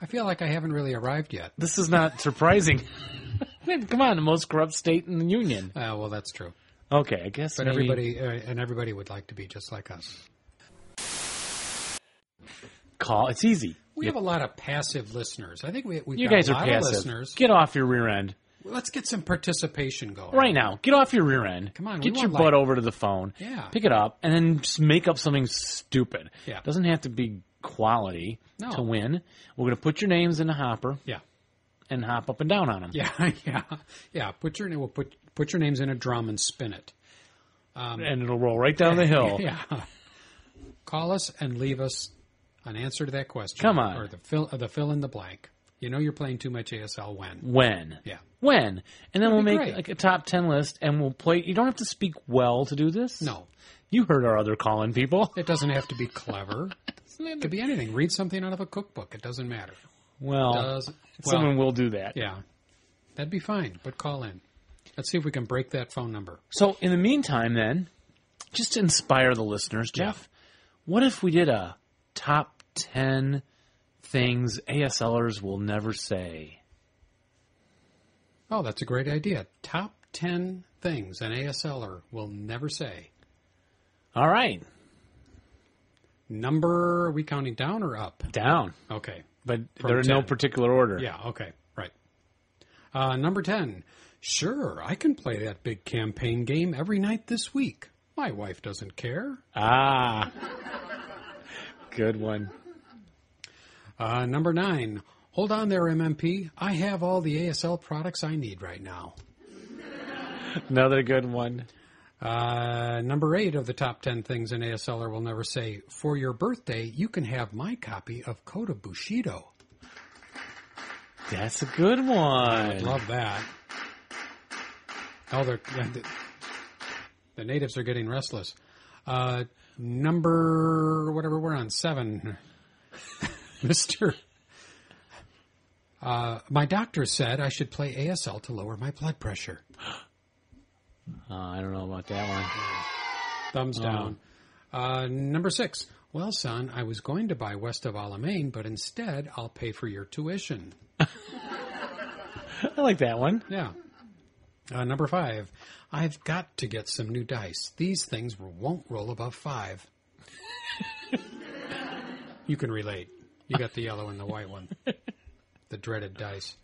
S4: I feel like I haven't really arrived yet.
S1: this is not surprising. Man, Come on, the most corrupt state in the union.
S4: Uh, well, that's true.
S1: Okay, I guess
S4: But
S1: maybe-
S4: everybody uh, and everybody would like to be just like us.
S1: call. It's easy.
S4: We have a lot of passive listeners. I think we we've
S1: you
S4: got
S1: guys
S4: a
S1: are
S4: lot
S1: passive.
S4: of listeners.
S1: Get off your rear end
S4: Let's get some participation going.
S1: right now. Get off your rear end.
S4: Come on, we
S1: get your
S4: want,
S1: butt
S4: like-
S1: over to the phone.
S4: Yeah.
S1: pick it up and then just make up something stupid.
S4: Yeah.
S1: doesn't have to be quality
S4: No.
S1: to win. We're gonna put your names in the hopper.
S4: Yeah.
S1: and hop up and down on them.
S4: Yeah, yeah, yeah. Put your we'll put put your names in a drum and spin it. Um,
S1: and it'll roll right down the hill.
S4: yeah. Call us and leave us an answer to that question.
S1: Come on.
S4: or the fill or the fill in the blank. You know you're playing too much ASL when
S1: When?
S4: Yeah.
S1: When? And then
S4: That'd
S1: we'll
S4: be
S1: make
S4: great.
S1: like a top ten list, and we'll play. You don't have to speak well to do this.
S4: No.
S1: You heard our other call-in people.
S4: it doesn't have to be clever. it could be anything. Read something out of a cookbook. It doesn't matter.
S1: Well,
S4: Does-
S1: someone
S4: well-
S1: will do that.
S4: Yeah, that'd be fine. But call in. Let's see if we can break that phone number.
S1: So in the meantime, then, just to inspire the listeners, Jeff, what if we did a top ten things ASLers will never say?
S4: Oh, that's a great idea. Top 10 things an ASLer will never say.
S1: All right.
S4: Number, are we counting down or up?
S1: Down.
S4: Okay.
S1: But
S4: From
S1: they're in no
S4: 10.
S1: particular order.
S4: Yeah, okay, right. Uh, number 10. Sure, I can play that big campaign game every night this week. My wife doesn't care.
S1: Ah. Good one.
S4: Uh, number 9. Hold on there, MMP. I have all the ASL products I need right now.
S1: Another good one.
S4: Uh, number eight of the top ten things an ASLer will never say. For your birthday, you can have my copy of Coda Bushido.
S1: That's a good one.
S4: Love that. Oh, they're, the, the natives are getting restless. Uh, number whatever we're on seven, Mister. Uh, my doctor said I should play ASL to lower my blood pressure.
S1: Uh, I don't know about that one.
S4: Thumbs
S1: Oh.
S4: down. Uh, number six. Well, son, I was going to buy West of Alamein, but instead I'll pay for your tuition.
S1: I like that one.
S4: Yeah. Uh, number five. I've got to get some new dice. These things won't roll above five. you can relate. You got the yellow and the white one, the dreaded dice.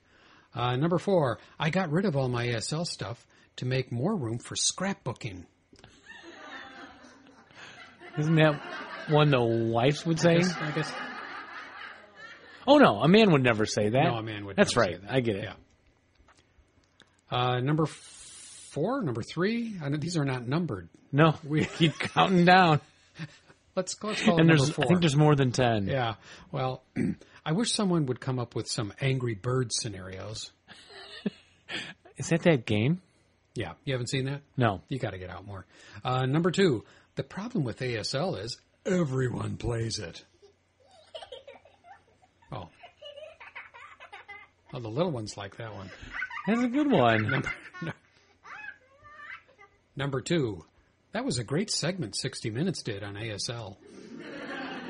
S4: Uh, number four. I got rid of all my ASL stuff to make more room for scrapbooking.
S1: Isn't that one the wives would say?
S4: I guess- I guess
S1: Oh no, a man would never say that.
S4: No, a man would
S1: That's
S4: never
S1: right.
S4: say that.
S1: I get it.
S4: Yeah. Uh, number f- four, number three. I know these are not numbered.
S1: No,
S4: We-
S1: we keep counting down.
S4: Let's go. Let's call
S1: and
S4: it
S1: there's,
S4: number four.
S1: I think there's more than ten.
S4: yeah. Well, I wish someone would come up with some Angry Bird scenarios.
S1: Is that that game?
S4: Yeah, you haven't seen that?
S1: No.
S4: You got to get out more. Uh, number two. The problem with ASL is everyone plays it. Oh. Oh, the little ones like that one.
S1: That's a good one.
S4: Number, no. Number two. That was a great segment 60 Minutes did on ASL.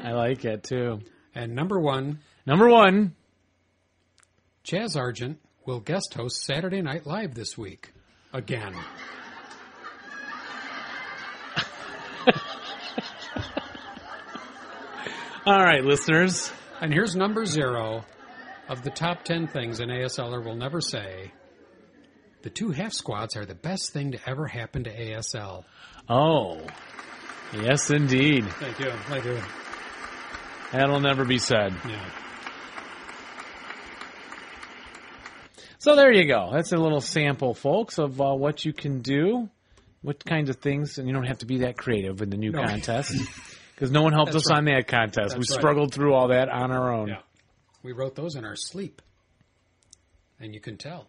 S1: I like it too.
S4: And number one,
S1: Number one.
S4: Chaz Argent will guest host Saturday Night Live this week. Again.
S1: All right, listeners.
S4: And here's number zero of the top 10 things an ASLer will never say. The two half squats are the best thing to ever happen to ASL.
S1: Oh, yes, indeed.
S4: Thank you. Thank you.
S1: That'll never be said.
S4: Yeah.
S1: So there you go. That's a little sample, folks, of uh, what you can do, what kinds of things, and you don't have to be that creative in the new
S4: No.
S1: contest because no one helped
S4: That's
S1: us on that
S4: That's
S1: contest. we
S4: right.
S1: struggled through all that on our own.
S4: Yeah. We wrote those in our sleep. And you can tell.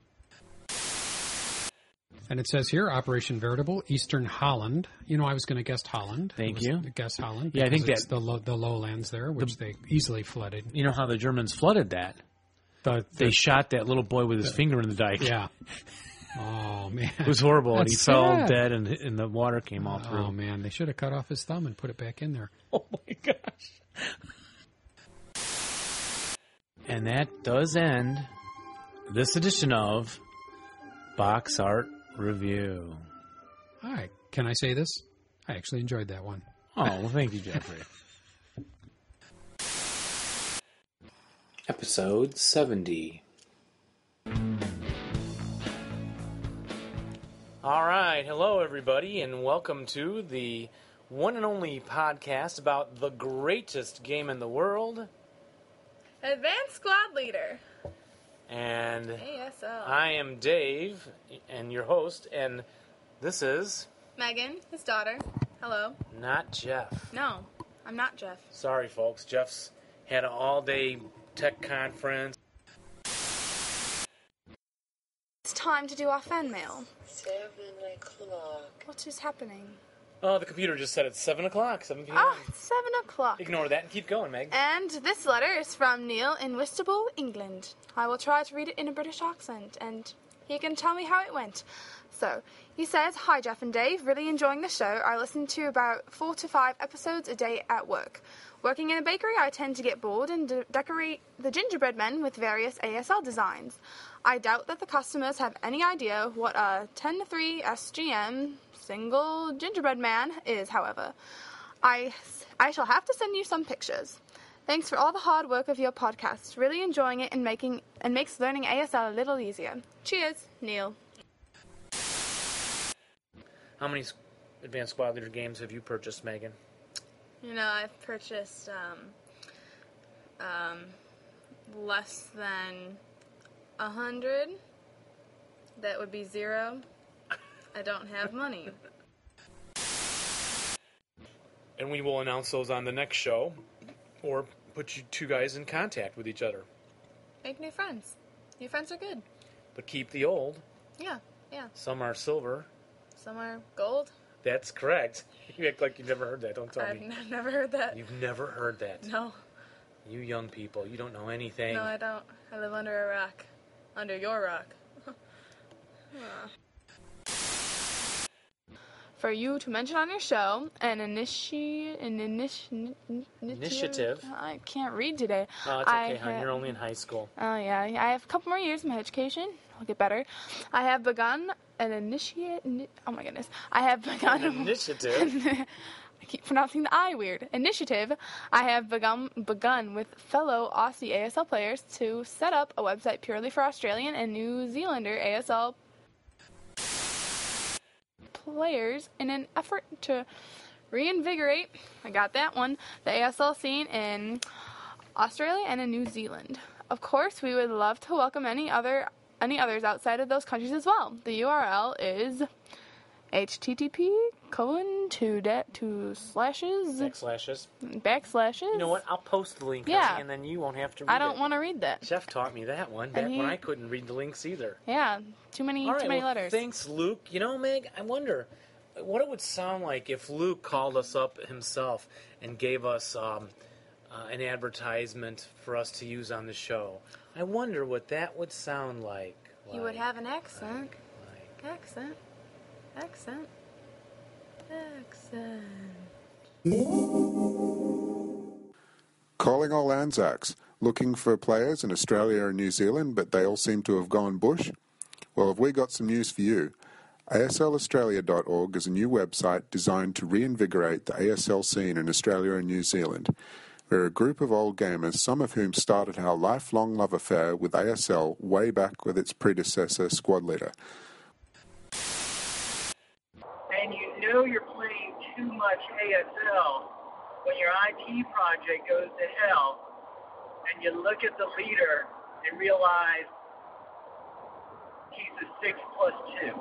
S4: And it says here, Operation Veritable, Eastern Holland. You know, I was going to guess Holland.
S1: Thank
S4: I was
S1: you.
S4: gonna Guess Holland.
S1: Yeah, I
S4: because
S1: think
S4: it's
S1: that-
S4: the lo- the lowlands there, which they easily flooded.
S1: You know how the Germans flooded that?
S4: The,
S1: They shot that little boy with his finger in the dike.
S4: yeah. Oh man,
S1: It was horrible, and he
S4: That's
S1: fell
S4: sad.
S1: dead, and, and the water came all through.
S4: Oh man, they should have cut off his thumb and put it back in there.
S1: Oh my gosh. And that does end this edition of Box Art Review.
S4: All right, can I say this? I actually enjoyed that one.
S1: Oh, well, thank you, Jeffrey. Episode 70. All right. Hello, everybody, and welcome to the one and only podcast about the greatest game in the world.
S19: Advanced Squad Leader.
S1: And
S19: ASL.
S1: I am Dave, and your host, and this is
S19: Megan, his daughter. Hello.
S1: not Jeff.
S19: No, I'm not Jeff.
S1: Sorry, folks. Jeff's had an all day tech conference.
S19: It's time to do our fan mail. Seven o'clock. What is happening?
S1: Oh, the computer just said it's 7 o'clock. 7 p.m.
S19: Ah, it's seven o'clock.
S1: Ignore that and keep going, Meg.
S19: And this letter is from Neil in Whistable, England. I will try to read it in a British accent, and you can tell me how it went. So, he says, Hi Jeff and Dave, really enjoying the show. I listen to about four to five episodes a day at work. Working in a bakery, I tend to get bored and de- decorate the gingerbread men with various ASL designs. I doubt that the customers have any idea what a 10 to 3 SGM single gingerbread man is, however. I, I shall have to send you some pictures. Thanks for all the hard work of your podcast. Really enjoying it and making and makes learning ASL a little easier. Cheers, Neil.
S1: How many s- Advanced Squad Leader games have you purchased, Megan?
S19: You know, I've purchased um, um, less than a hundred. That would be zero. I don't have money.
S1: And we will announce those on the next show or put you two guys in contact with each other.
S19: Make new friends. New friends are good.
S1: But keep the old.
S19: Yeah, yeah.
S1: Some are silver.
S19: Some are gold.
S1: That's correct. You act like you've never heard that. Don't tell
S19: I've
S1: me.
S19: n- never heard that.
S1: You've never heard that.
S19: No,
S1: You young people, you don't know anything.
S19: no, I don't. I live under a rock. Under your rock. Aw. For you to mention on your show an, initi- an initi-
S1: Initiative.
S19: I can't read today.
S1: No, Uh, it's okay,
S19: I
S1: hon.
S19: ha-
S1: You're only in high school.
S19: Oh yeah, I have a couple more years in my education. I'll get better. I have begun an initiate. Oh my goodness, I have begun
S1: An initiative.
S19: I keep pronouncing the I weird. Initiative. I have begun begun with fellow Aussie ASL players to set up a website purely for Australian and New Zealander ASL players in an effort to reinvigorate. I got that one. The ASL scene in Australia and in New Zealand. Of course, we would love to welcome any other any others outside of those countries as well. The URL is http colon two de- two slashes
S1: Backslashes.
S19: backslashes.
S1: You know what? I'll post the link,
S19: Yeah.
S1: honey, and then you won't have to read
S19: I don't
S1: it.
S19: want to read that.
S1: Jeff taught me that one back
S19: he-
S1: when I couldn't read the links either.
S19: Yeah, too many
S1: All right,
S19: too many
S1: well,
S19: letters.
S1: Thanks, Luke. You know, Meg, I wonder what it would sound like if Luke called us up himself and gave us um, uh, an advertisement for us to use on the show. I wonder what that would sound like.
S19: You would have an accent. Accent. Accent. Accent.
S20: Calling all Anzacs, looking for players in Australia and New Zealand, but they all seem to have gone bush? Well, have we got some news for you? ASLAustralia.org is a new website designed to reinvigorate the ASL scene in Australia and New Zealand. We're a group of old gamers, some of whom started our lifelong love affair with ASL way back with its predecessor, Squad Leader.
S21: and you know you're playing too much ASL when your IT project goes to hell, and you look at the leader and realize he's a six plus two.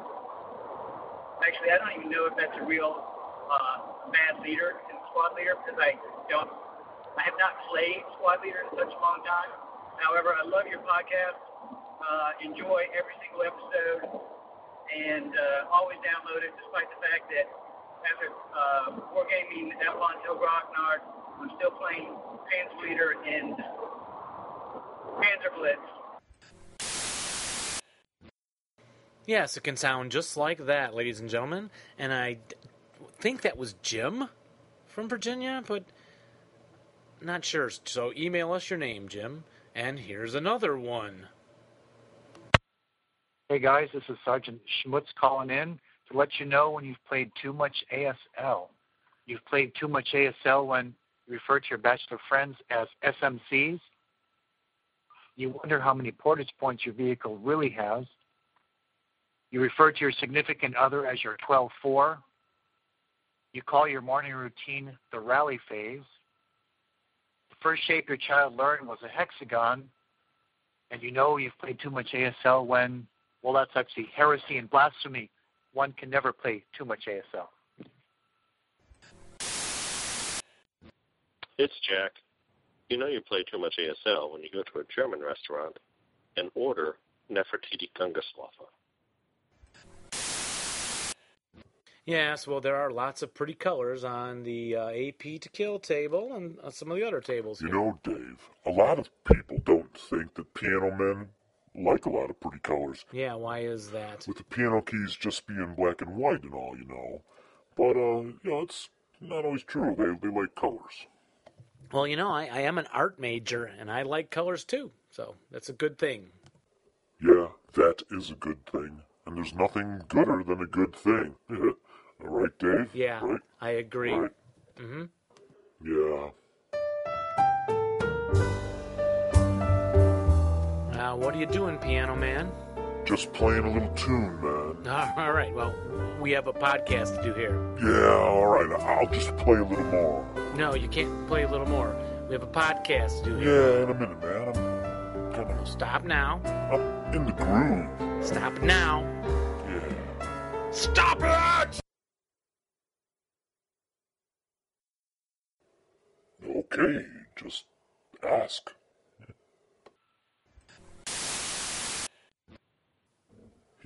S21: Actually, I don't even know if that's a real uh, bad leader and squad leader because I don't. I have not played squad leader in such a long time. However, I love your podcast. Uh, enjoy every single episode and uh, always download it, despite the fact that as a uh, wargaming Avalon Hill Grognard, I'm still playing Panzer Leader and Panzer Blitz.
S1: Yes, it can sound just like that, ladies and gentlemen. And I d- think that was Jim from Virginia, but not sure. So email us your name, Jim. And here's another one.
S22: Hey guys, this is Sergeant Schmutz calling in to let you know when you've played too much ASL. You've played too much ASL when you refer to your bachelor friends as SMCs. You wonder how many portage points your vehicle really has. You refer to your significant other as your 12 4. You call your morning routine the rally phase. The first shape your child learned was a hexagon, and you know you've played too much ASL when, well, that's actually heresy and blasphemy. One can never play too much ASL.
S23: It's Jack. You know you play too much ASL when you go to a German restaurant and order Nefertiti Gungaslava.
S1: Yes, well, there are lots of pretty colors on the uh, AP to kill table and uh, some of the other tables.
S24: You know, Dave, a lot of people don't think that piano men like a lot of pretty colors.
S1: Yeah, why is that?
S24: With the piano keys just being black and white and all, you know. But, uh, you know, it's not always true. They, they like colors.
S1: Well, you know, I, I am an art major and I like colors too, so that's a good thing.
S24: Yeah, that is a good thing. And there's nothing gooder than a good thing. all right, Dave?
S1: Yeah,
S24: Right?
S1: I agree.
S24: Right.
S1: hmm
S24: Yeah.
S1: Uh, what are you doing, Piano Man?
S24: Just playing a little tune, man.
S1: All right, well, we have a podcast to do here.
S24: Yeah, all right. I'll just play a little more.
S1: No, you can't play a little more. We have a podcast to do here.
S24: Yeah, in a minute, man. I'm kind of
S1: Stop now.
S24: in the groove.
S1: Stop now.
S24: Yeah.
S1: Stop it!
S24: Okay, just ask.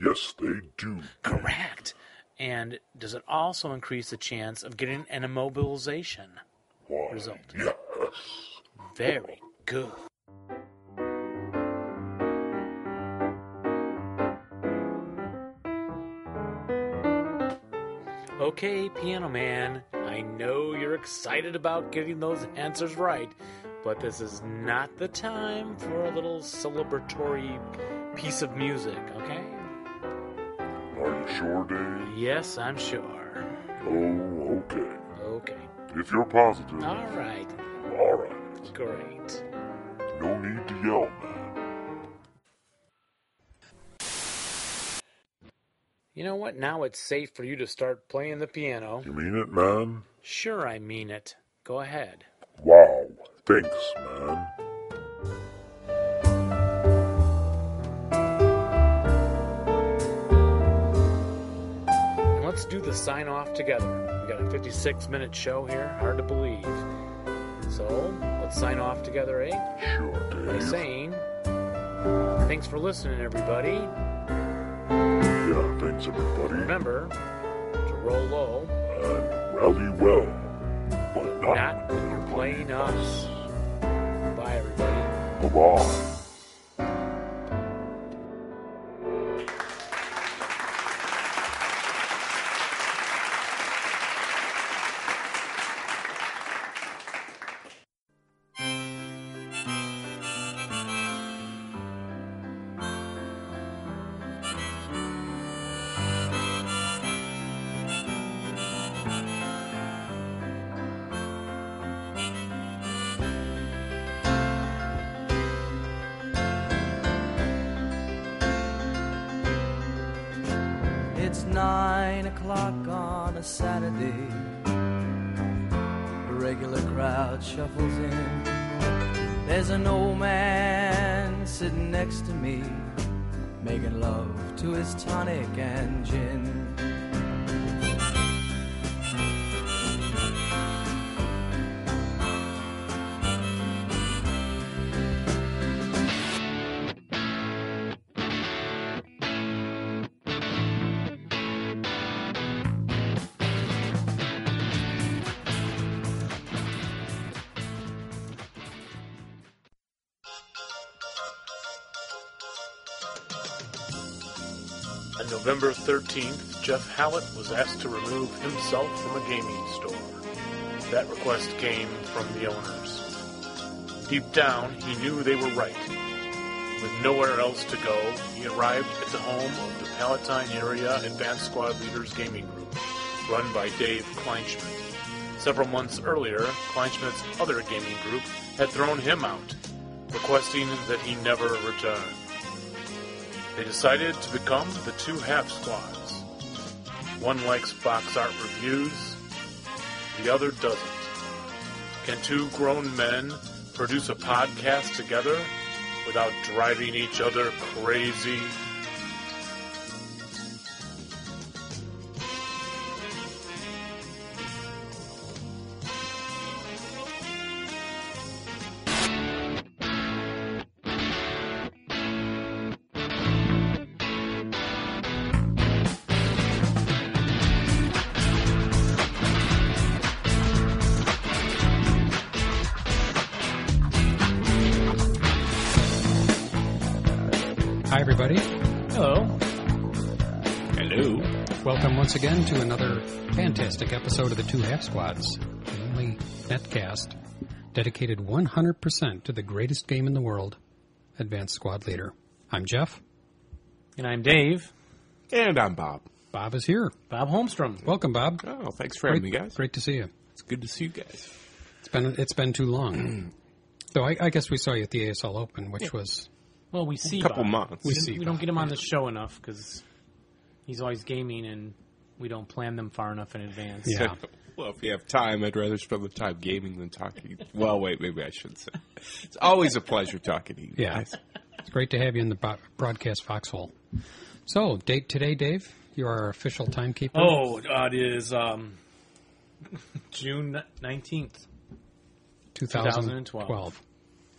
S24: Yes, they do.
S1: Correct. And does it also increase the chance of getting an immobilization result? Very good. Okay, Piano Man, I know you're excited about getting those answers right, but this is not the time for a little celebratory piece of music, okay?
S24: Are you sure, Dave?
S1: Yes, I'm sure.
S24: Oh, okay.
S1: Okay.
S24: If you're positive,
S1: All right.
S24: all right.
S1: Great.
S24: No need to yell, man.
S1: You know what? Now it's safe for you to start playing the piano.
S24: You mean it, man?
S1: Sure, I mean it. Go ahead.
S24: Wow. Thanks, man.
S1: And let's do the sign off together. We got a 56 minute show here. Hard to believe. So let's sign off together, eh?
S24: Sure,
S1: By saying, thanks for listening, everybody.
S24: Yeah, thanks, everybody.
S1: Remember to roll low,
S24: Rally well.
S1: but not when you're playing us. Bye, everybody.
S24: Bye-bye.
S25: It's nine o'clock on a Saturday. The regular crowd shuffles in. There's an old man sitting next to me, making love to his tonic and gin.
S5: On November 13th, Jeff Hallett was asked to remove himself from a gaming store. That request came from the owners. Deep down, he knew they were right. With nowhere else to go, he arrived at the home of the Palatine Area Advanced Squad Leaders Gaming Group, run by Dave Kleinschmidt. Several months earlier, Kleinschmidt's other gaming group had thrown him out. requesting that he never return. They decided to become the two half squads. One likes box art reviews, the other doesn't. Can two grown men produce a podcast together without driving each other crazy?
S4: Hi, everybody. Hello.
S14: Hello.
S4: Welcome once again to another fantastic episode of the Two Half Squads, the only netcast dedicated 100% to the greatest game in the world, Advanced Squad Leader. I'm Jeff.
S1: And I'm Dave.
S14: And I'm Bob.
S4: Bob is here.
S1: Bob Holmstrom.
S4: Welcome, Bob.
S14: Oh, thanks for having
S4: Great-
S14: me, guys.
S4: Great to see you.
S14: It's good to see you guys.
S4: It's been it's been too long. Though I, I guess we saw you at the ASL Open, which
S1: Yeah.
S4: was
S1: Well, we see
S4: Couple
S1: Bob.
S4: months.
S1: We,
S4: We
S1: didn't-
S4: see
S1: we don't get him on the show enough because he's always gaming, and we don't plan them far enough in advance.
S14: well, if you have time, I'd rather spend the time gaming than talking. Well, wait, maybe I shouldn't say. It's always a pleasure talking to you
S4: yeah.
S14: guys.
S4: It's great to have you in the bo- broadcast foxhole. So, date today, Dave. You are our official timekeeper.
S1: Oh, uh, it is um, June nineteenth,
S4: 2012.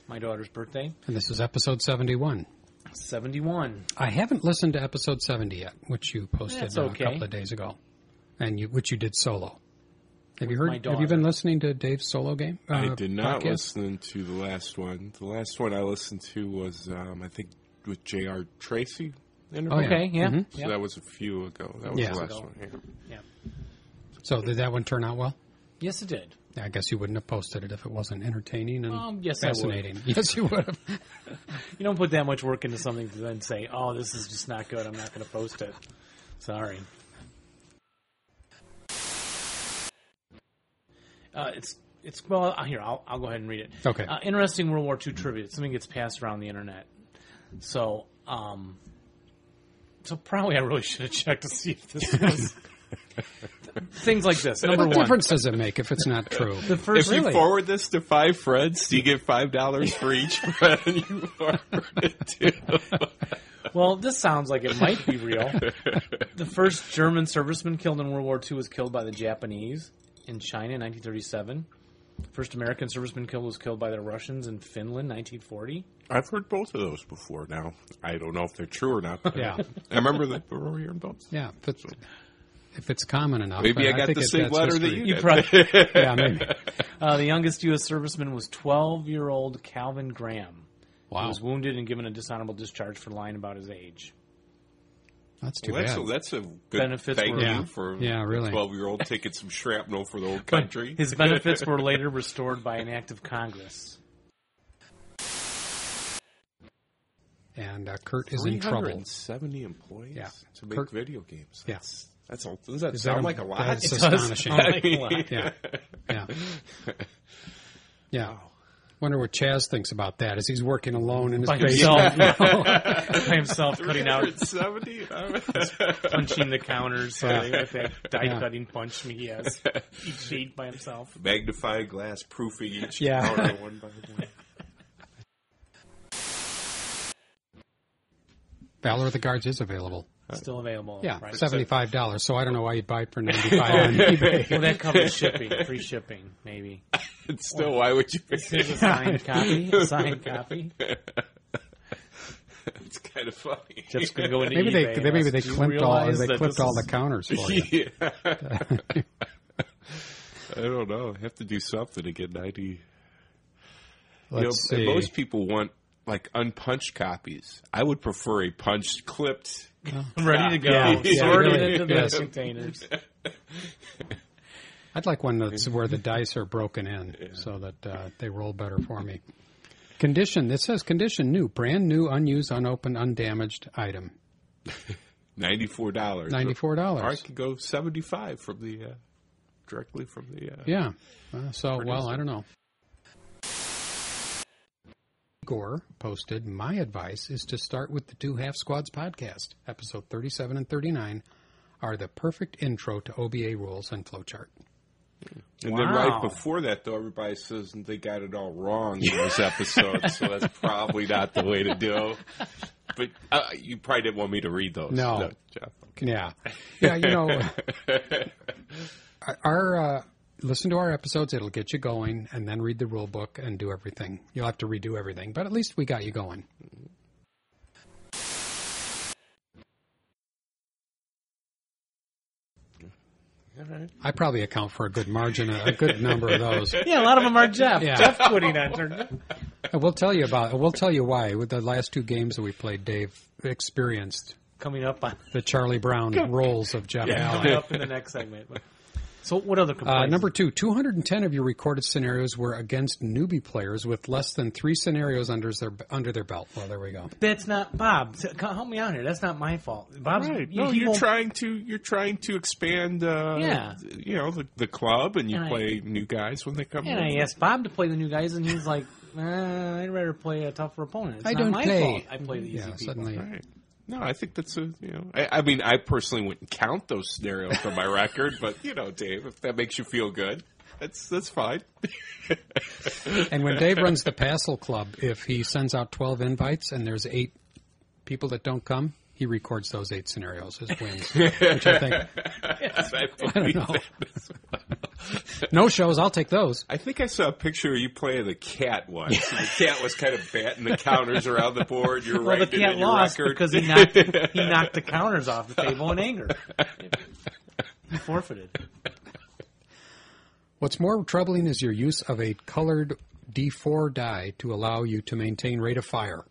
S1: My daughter's birthday,
S4: And this is episode 71.
S1: seventy-one.
S4: I haven't listened to episode 70 yet, which you posted
S1: That's
S4: uh,
S1: okay.
S4: a couple of days ago, and you, which you did solo. Have you
S1: With my
S4: heard? Have you been listening to Dave's solo game?
S14: I
S4: uh,
S14: did not
S4: podcast?
S14: listen to the last one. The last one I listened to was, um, I think, with J.R. Tracy.
S4: Oh, yeah. Okay, yeah. Mhm.
S14: So
S4: Yep.
S14: that was a few ago. That was
S4: Yeah.
S14: the last
S4: Ago.
S14: one. Yeah.
S4: So did that one turn out well?
S1: Yes, it did.
S4: I guess you wouldn't have posted it if it wasn't entertaining and
S1: Um, yes, I would.
S4: fascinating. Yes, you would have.
S1: You don't put that much work into something to then say, "Oh, this is just not good. I'm not going to post it." Sorry. Uh, it's it's well uh, here. I'll I'll go ahead and read it.
S4: Okay.
S1: Uh, interesting World War II trivia. It's Something gets passed around the internet. So um, so probably I really should have checked to see if this was things like this. Number
S4: what
S1: one.
S4: difference does it make if it's not true?
S1: The first-
S14: if
S1: Really?
S14: you forward this to five friends, do you get five dollars for each friend you forward it to?
S1: Well, this sounds like it might be real. the first German serviceman killed in World War II was killed by the Japanese in China in 1937. First American serviceman killed was killed by the Russians in Finland 1940.
S14: I've heard both of those before. Now I don't know if they're true or not. but
S1: Yeah.
S14: I remember that before hearing both.
S4: Yeah, if it's, if it's common enough.
S14: Maybe
S4: uh,
S14: I got
S4: think
S14: the
S4: it-
S14: same
S4: that's
S14: letter that
S4: history.
S14: you You did.
S1: probably-
S4: yeah, maybe.
S1: Uh, the youngest U.S. serviceman was 12-year-old Calvin Graham.
S4: Wow.
S1: He was wounded and given a dishonorable discharge for lying about his age.
S4: That's too
S14: well, that's
S4: bad.
S14: A, that's a good
S1: Benefits
S14: thank
S1: were-
S14: you
S1: Yeah.
S14: for
S4: Yeah, really.
S14: twelve-year-old taking some shrapnel for the old
S1: But
S14: country.
S1: His benefits were later restored by an act of Congress.
S4: And uh, Kurt is in trouble.
S14: Seventy employees
S4: Yeah.
S14: to make
S4: Kirk-
S14: video games.
S4: Yeah.
S14: That's, that's all. Does that
S4: Is that
S14: sound
S4: a-
S14: like a lot?
S4: that's
S14: It does
S4: astonishing.
S14: sound
S4: Like a lot. Yeah. Yeah. Yeah. Wonder what Chaz thinks about that as he's working alone in his
S1: By
S4: basement.
S1: himself. By himself cutting out.
S14: 370?
S1: punching the counters
S14: Yeah.
S1: uh, with that die
S14: Yeah.
S1: cutting punch he has each beat by himself.
S14: Magnifying glass proofing each
S1: Yeah.
S14: counter one by one.
S4: Valor of the Guards is available.
S1: Still available.
S4: Yeah,
S1: right?
S4: seventy-five dollars. So I don't know why you'd buy it for ninety-five on eBay.
S1: Oh, well, that covers shipping, free shipping, maybe.
S14: And still, why would you?
S1: This is a signed copy. A signed copy.
S14: It's kind of funny.
S1: Jeff's gonna go into
S4: Maybe they,
S1: eBay and
S4: they maybe
S1: ask,
S4: they
S1: "Do you
S4: clipped all
S1: realize
S4: they
S1: that
S4: clipped
S1: this
S4: all
S1: is-
S4: the counters for you.
S14: Yeah. I don't know. I have to do something to get 90.
S4: Let's
S14: you know,
S4: see.
S14: Most people want like unpunched copies. I would prefer a punched, clipped.
S1: Ready to go.
S4: Yeah, yeah,
S1: Sorted
S4: really.
S1: into the
S4: Yes.
S1: containers.
S4: I'd like one that's where the dice are broken in so that uh, they roll better for me. Condition. This says condition new, brand new, unused, unopened, undamaged item.
S14: Ninety-four dollars.
S4: $94.
S14: Or I could go seventy-five from the uh, directly from the. Uh,
S4: Yeah. Uh, so well, I don't know. Gore posted, My advice is to start with the Two Half Squads podcast. Episode 37 and 39 are the perfect intro to OBA rules and flowchart.
S14: And then
S4: Wow.
S14: right before that, though, everybody says they got it all wrong in this episode, so that's probably not the way to do. But uh, you probably didn't want me to read those.
S4: No.
S14: Jeff.
S4: Yeah. Yeah, you know, our uh, listen to our episodes, it'll get you going, and then read the rule book and do everything. You'll have to redo everything, but at least we got you going. I probably account for a good margin, a good number of those.
S1: Yeah, a lot of them are Jeff.
S4: Yeah.
S1: Jeff putting on turn.
S4: And we'll tell you about. We'll tell you why. With the last two games that we played, Dave experienced
S1: coming up on
S4: the Charlie Brown roles of Jeff
S1: yeah,
S4: Allen.
S1: coming up in the next segment. So, what other complaints?
S4: Uh, number two, 210 of your recorded scenarios were against newbie players with less than three scenarios under their under their belt. Well, there we go.
S1: That's not Bob. t- c- Help me out here. That's not my fault. Bob's
S14: Right.
S1: he-
S14: No,
S1: he
S14: you're
S1: won't-
S14: trying to you're trying to expand. Uh,
S1: Yeah.
S14: You know the, the club, and you
S1: And I-
S14: play new guys when they come.
S1: And
S14: in.
S1: I asked Bob to play the new guys, and he's like, uh, "I'd rather play a tougher opponent. It's
S14: I
S1: not
S14: don't
S1: my
S14: play."
S1: fault. I play the easy
S14: Yeah,
S1: people."
S14: suddenly- Right. No, I think that's a you know. I, I mean, I personally wouldn't count those scenarios from my record, but you know, Dave, if that makes you feel good, that's that's fine.
S4: And when Dave runs the Passel Club, if he sends out 12 invites and there's eight people that don't come, he records those eight scenarios as wins. which I think
S14: Yes, I
S4: I don't
S14: believe
S4: know.
S14: that as well.
S4: No shows. I'll take those.
S14: I think I saw a picture of you playing the cat once. and the cat was kind of batting the counters around the board. You're
S1: well,
S14: right.
S1: the cat
S14: in your
S1: lost
S14: record.
S1: because he knocked he knocked the counters off the table in anger. He forfeited.
S4: What's more troubling is your use of a colored D4 die to allow you to maintain rate of fire.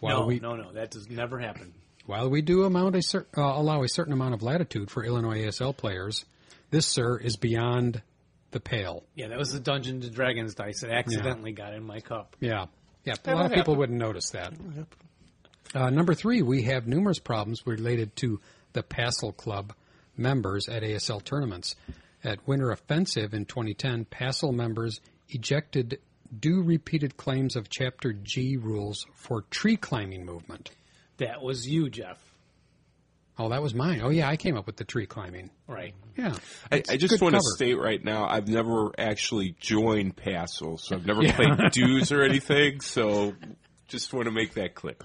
S4: While
S1: no,
S4: we
S1: no, no. That does never happen.
S4: While we do amount a cer- uh, allow a certain amount of latitude for Illinois ASL players, this, sir, is beyond the pale.
S1: Yeah, that was the Dungeons and Dragons dice that accidentally got in my cup.
S4: Yeah. Yeah. A
S1: That'll
S4: lot of people
S1: happen.
S4: wouldn't notice that. Uh, number three, we have numerous problems related to the Passel Club members at ASL tournaments. At Winter Offensive in 2010, Passel members ejected due repeated claims of Chapter G rules for tree climbing movement.
S1: That was you, Jeff.
S4: Oh, that was mine. Oh, yeah, I came up with the tree climbing.
S1: Right.
S4: Yeah.
S14: I,
S4: It's
S14: I
S4: good
S14: just want to
S4: cover.
S14: state right now, I've never actually joined Passel, so I've never
S4: Yeah.
S14: played dues or anything. So, just want to make that clear.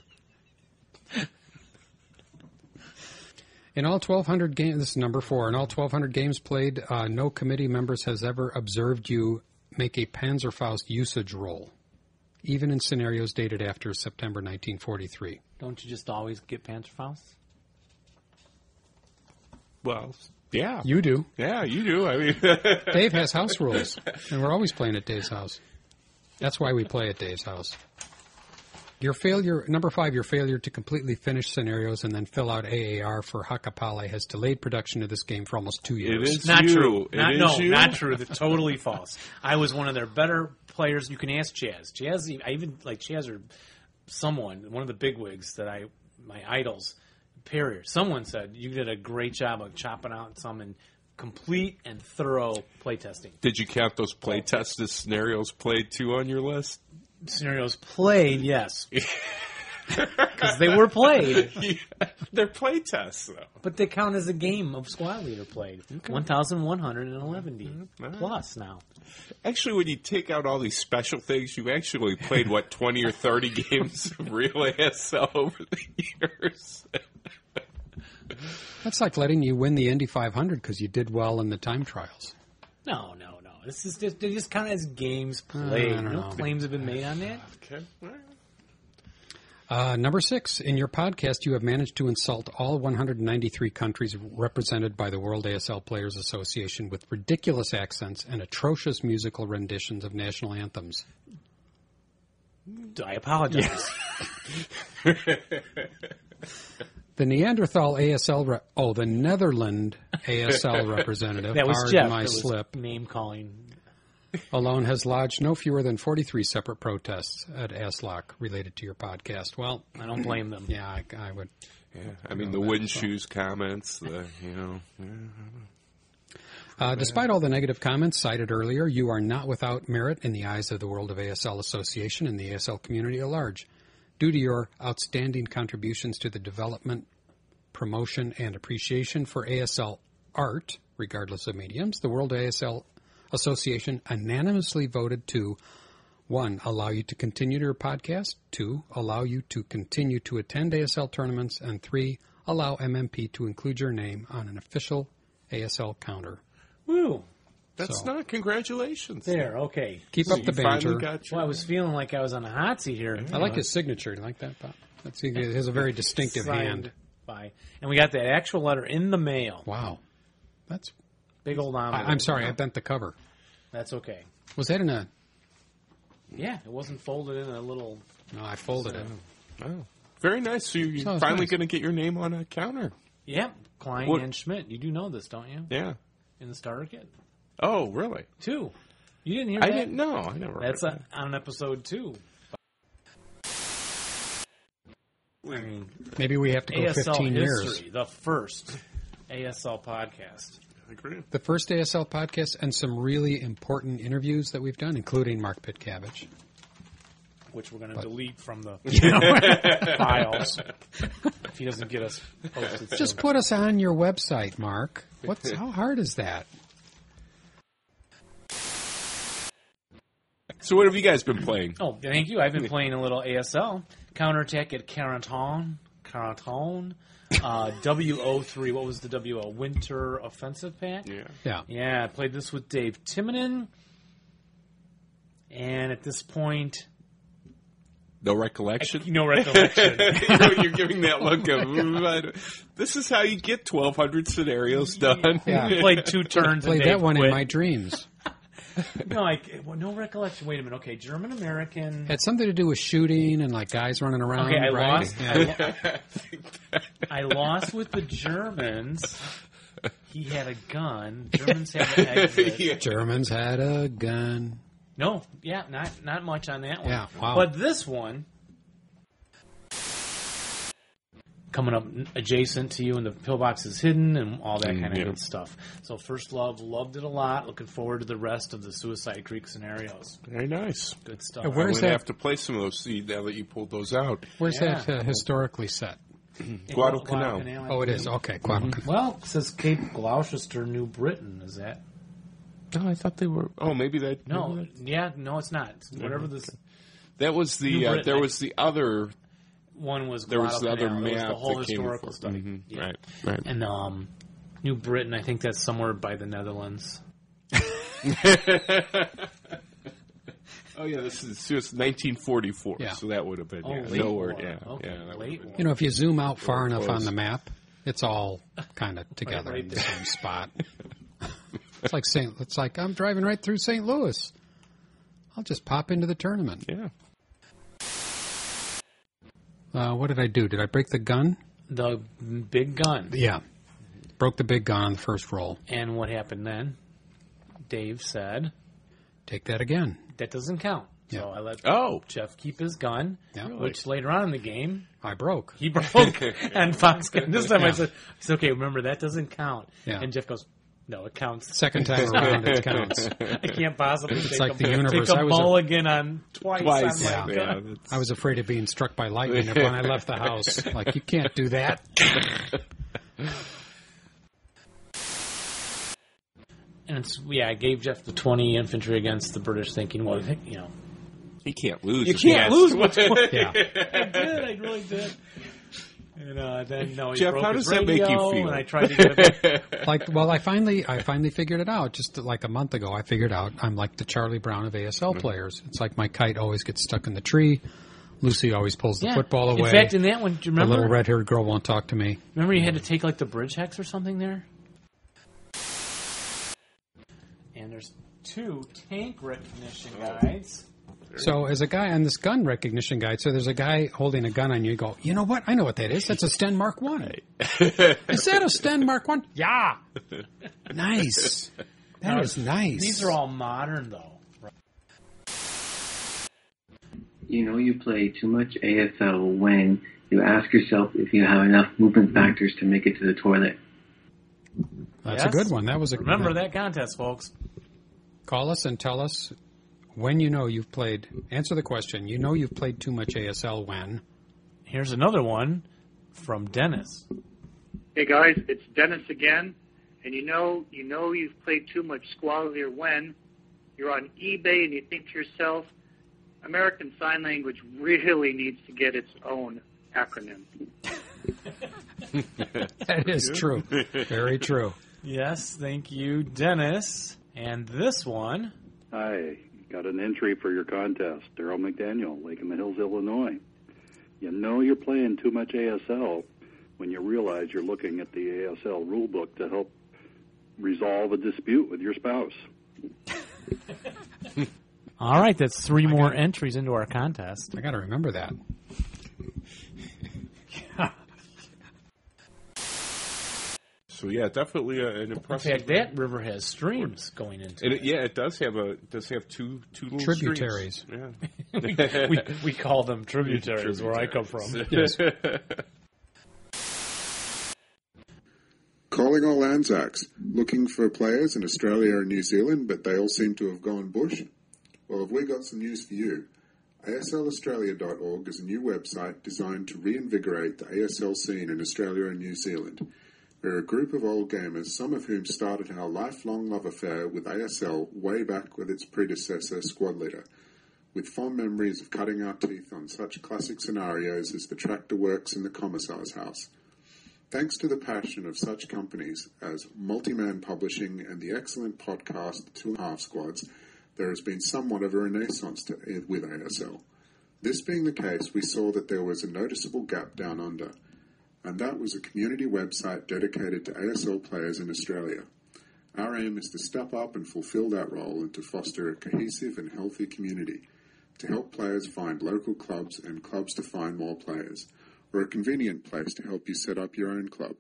S4: In all 1,200 games, this is number four. In all 1,200 games played, uh, no committee members has ever observed you make a Panzerfaust usage roll, even in scenarios dated after September 1943.
S1: Don't you just always get Panzerfaust?
S14: Well, yeah,
S4: You do.
S14: yeah, you do. I mean,
S4: Dave has house rules, and we're always playing at Dave's house. That's why we play at Dave's house. Your failure, number five, your failure to completely finish scenarios and then fill out AAR for Hakapale has delayed production of this game for almost two years.
S14: is
S1: not true. Not, no, not true. That's totally false. I was one of their better players. You can ask Chaz. Chaz, e- I even like Chaz or someone, one of the bigwigs that I, my idols, Perrier. Someone said you did a great job of chopping out some and complete and thorough playtesting
S14: Did you count those play tests as scenarios played too on your list?
S1: scenarios played. Yes, because they were played.
S14: They're play tests, though.
S1: But they count as a game of squad leader played. 1,111 D
S14: Mm-hmm.
S1: plus now.
S14: Actually, when you take out all these special things, you actually played what twenty or thirty games of real ASL over the years.
S4: That's like letting you win the Indy 500 because you did well in the time trials.
S1: No, no, no. This is just, they just count as games played.
S4: I don't
S1: no
S4: know.
S1: claims have been made on that.
S14: Okay.
S4: Uh, number six, in your podcast, you have managed to insult all 193 countries represented by the World ASL Players Association with ridiculous accents and atrocious musical renditions of national anthems.
S1: I apologize.
S4: The Neanderthal ASL, re- oh, the Netherland ASL representative,
S1: that was
S4: pardon
S1: Jeff.
S4: my
S1: that was
S4: slip,
S1: Name calling.
S4: alone has lodged no fewer than 43 separate protests at ASLOC related to your podcast. Well,
S1: I don't blame them.
S4: Yeah, I, I would.
S14: Yeah, I mean the wooden shoes comments. The you know. yeah.
S4: Uh, despite all the negative comments cited earlier, you are not without merit in the eyes of the World of ASL Association and the ASL community at large, due to your outstanding contributions to the development, promotion, and appreciation for ASL art, regardless of mediums. The World ASL Association unanimously voted to one, allow you to continue your podcast. Two, allow you to continue to attend ASL tournaments. And three, allow MMP to include your name on an official ASL counter.
S1: Woo!
S26: That's
S4: So-
S26: not congratulations.
S1: There, okay.
S4: Keep up the
S1: You finally
S4: banter.
S1: got your- well, I was feeling like I was on a hot seat here.
S4: I like his signature. Do you like that, Bob? That's, he has a very distinctive
S1: Signed
S4: hand.
S1: By, and we got that actual letter in the mail.
S4: Wow. That's
S1: big old envelope.
S4: I, am sorry, I bent the cover.
S1: That's okay.
S4: Was that in a?
S1: Yeah, it wasn't folded in a little.
S4: No, I folded it.
S14: Oh, very nice. So you're
S1: Sounds
S14: finally
S1: nice.
S14: going to get your name on a counter.
S1: Yep, Klein
S14: What-
S1: and Schmidt. You do know this, don't you?
S14: Yeah.
S1: In the starter kit.
S14: Oh, really?
S1: Two. You didn't hear
S14: I
S1: that?
S14: didn't know. I never heard
S1: That's a, on episode two. I mean,
S4: Maybe we have to go
S1: ASL
S4: 15 years.
S1: history, The first ASL podcast.
S14: I agree.
S4: The first ASL podcast and some really important interviews that we've done, including Mark Pitcavage.
S1: Which we're going to
S4: But-
S1: delete from the
S4: Yeah.
S1: files if he doesn't get us posted. soon.
S4: Just put us on your website, Mark. What's how hard is that?
S14: So what have you guys been playing?
S1: Oh, thank you. I've been playing a little ASL. Counterattack at Carenton. Carenton. Uh, WO3. What was the WO? Winter Offensive Pack? Yeah.
S4: Yeah.
S1: Yeah, I played this with Dave Timonen. And at this point,
S14: No recollection.
S1: no recollection.
S14: You're- you're giving that look of "Ooh, I don't-" this is how you get 1,200 scenarios done.
S1: We played two turns.
S4: Played
S1: and
S4: that
S1: Dave
S4: one
S1: quit.
S4: in my dreams.
S1: No, I, well, no recollection. Wait a minute. Okay, German American.
S4: Had something to do with shooting and like guys running around.
S1: Okay, I
S4: right?
S1: lost.
S4: Yeah.
S1: I, lo- I lost with the Germans. He had a gun. Germans had an exit.
S4: Germans had a gun.
S1: No, yeah, not not much on that one.
S4: Yeah, wow.
S1: But this one coming up adjacent to you, and the pillbox is hidden, and all that
S14: Mm,
S1: kind of
S14: yeah.
S1: good stuff. So, first love, loved it a lot. Looking forward to the rest of the Suicide Creek scenarios.
S14: Very nice.
S1: Good stuff.
S14: I'm gonna have to play some of those see, now that you pulled those out.
S4: Where's
S1: Yeah.
S4: that uh, historically set?
S14: Guadalcanal. Mm-hmm.
S4: Oh, it is. Okay, Guadalcanal.
S1: Well, it says Cape Gloucester, New Britain. Is that
S14: No, I thought they were. Oh, maybe that. maybe
S1: no?
S14: that-
S1: Yeah, no, it's not. It's whatever this
S14: that was the.
S1: New
S14: Uh,
S1: Britain,
S14: there
S1: I-
S14: was the other.
S1: one was.
S14: There was the other
S1: Guadalcanal. It was
S14: map
S1: the whole
S14: that came
S1: historical
S14: before.
S1: study.
S14: Mhm,
S1: Yeah.
S14: Right, right.
S1: And um, New Britain, I think that's somewhere by the Netherlands.
S14: Oh yeah, this is so it's 1944.
S4: Yeah.
S14: So that would have been
S1: Oh,
S14: yeah,
S1: late
S14: nowhere.
S1: war.
S14: Yeah,
S1: Okay,
S14: yeah. that
S1: late
S14: would've been-
S4: You know, if you zoom out far enough
S14: Close.
S4: on the map, it's all kind of together
S1: right
S4: in the same spot. it's like St. It's like I'm driving right through St. Louis. I'll just pop into the tournament.
S14: Yeah.
S4: Uh, what did I do? Did I break the gun?
S1: The big gun.
S4: Yeah, broke the big gun on the first roll.
S1: And what happened then? Dave said
S4: Take that again.
S1: that doesn't count.
S4: Yeah.
S1: So I let
S14: oh
S1: Jeff keep his gun,
S4: Yeah. Really?
S1: which later on in the game
S4: I broke.
S1: he broke. and Fox got this time I
S4: Yeah.
S1: said, I said, okay, remember that doesn't count.
S4: Yeah.
S1: And Jeff goes, no, it counts.
S4: Second time around, it counts.
S1: I can't possibly.
S4: It's
S1: take
S4: like
S1: a,
S4: the universe.
S1: Take
S4: I
S1: a
S4: was a-
S1: mulligan on twice.
S14: Twice,
S1: I'm like,
S14: yeah.
S1: "God."
S14: Yeah,
S4: I was afraid of being struck by lightning when I left the house. Like you can't do that.
S1: And it's yeah, I gave Jeff the twenty infantry against the British, thinking, well, you know,
S14: He can't lose.
S1: you
S14: if
S1: can't
S14: he has
S1: lose
S14: to.
S1: with twenty.
S4: Yeah.
S1: I did, I really did. And uh, then no, he
S14: Jeff,
S1: broke
S14: how
S1: his
S14: does that make you
S1: radio,
S14: feel?
S1: And I tried to get him.
S4: like well i finally i finally figured it out just like a month ago i figured out i'm like the charlie brown of asl
S14: Mm-hmm.
S4: players it's like my kite always gets stuck in the tree lucy always pulls the
S1: Yeah.
S4: football
S1: In
S4: away
S1: fact, in that one, do you remember?
S4: the little red-haired girl won't talk to me
S1: Remember, you had to take like the bridge hex or something there. And there's two tank recognition guides.
S4: so as a guy on this gun recognition guide so there's a guy holding a gun on you you go you know what i know what that is that's a sten mark one is that a sten mark one yeah nice
S1: Now,
S4: that is nice
S1: These are all modern though.
S21: You know you play too much ASL when you ask yourself if you have enough movement factors to make it to the toilet.
S4: That's a good one. That was a-
S15: remember that contest, folks.
S4: Call us and tell us when you know you've played. Answer the question. You know you've played too much ASL when.
S15: Here's another one from Dennis.
S3: Hey guys, it's Dennis again, and you know you know you've played too much squalor when you're on eBay and you think to yourself, American Sign Language really needs to get its own acronym.
S4: That is true. Very true.
S15: Yes, thank you, Dennis. And this one,
S27: Hi, got an entry for your contest. Daryl McDaniel, Lake in the Hills, Illinois. You know you're playing too much ASL when you realize you're looking at the ASL rulebook to help resolve a dispute with your spouse.
S15: all right, that's three more entries into our contest.
S4: I got to remember that.
S14: So yeah, definitely a, an
S15: In
S14: impressive.
S15: fact, that river has streams going into
S14: And it, yeah, it does have a it does have two two little
S15: Tributaries.
S14: streams.
S15: We-
S14: Yeah,
S15: we- we call them tributaries where I come from.
S14: Tributaries.
S20: Calling all Anzacs, looking for players in Australia and New Zealand, but they all seem to have gone bush. Well, have we got some news for you? ASLAustralia.org is a new website designed to reinvigorate the ASL scene in Australia and New Zealand. We're a group of old gamers, some of whom started our lifelong love affair with ASL way back with its predecessor, Squad Leader, with fond memories of cutting our teeth on such classic scenarios as the tractor works and the commissar's house. Thanks to the passion of such companies as Multiman Publishing and the excellent podcast Two and a Half Squads, there has been somewhat of a renaissance to, eh, with ASL. This being the case, we saw that there was a noticeable gap down under, and that was a community website dedicated to ASL players in Australia. Our aim is to step up and fulfill that role and to foster a cohesive and healthy community, to help players find local clubs and clubs to find more players or a convenient place to help you set up your own club,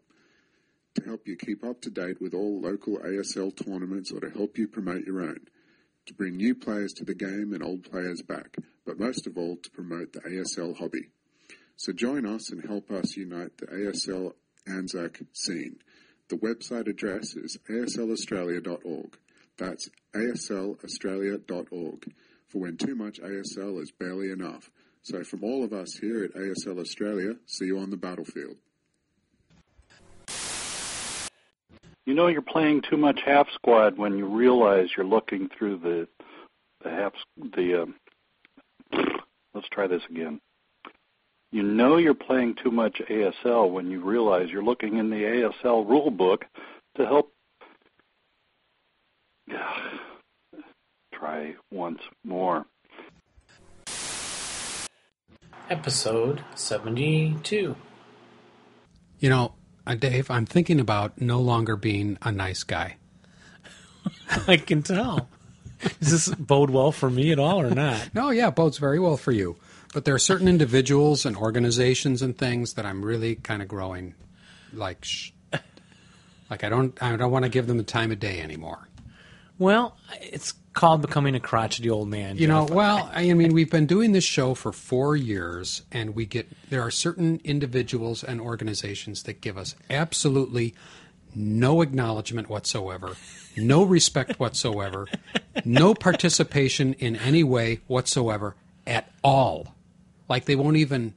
S20: to help you keep up to date with all local ASL tournaments, or to help you promote your own, to bring new players to the game and old players back, but most of all, to promote the ASL hobby. So join us and help us unite the ASL Anzac scene. The website address is aslaustralia.org. That's aslaustralia.org for when too much ASL is barely enough. So, from all of us here at ASL Australia, see you on the battlefield.
S27: You know you're playing too much half squad when you realize you're looking through the the half the. Um, let's try this again. You know you're playing too much ASL when you realize you're looking in the ASL rule book to help. try once more.
S15: episode 72.
S4: You know, uh, Dave, I'm thinking about no longer being a nice guy.
S15: I can tell. Does this bode well for me at all or not?
S4: No, yeah, it bodes very well for you. But there are certain individuals and organizations and things that I'm really kind of growing like sh- like I don't I don't want to give them the time of day anymore.
S15: Well, it's called becoming a crotchety old man.
S4: You
S1: uh,
S4: know,
S15: Jeff.
S4: well, I mean, we've been doing this show for four years, and we get there are certain individuals and organizations that give us absolutely no acknowledgement whatsoever, no respect whatsoever, no participation in any way whatsoever at all. Like they won't even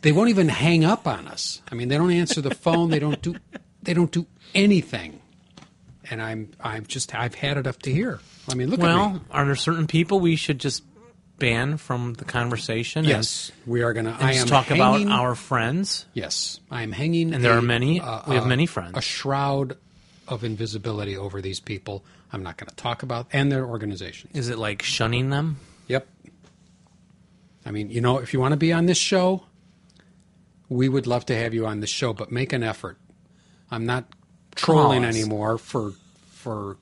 S4: they won't even hang up on us. I mean, they don't answer the phone. They don't do they don't do anything. And I'm I'm just I've had it up to here. I mean, look at me.
S15: well, are there certain people we should just ban from the conversation? and-
S4: Yes, we are gonna-
S15: and
S4: I
S15: just
S4: am
S15: talk
S4: hanging-
S15: about our friends.
S4: Yes, I am hanging.
S15: And there
S4: a-
S15: are many.
S4: uh,
S15: we have
S4: uh,
S15: many friends.
S4: A shroud of invisibility over these people. I'm not going to talk about and their organizations.
S15: Is it like shunning them?
S4: Yep. I mean, you know, if you want to be on this show, we would love to have you on this show, but make an effort. I'm not trolling
S15: us.
S4: anymore for for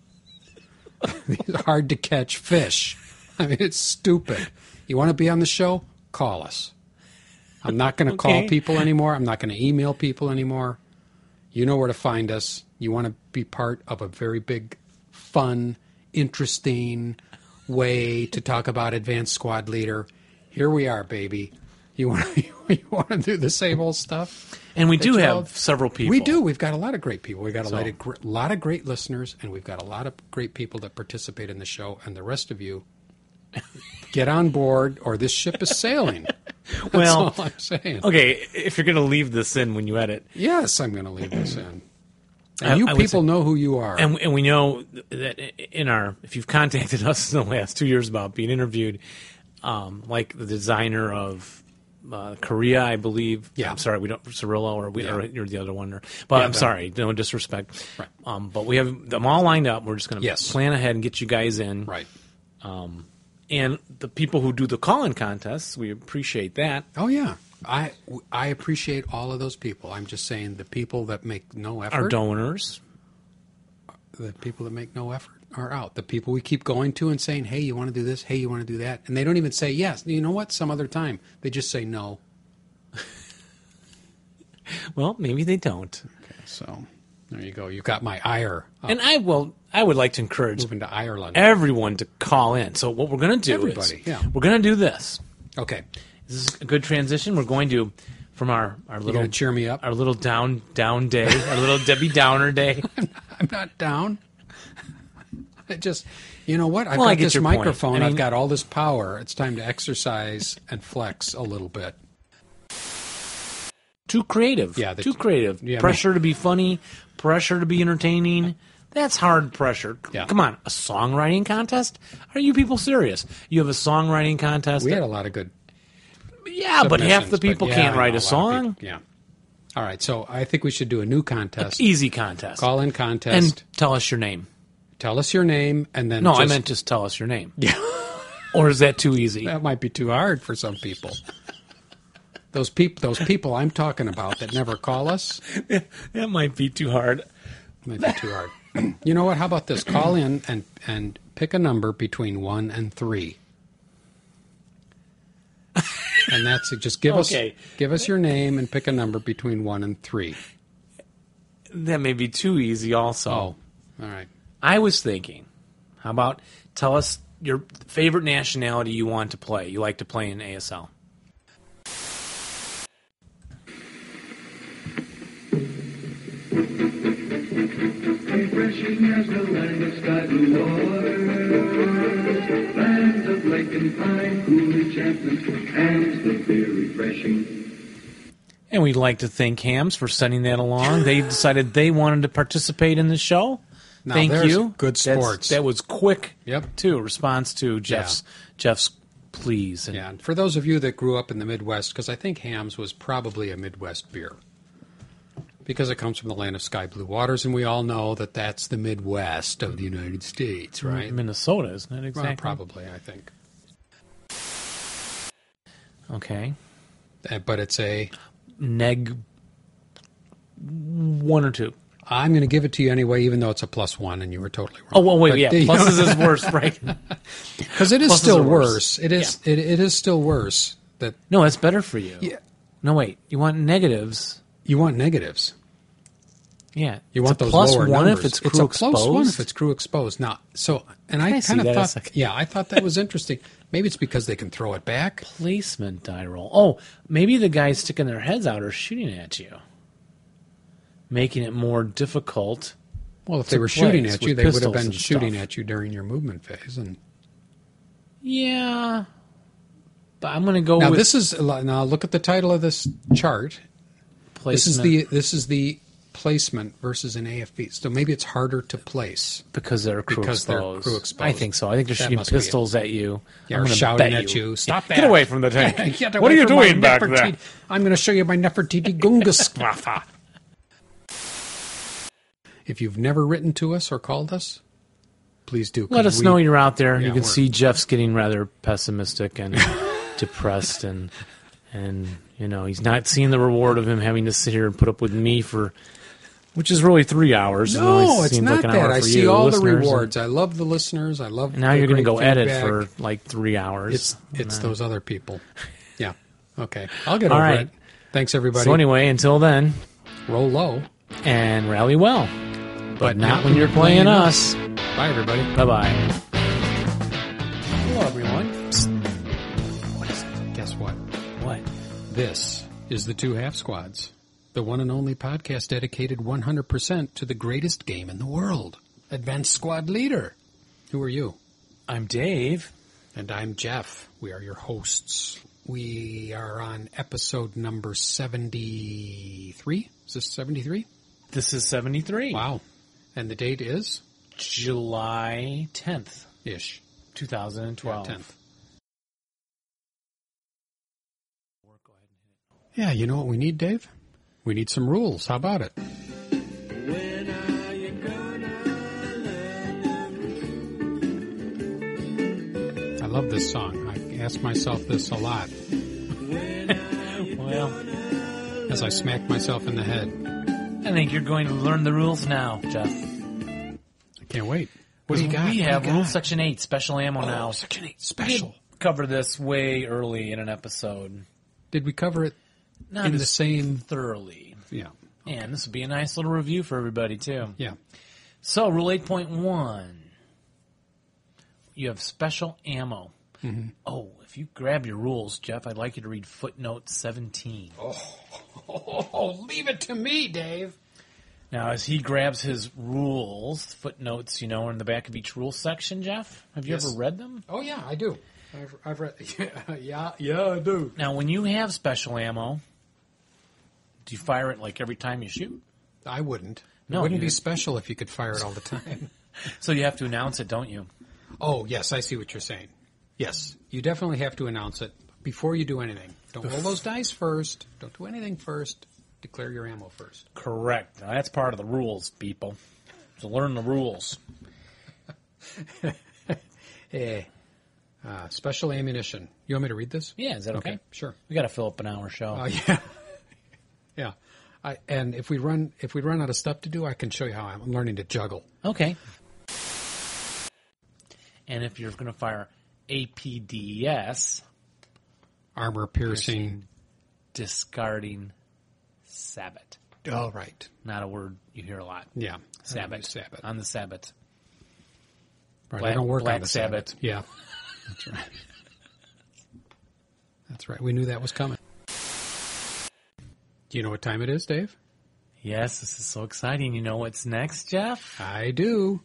S4: these hard to catch fish. I mean, it's stupid. You want to be on the show? Call us. I'm not going to
S15: Okay.
S4: call people anymore. I'm not going to email people anymore. You know where to find us. You want to be part of a very big, fun, interesting way to talk about advanced squad leader. Here we are, baby. You want to, you you want to do the same old stuff.
S1: And we
S4: that
S1: do
S4: you
S1: have
S4: love?
S1: several people.
S4: We do. We've got a lot of great people. We've got a lot
S1: So-
S4: of, gr- lot of great listeners, and we've got a lot of great people that participate in the show. And the rest of you, get on board, or this ship is sailing. That's
S1: Well,
S4: all I'm saying.
S1: okay, if you're going to leave this in when you edit,
S4: Yes, I'm going to leave this in. And
S1: I-
S4: you
S1: I would
S4: people
S1: say-
S4: know who you are.
S1: and, and we know that in our if you've contacted us in the last two years about being interviewed, um, like the designer of uh, Korea, I believe. Yeah, I'm sorry, we don't Cirillo or we or you're the other one. Or, but
S4: Yeah,
S1: I'm
S4: that-
S1: sorry, no disrespect. Right. Um, but we have them all lined up. We're just going to
S4: Yes.
S1: plan ahead and get you guys in.
S4: Right.
S1: Um, and the people who do the call-in contests, we appreciate that.
S4: Oh yeah, I I appreciate all of those people. I'm just saying the people that make no effort,
S1: Our donors,
S4: the people that make no effort are out. The people we keep going to and saying, "Hey, you want to do this? Hey, you want to do that?" And they don't even say yes. You know what? Some other time, they just say no.
S1: well, maybe they don't.
S4: Okay, so there you go. You got my ire.
S1: And I will. I would like to encourage
S4: moving to Ireland.
S1: everyone to call in. So what we're going to do
S4: Everybody,
S1: is
S4: yeah.
S1: we're going to do this.
S4: Okay,
S1: this is a good transition. We're going to from our our little
S4: gonna cheer me up.
S1: Our little down down day. our little Debbie Downer day.
S4: I'm not down. It just, you know what? I've
S1: Well, I
S4: got
S1: get
S4: this
S1: your point.
S4: microphone.
S1: I mean-
S4: I've got all this power. It's time to exercise and flex a little bit.
S1: Too creative. Yeah, too creative.
S4: yeah,
S1: pressure to be funny. Pressure to be entertaining. That's hard pressure. Come on, a songwriting contest? Are you people serious? You have a songwriting contest. We had
S4: a lot of good.
S1: Yeah, but half
S4: submissions,
S1: the
S4: but
S1: people
S4: yeah,
S1: can't
S4: I
S1: write
S4: know
S1: a
S4: a lot of
S1: song.
S4: yeah. All right, so I think we should do a new contest.
S1: easy contest.
S4: Call in contest.
S1: And tell us your name.
S4: Tell us your name, and then
S1: no, I
S4: just-
S1: meant just tell us your name.
S4: Yeah.
S1: or is that too easy?
S4: That might be too hard for some people. Those people, those people I'm talking about that never call us.
S1: That might be too hard.
S4: Might be too hard. You know what? How about this? Call in and and pick a number between one and three. And that's it. Just give
S1: Okay.
S4: us give us your name and pick a number between one and three.
S1: That may be too easy, also. Oh, all
S4: right.
S1: I was thinking, how about tell us your favorite nationality you want to play? You like to play in ASL.
S27: Refreshing as the land of sky blue waters, lands of lake and pine, cool enchantment, and the beer refreshing.
S1: And we'd like to thank Hams for sending that along. they decided they wanted to participate in the show.
S4: Now
S1: Thank
S4: there's
S1: you.
S4: good
S1: That's-
S4: sports.
S1: that was quick.
S4: Yep.
S1: Too response to Jeff's Jeff's pleas. And
S4: Yeah, and for those of you that grew up in the Midwest, because I think Hams was probably a Midwest beer, because it comes from the land of sky blue waters, and we all know that that's the Midwest of the United States, right?
S1: Minnesota, isn't it Mm-hmm. exactly?
S4: Well, probably, I think.
S1: Okay.
S4: Uh, But it's a
S1: neg one or two.
S4: I'm going to give it to you anyway, even though it's a plus one, and you were totally wrong.
S1: Oh well, wait,
S4: But-
S1: yeah. Pluses is worse, right?
S4: Because it is
S1: Pluses
S4: still
S1: are worse.
S4: worse. It is. It, it is still worse. That
S1: no, that's better for you.
S4: Yeah.
S1: No, wait. You want negatives?
S4: You want negatives?
S1: Yeah.
S4: You
S1: It's
S4: want
S1: a
S4: those
S1: plus
S4: lower
S1: one if
S4: numbers.
S1: it's crew
S4: a plus one
S1: exposed?
S4: if it's crew exposed. Now, so and
S1: Can I
S4: I
S1: see
S4: kind
S1: that a
S4: of
S1: second?
S4: thought, yeah, I thought that was interesting. Maybe it's because they can throw it back.
S1: Placement die roll. Oh, maybe the guys sticking their heads out are shooting at you, making it more difficult.
S4: Well, if
S1: to
S4: they were
S1: play.
S4: shooting
S1: It's
S4: at
S1: with
S4: you, they would have
S1: pistols
S4: been
S1: and
S4: shooting
S1: stuff.
S4: at you during your movement phase. And
S1: Yeah, but I'm gonna go.
S4: now
S1: with
S4: this is a lot- now look at the title of this chart. This is
S1: Placement.
S4: the this is the placement versus an AFB. So maybe it's harder to place.
S1: because they're crew
S4: Because they're
S1: exposed.
S4: crew exposed.
S1: I think so. I think they're
S4: That
S1: shooting
S4: must be it.
S1: pistols at you.
S4: Yeah,
S1: I'm
S4: or
S1: gonna
S4: shouting
S1: bet
S4: at you. Stop
S1: Yeah.
S4: that.
S1: Get away from the tank.
S4: Get
S1: what
S4: away
S1: are you
S4: from my
S1: doing back
S4: Nefertiti.
S1: there?
S4: I'm going to show you my Nefertiti Gungaskvatha. if you've never written to us or called us, please do. 'cause
S1: Let us
S4: we-
S1: know you're out there. and
S4: Yeah,
S1: you can
S4: we're-
S1: see Jeff's getting rather pessimistic and depressed, and and you know he's not seeing the reward of him having to sit here and put up with me for, which is really three hours. It
S4: No,
S1: only
S4: it's
S1: seems
S4: not
S1: like an hour
S4: that. I
S1: for
S4: see
S1: you,
S4: all the
S1: listeners, and-
S4: rewards. I love the listeners. I love.
S1: And now
S4: the
S1: you're going to
S4: great
S1: go edit
S4: feedback.
S1: for like three hours.
S4: It's it's
S1: And
S4: those other people. Yeah. Okay. I'll get
S1: All
S4: over
S1: right.
S4: it. Thanks everybody.
S1: So anyway, until then,
S4: roll low
S1: and rally well, but, not when you're playing, us.
S4: Bye everybody.
S1: Bye bye.
S4: Hello everyone. Guess what?
S1: What?
S4: This is the Two Half Squads, the one and only podcast dedicated 100% to the greatest game in the world, Advanced Squad Leader. Who are you? I'm Dave. And I'm Jeff. We are your hosts. We are on episode number 73. Is this 73? This is 73. Wow. And the date is? July 10th. Ish.
S1: 2012.
S4: 10th. Yeah, you know what we need, Dave? We need some rules. How about it? I love this song. I ask myself this a lot. well, as I smack myself in the head,
S1: I think you're going to learn the rules now, Jeff.
S4: I can't wait. What do you got?
S1: We
S4: What do
S1: have
S4: you
S1: Rule
S4: got?
S1: Section 8 Special Ammo
S4: Oh,
S1: now.
S4: Section 8
S1: Special. Cover this way early in an episode.
S4: Did we cover it
S1: Not
S4: in the
S1: as
S4: same?
S1: thoroughly.
S4: Yeah.
S1: And this would be a nice little review for everybody, too.
S4: Yeah.
S1: So, Rule 8.1 you have special ammo.
S4: Mhm.
S1: Oh, if you grab your rules, Jeff, I'd like you to read footnote 17.
S4: Oh, leave it to me, Dave.
S1: Now, as he grabs his rules, footnotes, you know, in the back of each rule section, Jeff, have you
S4: Yes.
S1: ever read them?
S4: Oh yeah, I do. I've, I've read. Yeah, yeah, I do.
S1: Now, when you have special ammo, do you fire it like every time you shoot?
S4: I wouldn't.
S1: No,
S4: it wouldn't
S1: you-
S4: be special if you could fire it all the time.
S1: So you have to announce it, don't you?
S4: oh yes, I see what you're saying. Yes, you definitely have to announce it before you do anything. Don't roll those dice first. Don't do anything first. Declare your ammo first.
S1: Correct. Now, that's part of the rules, people. So learn the rules.
S4: Eh. Uh, special ammunition. You want me to read this?
S1: Yeah, is that okay?
S4: Sure.
S1: We got to fill up an hour show.
S4: Oh yeah, yeah. I, and if we run if we run out of stuff to do, I can show you how I'm learning to juggle.
S1: Okay. And if you're going to fire APDS,
S4: Armor piercing.
S1: discarding sabbat.
S4: All right.
S1: Not a word you hear a lot.
S4: Yeah.
S1: Sabbat. Sabbat. On the sabbat.
S4: Right.
S1: Black-
S4: I don't work
S1: Black
S4: on the Sabbath.
S1: Sabbath.
S4: Yeah. That's right. That's right. We knew that was coming. Do you know what time it is, Dave?
S1: Yes, this is so exciting. You know what's next, Jeff?
S4: I do.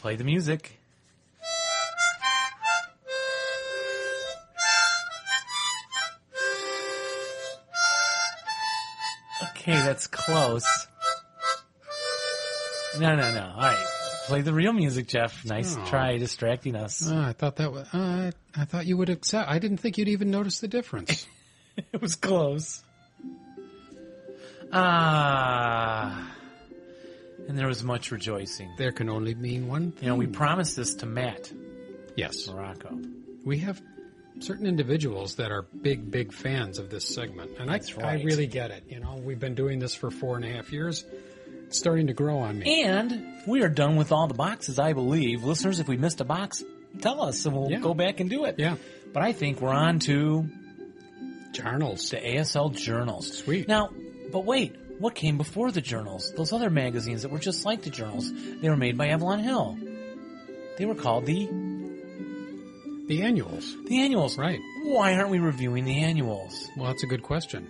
S1: Play the music. Okay, that's close. No, no, no. All right. Play the real music, Jeff. Nice
S4: Oh.
S1: try distracting us.
S4: Ah, I thought that was. Uh, I thought you would accept. I didn't think you'd even notice the difference.
S1: it was close. Ah. And there was much rejoicing.
S4: There can only mean one thing.
S1: You know, we promised this to Matt.
S4: Yes.
S1: Morocco.
S4: We have certain individuals that are big, big fans of this segment, and
S1: That's
S4: I,
S1: right.
S4: I really get it. You know, we've been doing this for four and a half years. It's starting to grow on me.
S1: And we are done with all the boxes, I believe. Listeners, if we missed a box, tell us and we'll go back and do it. Yeah. But I think we're on to
S4: journals.
S1: The ASL journals. Sweet. Now, but wait, what came before the journals? Those other magazines that were just like the journals. They were made by Avalon Hill. They were called the
S4: The annuals.
S1: The annuals.
S4: Right.
S1: Why aren't we reviewing the annuals?
S4: Well, that's a good question.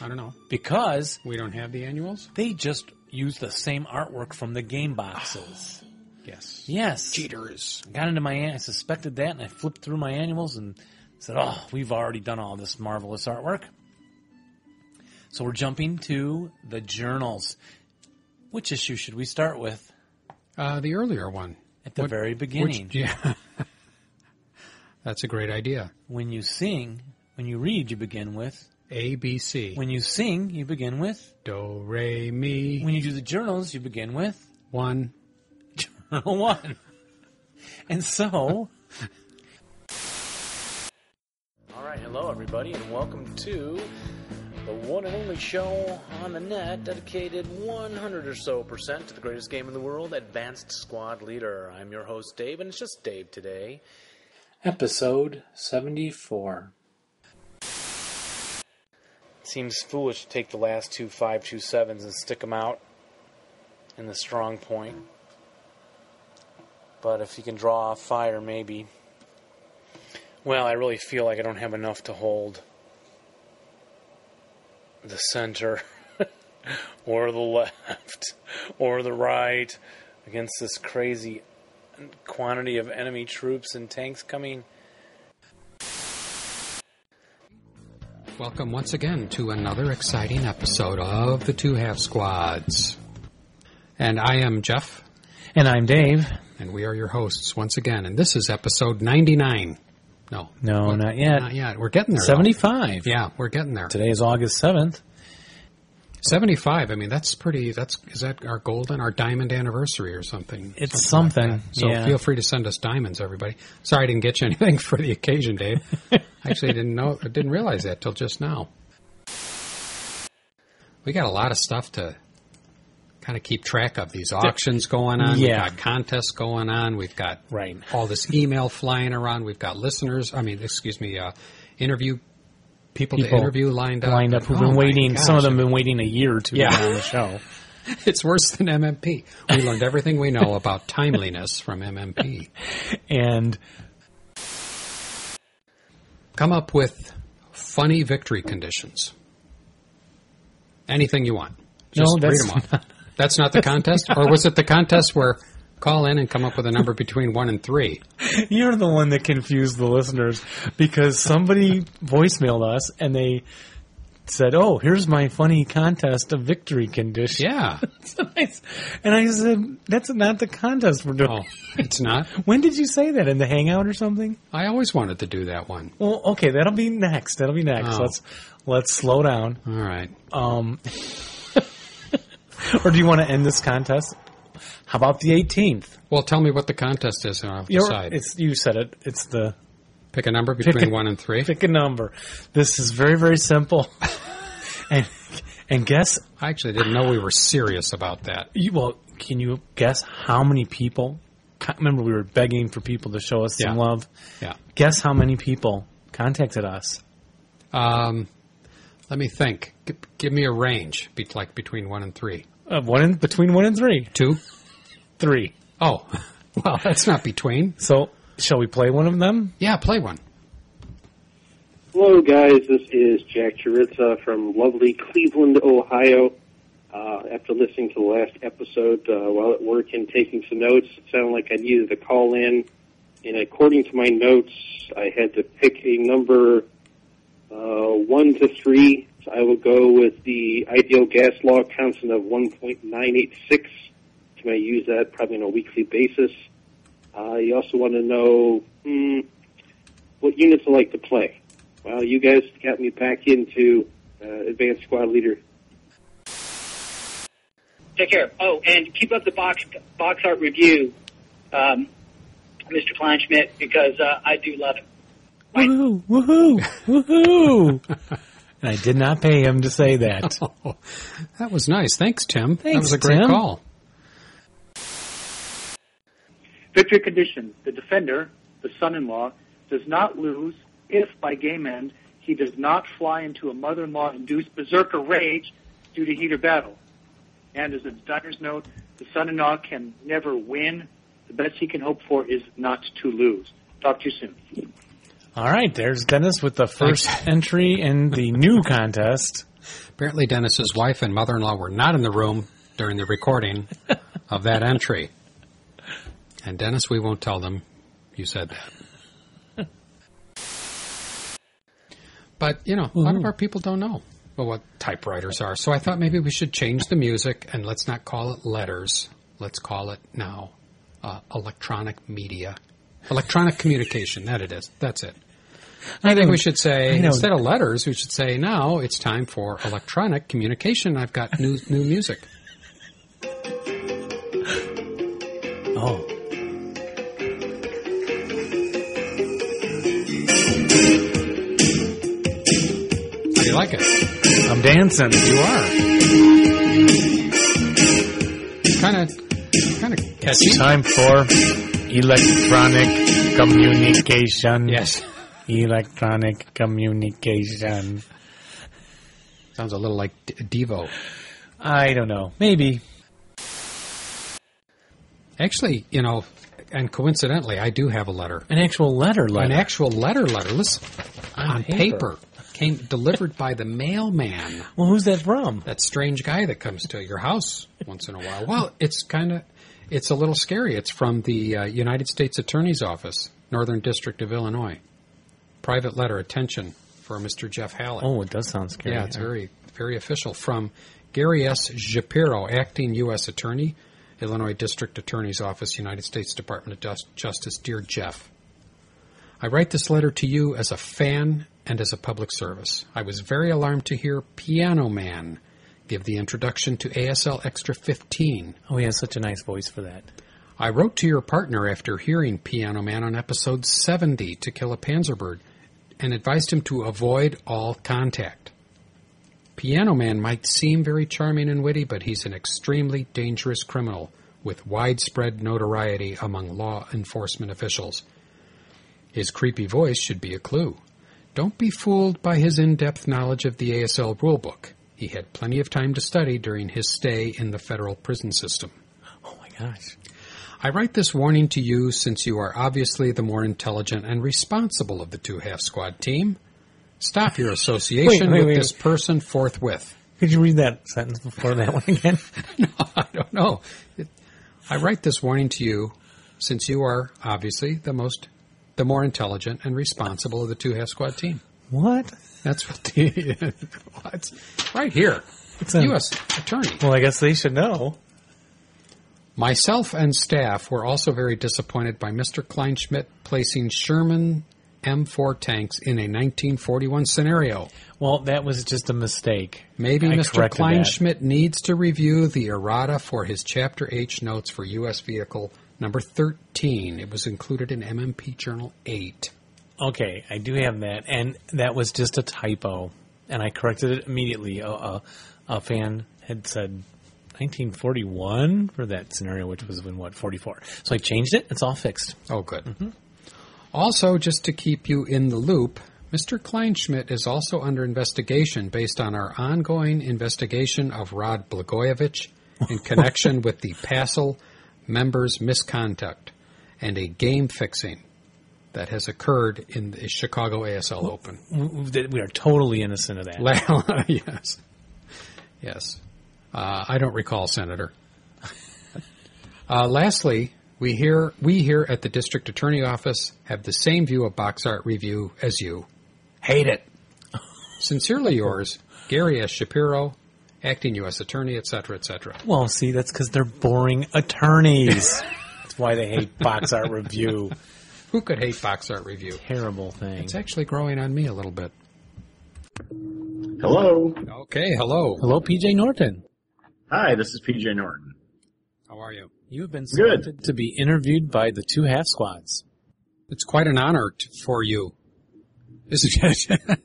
S4: I don't know.
S1: Because
S4: we don't have the annuals.
S1: They just use the same artwork from the game boxes.
S4: yes.
S1: Yes.
S4: Cheaters.
S1: Got into my an- I suspected that, and I flipped through my annuals and said, "Oh, we've already done all this marvelous artwork." So we're jumping to the journals. Which issue should we start with?
S4: Uh, the earlier one.
S1: At the very beginning.
S4: Which, yeah. That's a great idea.
S1: When you sing, when you read, you begin with
S4: A, B, C.
S1: When you sing, you begin with
S4: Do, re, mi.
S1: When you do the journals, you begin with
S4: One.
S1: journal one. And so. All right, hello everybody, and welcome to the one and only show on the net dedicated 100 or so percent to the greatest game in the world, Advanced Squad Leader. I'm your host, Dave, and it's just Dave today. Episode 74. Seems foolish to take the last two five two sevens and stick them out in the strong point. But if you can draw off fire, maybe. Well, I really feel like I don't have enough to hold.
S28: the center or the left or the right against this crazy quantity of enemy troops and tanks coming.
S4: Welcome once again to another exciting episode of the Two Half Squads. And I am Jeff.
S1: And I'm Dave.
S4: And we are your hosts once again. And this is episode 99. No.
S1: No,
S4: What?
S1: not yet.
S4: Not yet. We're getting there. though.
S1: 75.
S4: Yeah, we're getting there.
S1: Today is August 7th.
S4: 75. I mean, that's pretty, that's, is that our golden, our diamond anniversary or something?
S1: It's
S4: like
S1: something,
S4: that. so
S1: yeah.
S4: feel free to send us diamonds, everybody. Sorry I didn't get you anything for the occasion, Dave. Actually, I didn't know, I didn't realize that till just now. We got a lot of stuff to kind of keep track of. These auctions going on.
S1: Yeah.
S4: We've got contests going on. We've got
S1: Right.
S4: all this email flying around. We've got listeners. I mean, excuse me, uh, interview people, to interview lined up.
S1: Lined up. Who've
S4: Oh,
S1: been
S4: my
S1: waiting. Some of
S4: gosh.
S1: them have been waiting a year or two to
S4: Yeah.
S1: get on the show.
S4: It's worse than MMP. We learned everything we know about timeliness from MMP.
S1: And
S4: come up with funny victory conditions. Anything you want.
S1: No,
S4: Just
S1: that's
S4: read 'em off. That's not the contest, or was it the contest where call in and come up with a number between one and three?
S1: You're the one that confused the listeners because somebody voicemailed us and they said, "Oh, here's my funny contest of victory condition."
S4: Yeah,
S1: and I said, "That's not the contest we're doing."
S4: Oh, it's not.
S1: when did you say that in the Hangout or something?
S4: I always wanted to do that one.
S1: Well, okay, that'll be next. That'll be next.
S4: Oh.
S1: Let's let's slow down.
S4: All right.
S1: Um, or do you want to end this contest? How about the 18th?
S4: Well, tell me what the contest is, and I'll
S1: You're-
S4: decide.
S1: It's you said it. It's the
S4: pick a number
S1: pick a-
S4: between one and three.
S1: Pick a number. This is very very simple. and and guess
S4: I actually didn't know we were serious about that.
S1: you, well, can you guess how many people? co- Remember, we were begging for people to show us some
S4: Yeah.
S1: love.
S4: Yeah.
S1: Guess how many people contacted us?
S4: Um, let me think. G- give me a range, be- like between one and three.
S1: Uh, one in, between one and three.
S4: Two,
S1: three.
S4: Oh, well, that's not between.
S1: So, shall we play one of them?
S4: Yeah, play one.
S10: Hello, guys. This is Jack Chirizza from lovely Cleveland, Ohio. Uh, after listening to the last episode uh, while at work and taking some notes, it sounded like I needed to call in. And according to my notes, I had to pick a number uh, 1 to 3. So I will go with the ideal gas law constant of 1.986. So I use that probably on a weekly basis. Uh, you also want to know hmm, what units I like to play. Well, you guys got me back into uh, advanced squad leader.
S29: Take care. Oh, and keep up the box box art review, um, Mr. Kleinschmidt, because uh, I do love it.
S1: Woohoo! Woohoo! Woohoo! and I did not pay him to say that.
S4: Oh, that was nice. Thanks, Tim. that
S1: Thanks,
S4: was a great
S1: Tim.
S4: call.
S30: Victory condition. The defender, the son-in-law, does not lose if, by game end, he does not fly into a mother-in-law induced berserker rage due to heat or battle. And as the designer's note, the son-in-law can never win. The best he can hope for is not to lose. Talk to you soon.
S1: All right, there's Dennis with the first entry in the new contest.
S4: Apparently, Dennis's wife and mother-in-law were not in the room during the recording of that entry. And Dennis, we won't tell them you said that. But you know, a lot of our people don't know well, what typewriters are. So I thought maybe we should change the music and let's not call it letters. Let's call it now uh, electronic media, electronic communication. That it is. That's it. I think we should
S1: I
S4: say
S1: know.
S4: instead of letters, we should say now it's time for electronic communication. I've got new new music.
S1: Oh.
S4: How do you like it?
S1: I'm dancing. You are.
S4: Kind of, kind of catchy.
S1: It's time for electronic communication.
S4: Yes.
S1: Electronic communication.
S4: Sounds a little like D- Devo.
S1: I don't know. Maybe.
S4: Actually, you know, and coincidentally, I do have a letter.
S1: An actual letter letter.
S4: An actual letter letter. Listen, on, paper. came delivered by the mailman.
S12: Well, who's that from?
S4: That strange guy that comes to your house once in a while. Well, it's kind of it's a little scary. It's from the uh, United States Attorney's Office, Northern District of Illinois. Private letter, attention for Mr. Jeff Hallett.
S12: Oh, it does sound scary.
S4: Yeah, it's very very official from Gary S. Shapiro, acting U.S. Attorney, Illinois District Attorney's Office, United States Department of Dus- Justice. Dear Jeff, I write this letter to you as a fan and as a public service. I was very alarmed to hear Piano Man give the introduction to ASL Extra 15.
S12: Oh, he has such a nice voice for that.
S4: I wrote to your partner after hearing Piano Man on episode 70 to kill a panzerbird and advised him to avoid all contact. Piano Man might seem very charming and witty, but he's an extremely dangerous criminal with widespread notoriety among law enforcement officials. His creepy voice should be a clue. Don't be fooled by his in depth knowledge of the ASL rulebook. He had plenty of time to study during his stay in the federal prison system.
S12: Oh my gosh.
S4: I write this warning to you since you are obviously the more intelligent and responsible of the two half squad team. Stop your association
S12: Wait,
S4: with
S12: wait, wait.
S4: this person forthwith.
S12: Could you read that sentence before that one again?
S4: I don't know. It- I write this warning to you since you are obviously the most, the more intelligent and responsible of the two half squad team.
S12: What?
S4: That's what the what's right here.
S12: It's a-
S4: U.S. Attorney.
S12: Well, I guess they should know.
S4: Myself and staff were also very disappointed by Mr. Kleinschmidt placing Sherman M4 tanks in a 1941 scenario.
S12: Well, that was just a mistake.
S4: Maybe
S12: I
S4: Mr.
S12: corrected that.
S4: Kleinschmidt needs to review the errata for his Chapter H notes for U.S. Vehicle number 13. It was included in MMP Journal 8.
S12: Okay, I do have that, and that was just a typo, and I corrected it immediately. A, a, a fan had said 1941 for that scenario, which was when what 44. So I changed it. It's all fixed.
S4: Oh, good. Also, just to keep you in the loop, Mr. Kleinschmidt is also under investigation based on our ongoing investigation of Rod Blagojevich in connection with the PASL members' misconduct and a game fixing that has occurred in the Chicago ASL Open.
S12: W- w- that We are totally innocent of that.
S4: La- yes. Yes. Uh, I don't recall, Senator. uh, lastly, we here we here at the district attorney office have the same view of box art review as you. Hate it. Sincerely yours, Gary S. Shapiro, acting U.S. attorney, etc., etc.
S12: Well, see, that's because they're boring attorneys. that's why they hate box art review.
S4: Who could hate box art review?
S12: Terrible thing.
S4: It's actually growing on me a little bit.
S2: Hello.
S4: Okay, hello.
S12: Hello, PJ Norton.
S2: Hi, this is PJ Norton.
S4: How are you?
S12: You have been
S2: Good.
S12: selected to be interviewed by the two half squads.
S4: It's quite an honor t- for you. Isn't it?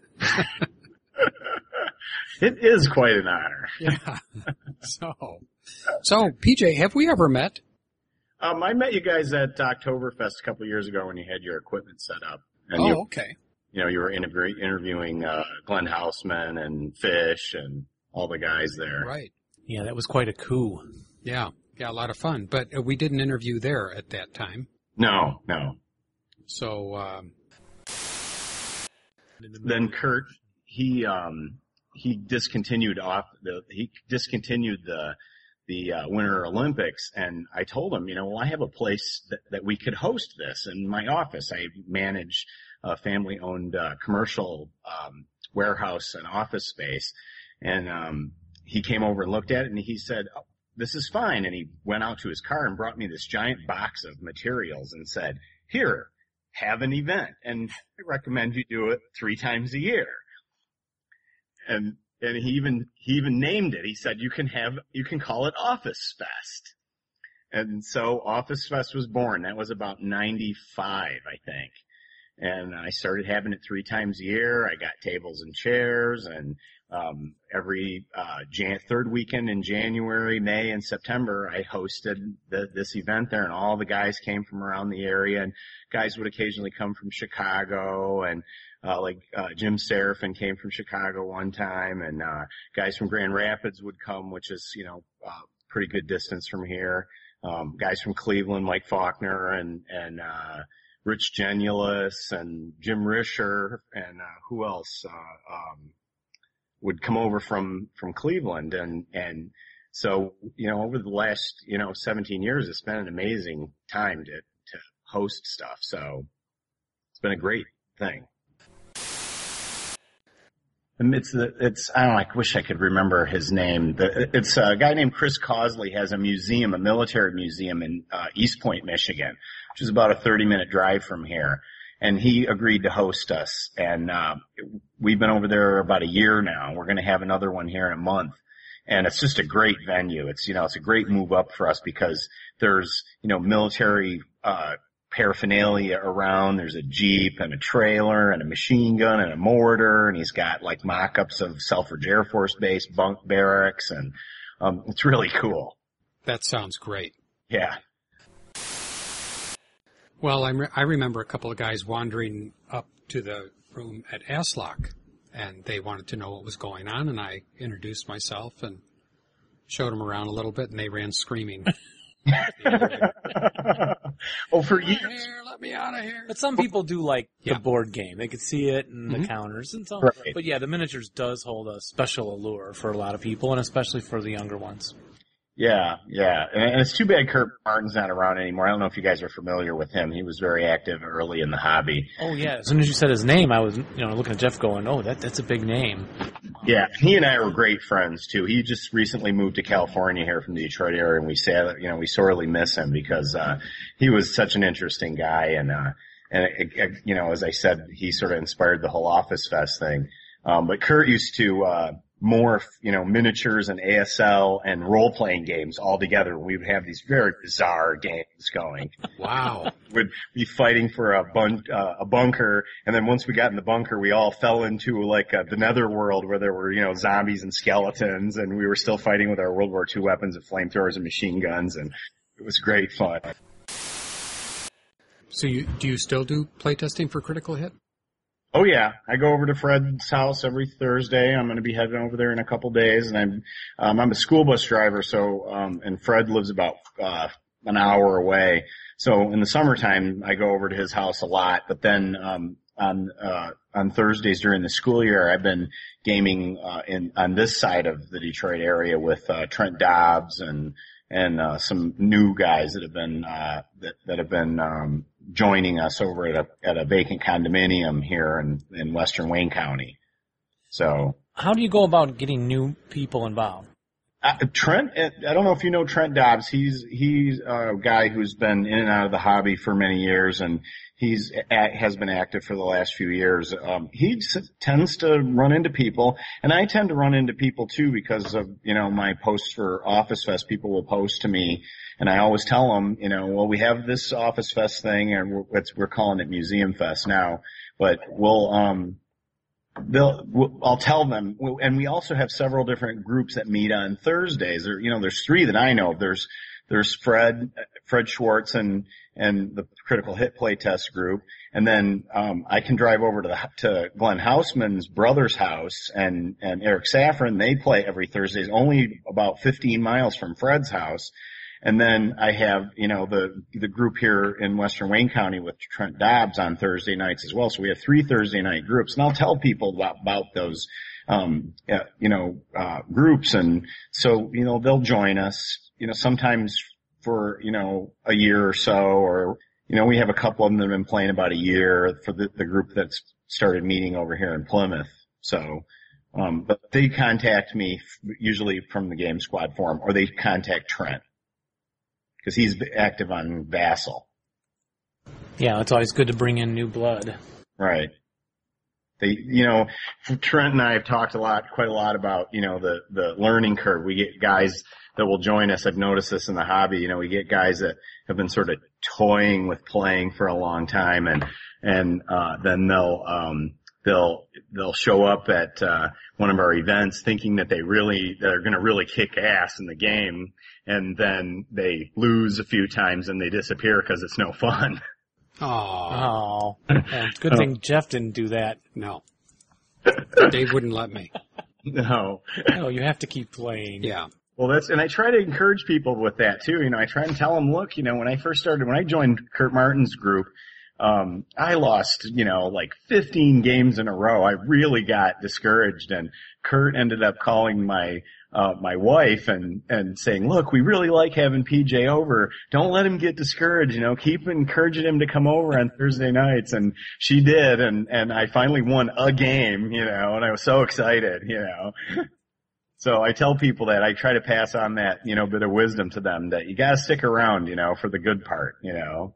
S2: It is quite an honor.
S4: yeah. So, so PJ, have we ever met?
S2: Um, I met you guys at Oktoberfest a couple years ago when you had your equipment set up, and
S4: oh,
S2: you,
S4: okay.
S2: you know, you were interview- interviewing uh, Glenn Houseman and Fish and all the guys there.
S4: Right.
S12: Yeah, that was quite a coup.
S4: Yeah. Yeah, a lot of fun. But uh, we did an interview there at that time.
S2: No, no.
S4: So, um,
S2: Then Kurt, he um, he discontinued off the he discontinued the the uh, Winter Olympics, and I told him, you know, well, I have a place that, that we could host this in my office. I manage a family-owned uh, commercial um, warehouse and office space, and um, he came over and looked at it, and he said, oh, "This is fine." And he went out to his car and brought me this giant box of materials and said, "Here, have an event, and I recommend you do it three times a year." and and he even he even named it. He said you can have you can call it Office Fest. And so Office Fest was born. That was about 95, I think. And I started having it three times a year. I got tables and chairs and um, every uh, Jan- third weekend in January, May, and September, I hosted the, this event there, and all the guys came from around the area, and guys would occasionally come from Chicago, and uh, like uh, Jim Seraphin came from Chicago one time, and uh, guys from Grand Rapids would come, which is you know uh, pretty good distance from here. Um, guys from Cleveland, Mike Faulkner, and and uh, Rich Genulus and Jim Risher and uh, who else uh, um, would come over from from Cleveland and and so you know over the last you know 17 years it's been an amazing time to to host stuff so it's been a great thing. And It's the, it's, I don't know, I wish I could remember his name. The, it's a guy named Chris Cosley has a museum, a military museum in uh, East Point, Michigan, which is about a 30 minute drive from here. And he agreed to host us. And, uh, we've been over there about a year now. We're going to have another one here in a month. And it's just a great venue. It's, you know, it's a great move up for us because there's, you know, military, uh, paraphernalia around. There's a Jeep and a trailer and a machine gun and a mortar. And he's got like mock-ups of Selfridge Air Force Base, bunk barracks. And, um, it's really cool.
S4: That sounds great.
S2: Yeah.
S4: Well, I, re- I remember a couple of guys wandering up to the room at Aslock, and they wanted to know what was going on, and I introduced myself and showed them around a little bit, and they ran screaming.
S2: oh, for years.
S4: Let me out of here.
S12: But some people do like the board game. They could see it and the counters and so on.
S2: Right.
S12: But yeah, the miniatures does hold a special allure for a lot of people and especially for the younger ones.
S2: Yeah, yeah. And, and it's too bad Kurt Martin's not around anymore. I don't know if you guys are familiar with him. He was very active early in the hobby.
S12: Oh yeah, as soon as you said his name, I was you know looking at Jeff going, "Oh, that that's a big name."
S2: Yeah, he and I were great friends too. He just recently moved to California here from the Detroit area, and we sad, you know, we sorely miss him because uh, he was such an interesting guy, and uh, and it, it, you know, as I said, he sort of inspired the whole Office Fest thing. Um, but Kurt used to uh, morph, you know, miniatures and ASL and role playing games all together. We would have these very bizarre games going.
S4: Wow.
S2: would be fighting for a bun- uh, a bunker, and then once we got in the bunker, we all fell into like uh, the netherworld where there were you know zombies and skeletons, and we were still fighting with our World War II weapons of flamethrowers and machine guns, and it was great fun.
S4: So you do you still do playtesting for Critical Hit?
S2: Oh yeah, I go over to Fred's house every Thursday. I'm going to be heading over there in a couple days, and I'm um, I'm a school bus driver, so um, and Fred lives about uh, an hour away. So in the summertime, I go over to his house a lot. But then um, on uh, on Thursdays during the school year, I've been gaming uh, in on this side of the Detroit area with uh, Trent Dobbs and and uh, some new guys that have been uh, that that have been um, joining us over at a at a vacant condominium here in in Western Wayne County. So
S12: How do you go about getting new people involved?
S2: uh, Trent, I don't know if you know Trent Dobbs. He's he's a guy who's been in and out of the hobby for many years, and he's a has been active for the last few years. Um, he s- tends to run into people, and I tend to run into people too because of you know my posts for Office Fest. People will post to me, and I always tell them, you know, well we have this Office Fest thing, and we're, it's, we're calling it Museum Fest now, but we'll um they'll w- I'll tell them w- and we also have several different groups that meet on Thursdays there you know there's three that I know of there's there's Fred Fred Schwartz and and the critical hit play test group and then um I can drive over to the h- to Glenn Hausman's brother's house and and Eric Saffron they play every Thursdays only about 15 miles from Fred's house and then I have, you know, the, the group here in Western Wayne County with Trent Dobbs on Thursday nights as well. So we have three Thursday night groups and I'll tell people about, about those, um, uh, you know, uh, groups. And so, you know, they'll join us, you know, sometimes for, you know, a year or so, or, you know, we have a couple of them that have been playing about a year for the, the group that's started meeting over here in Plymouth. So, um, but they contact me f- usually from the game squad forum or they contact Trent because he's b- active on Vassal.
S12: Yeah, it's always good to bring in new blood.
S2: Right. They, you know, Trent and I have talked a lot, quite a lot about, you know, the, the learning curve. We get guys that will join us. I've noticed this in the hobby. You know, we get guys that have been sort of toying with playing for a long time and, and, uh, then they'll, um, they'll, they'll show up at, uh, one of our events thinking that they really, they're going to really kick ass in the game. And then they lose a few times and they disappear because it's no fun.
S12: Oh, good thing Jeff didn't do that.
S4: No, Dave wouldn't let me.
S2: No.
S12: No, you have to keep playing.
S4: Yeah.
S2: Well, that's, and I try to encourage people with that too. You know, I try and tell them, look, you know, when I first started, when I joined Kurt Martin's group, um, I lost, you know, like 15 games in a row. I really got discouraged and Kurt ended up calling my, uh, my wife and, and saying, look, we really like having PJ over. Don't let him get discouraged, you know, keep encouraging him to come over on Thursday nights. And she did. And, and I finally won a game, you know, and I was so excited, you know. So I tell people that I try to pass on that, you know, bit of wisdom to them that you gotta stick around, you know, for the good part, you know.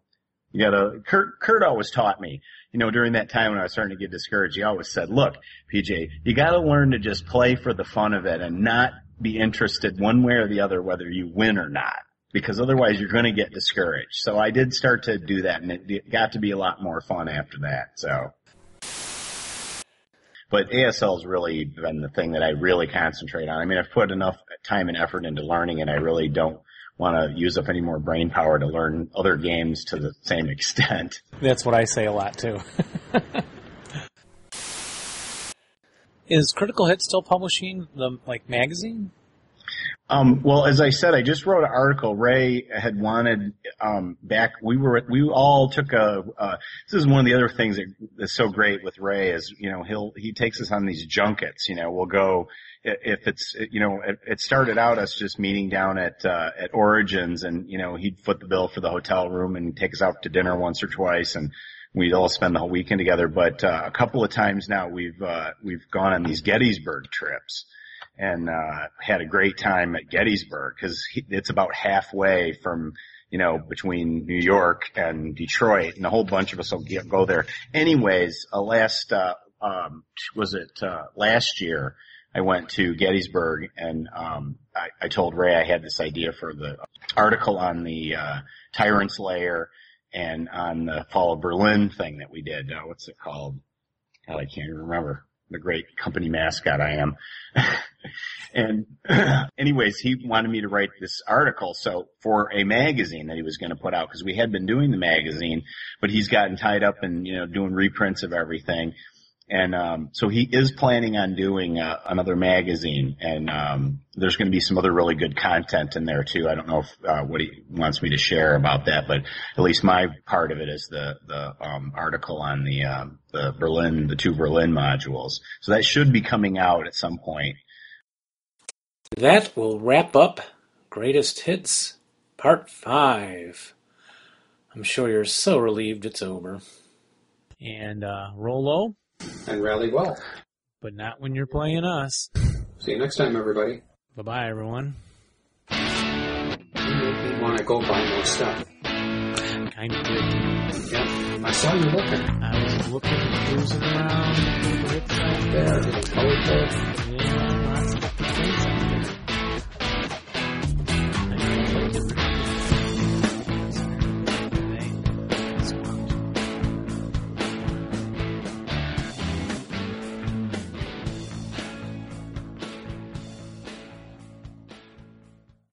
S2: You gotta, Kurt, Kurt always taught me, you know, during that time when I was starting to get discouraged, he always said, look, PJ, you gotta learn to just play for the fun of it and not be interested one way or the other whether you win or not. Because otherwise you're gonna get discouraged. So I did start to do that and it got to be a lot more fun after that, so. But ASL's really been the thing that I really concentrate on. I mean, I've put enough time and effort into learning and I really don't want to use up any more brain power to learn other games to the same extent.
S12: That's what I say a lot too. Is Critical Hit still publishing the like magazine?
S2: Um, well, as I said, I just wrote an article. Ray had wanted um, back. We were we all took a. Uh, this is one of the other things that is so great with Ray is you know he'll he takes us on these junkets. You know we'll go if it's you know it, it started out us just meeting down at uh, at Origins and you know he'd foot the bill for the hotel room and take us out to dinner once or twice and we'd all spend the whole weekend together. But uh, a couple of times now we've uh, we've gone on these Gettysburg trips and uh, had a great time at Gettysburg because it's about halfway from you know between New York and Detroit, and a whole bunch of us will get, go there. Anyways, uh, last uh, um, was it uh, last year? I went to Gettysburg and um, I, I told Ray I had this idea for the article on the uh, Tyrant's Lair and on the fall of Berlin thing that we did. Uh, what's it called? God, I can't even remember the great company mascot I am. and anyways, he wanted me to write this article. So for a magazine that he was going to put out, cause we had been doing the magazine, but he's gotten tied up in, you know, doing reprints of everything. And, um, so he is planning on doing uh, another magazine and, um, there's going to be some other really good content in there too. I don't know if, uh, what he wants me to share about that, but at least my part of it is the, the, um, article on the, um, the Berlin, the two Berlin modules. So that should be coming out at some point.
S12: That will wrap up Greatest Hits Part 5. I'm sure you're so relieved it's over.
S15: And uh, roll low,
S16: and rally well.
S15: but not when you're playing us.
S16: See you next time, everybody.
S15: Bye bye, everyone.
S16: You make me want to go buy more stuff.
S15: Kind of did.
S16: Yep, I saw you looking.
S15: I was looking, cruising around.
S16: There, everything's colorful.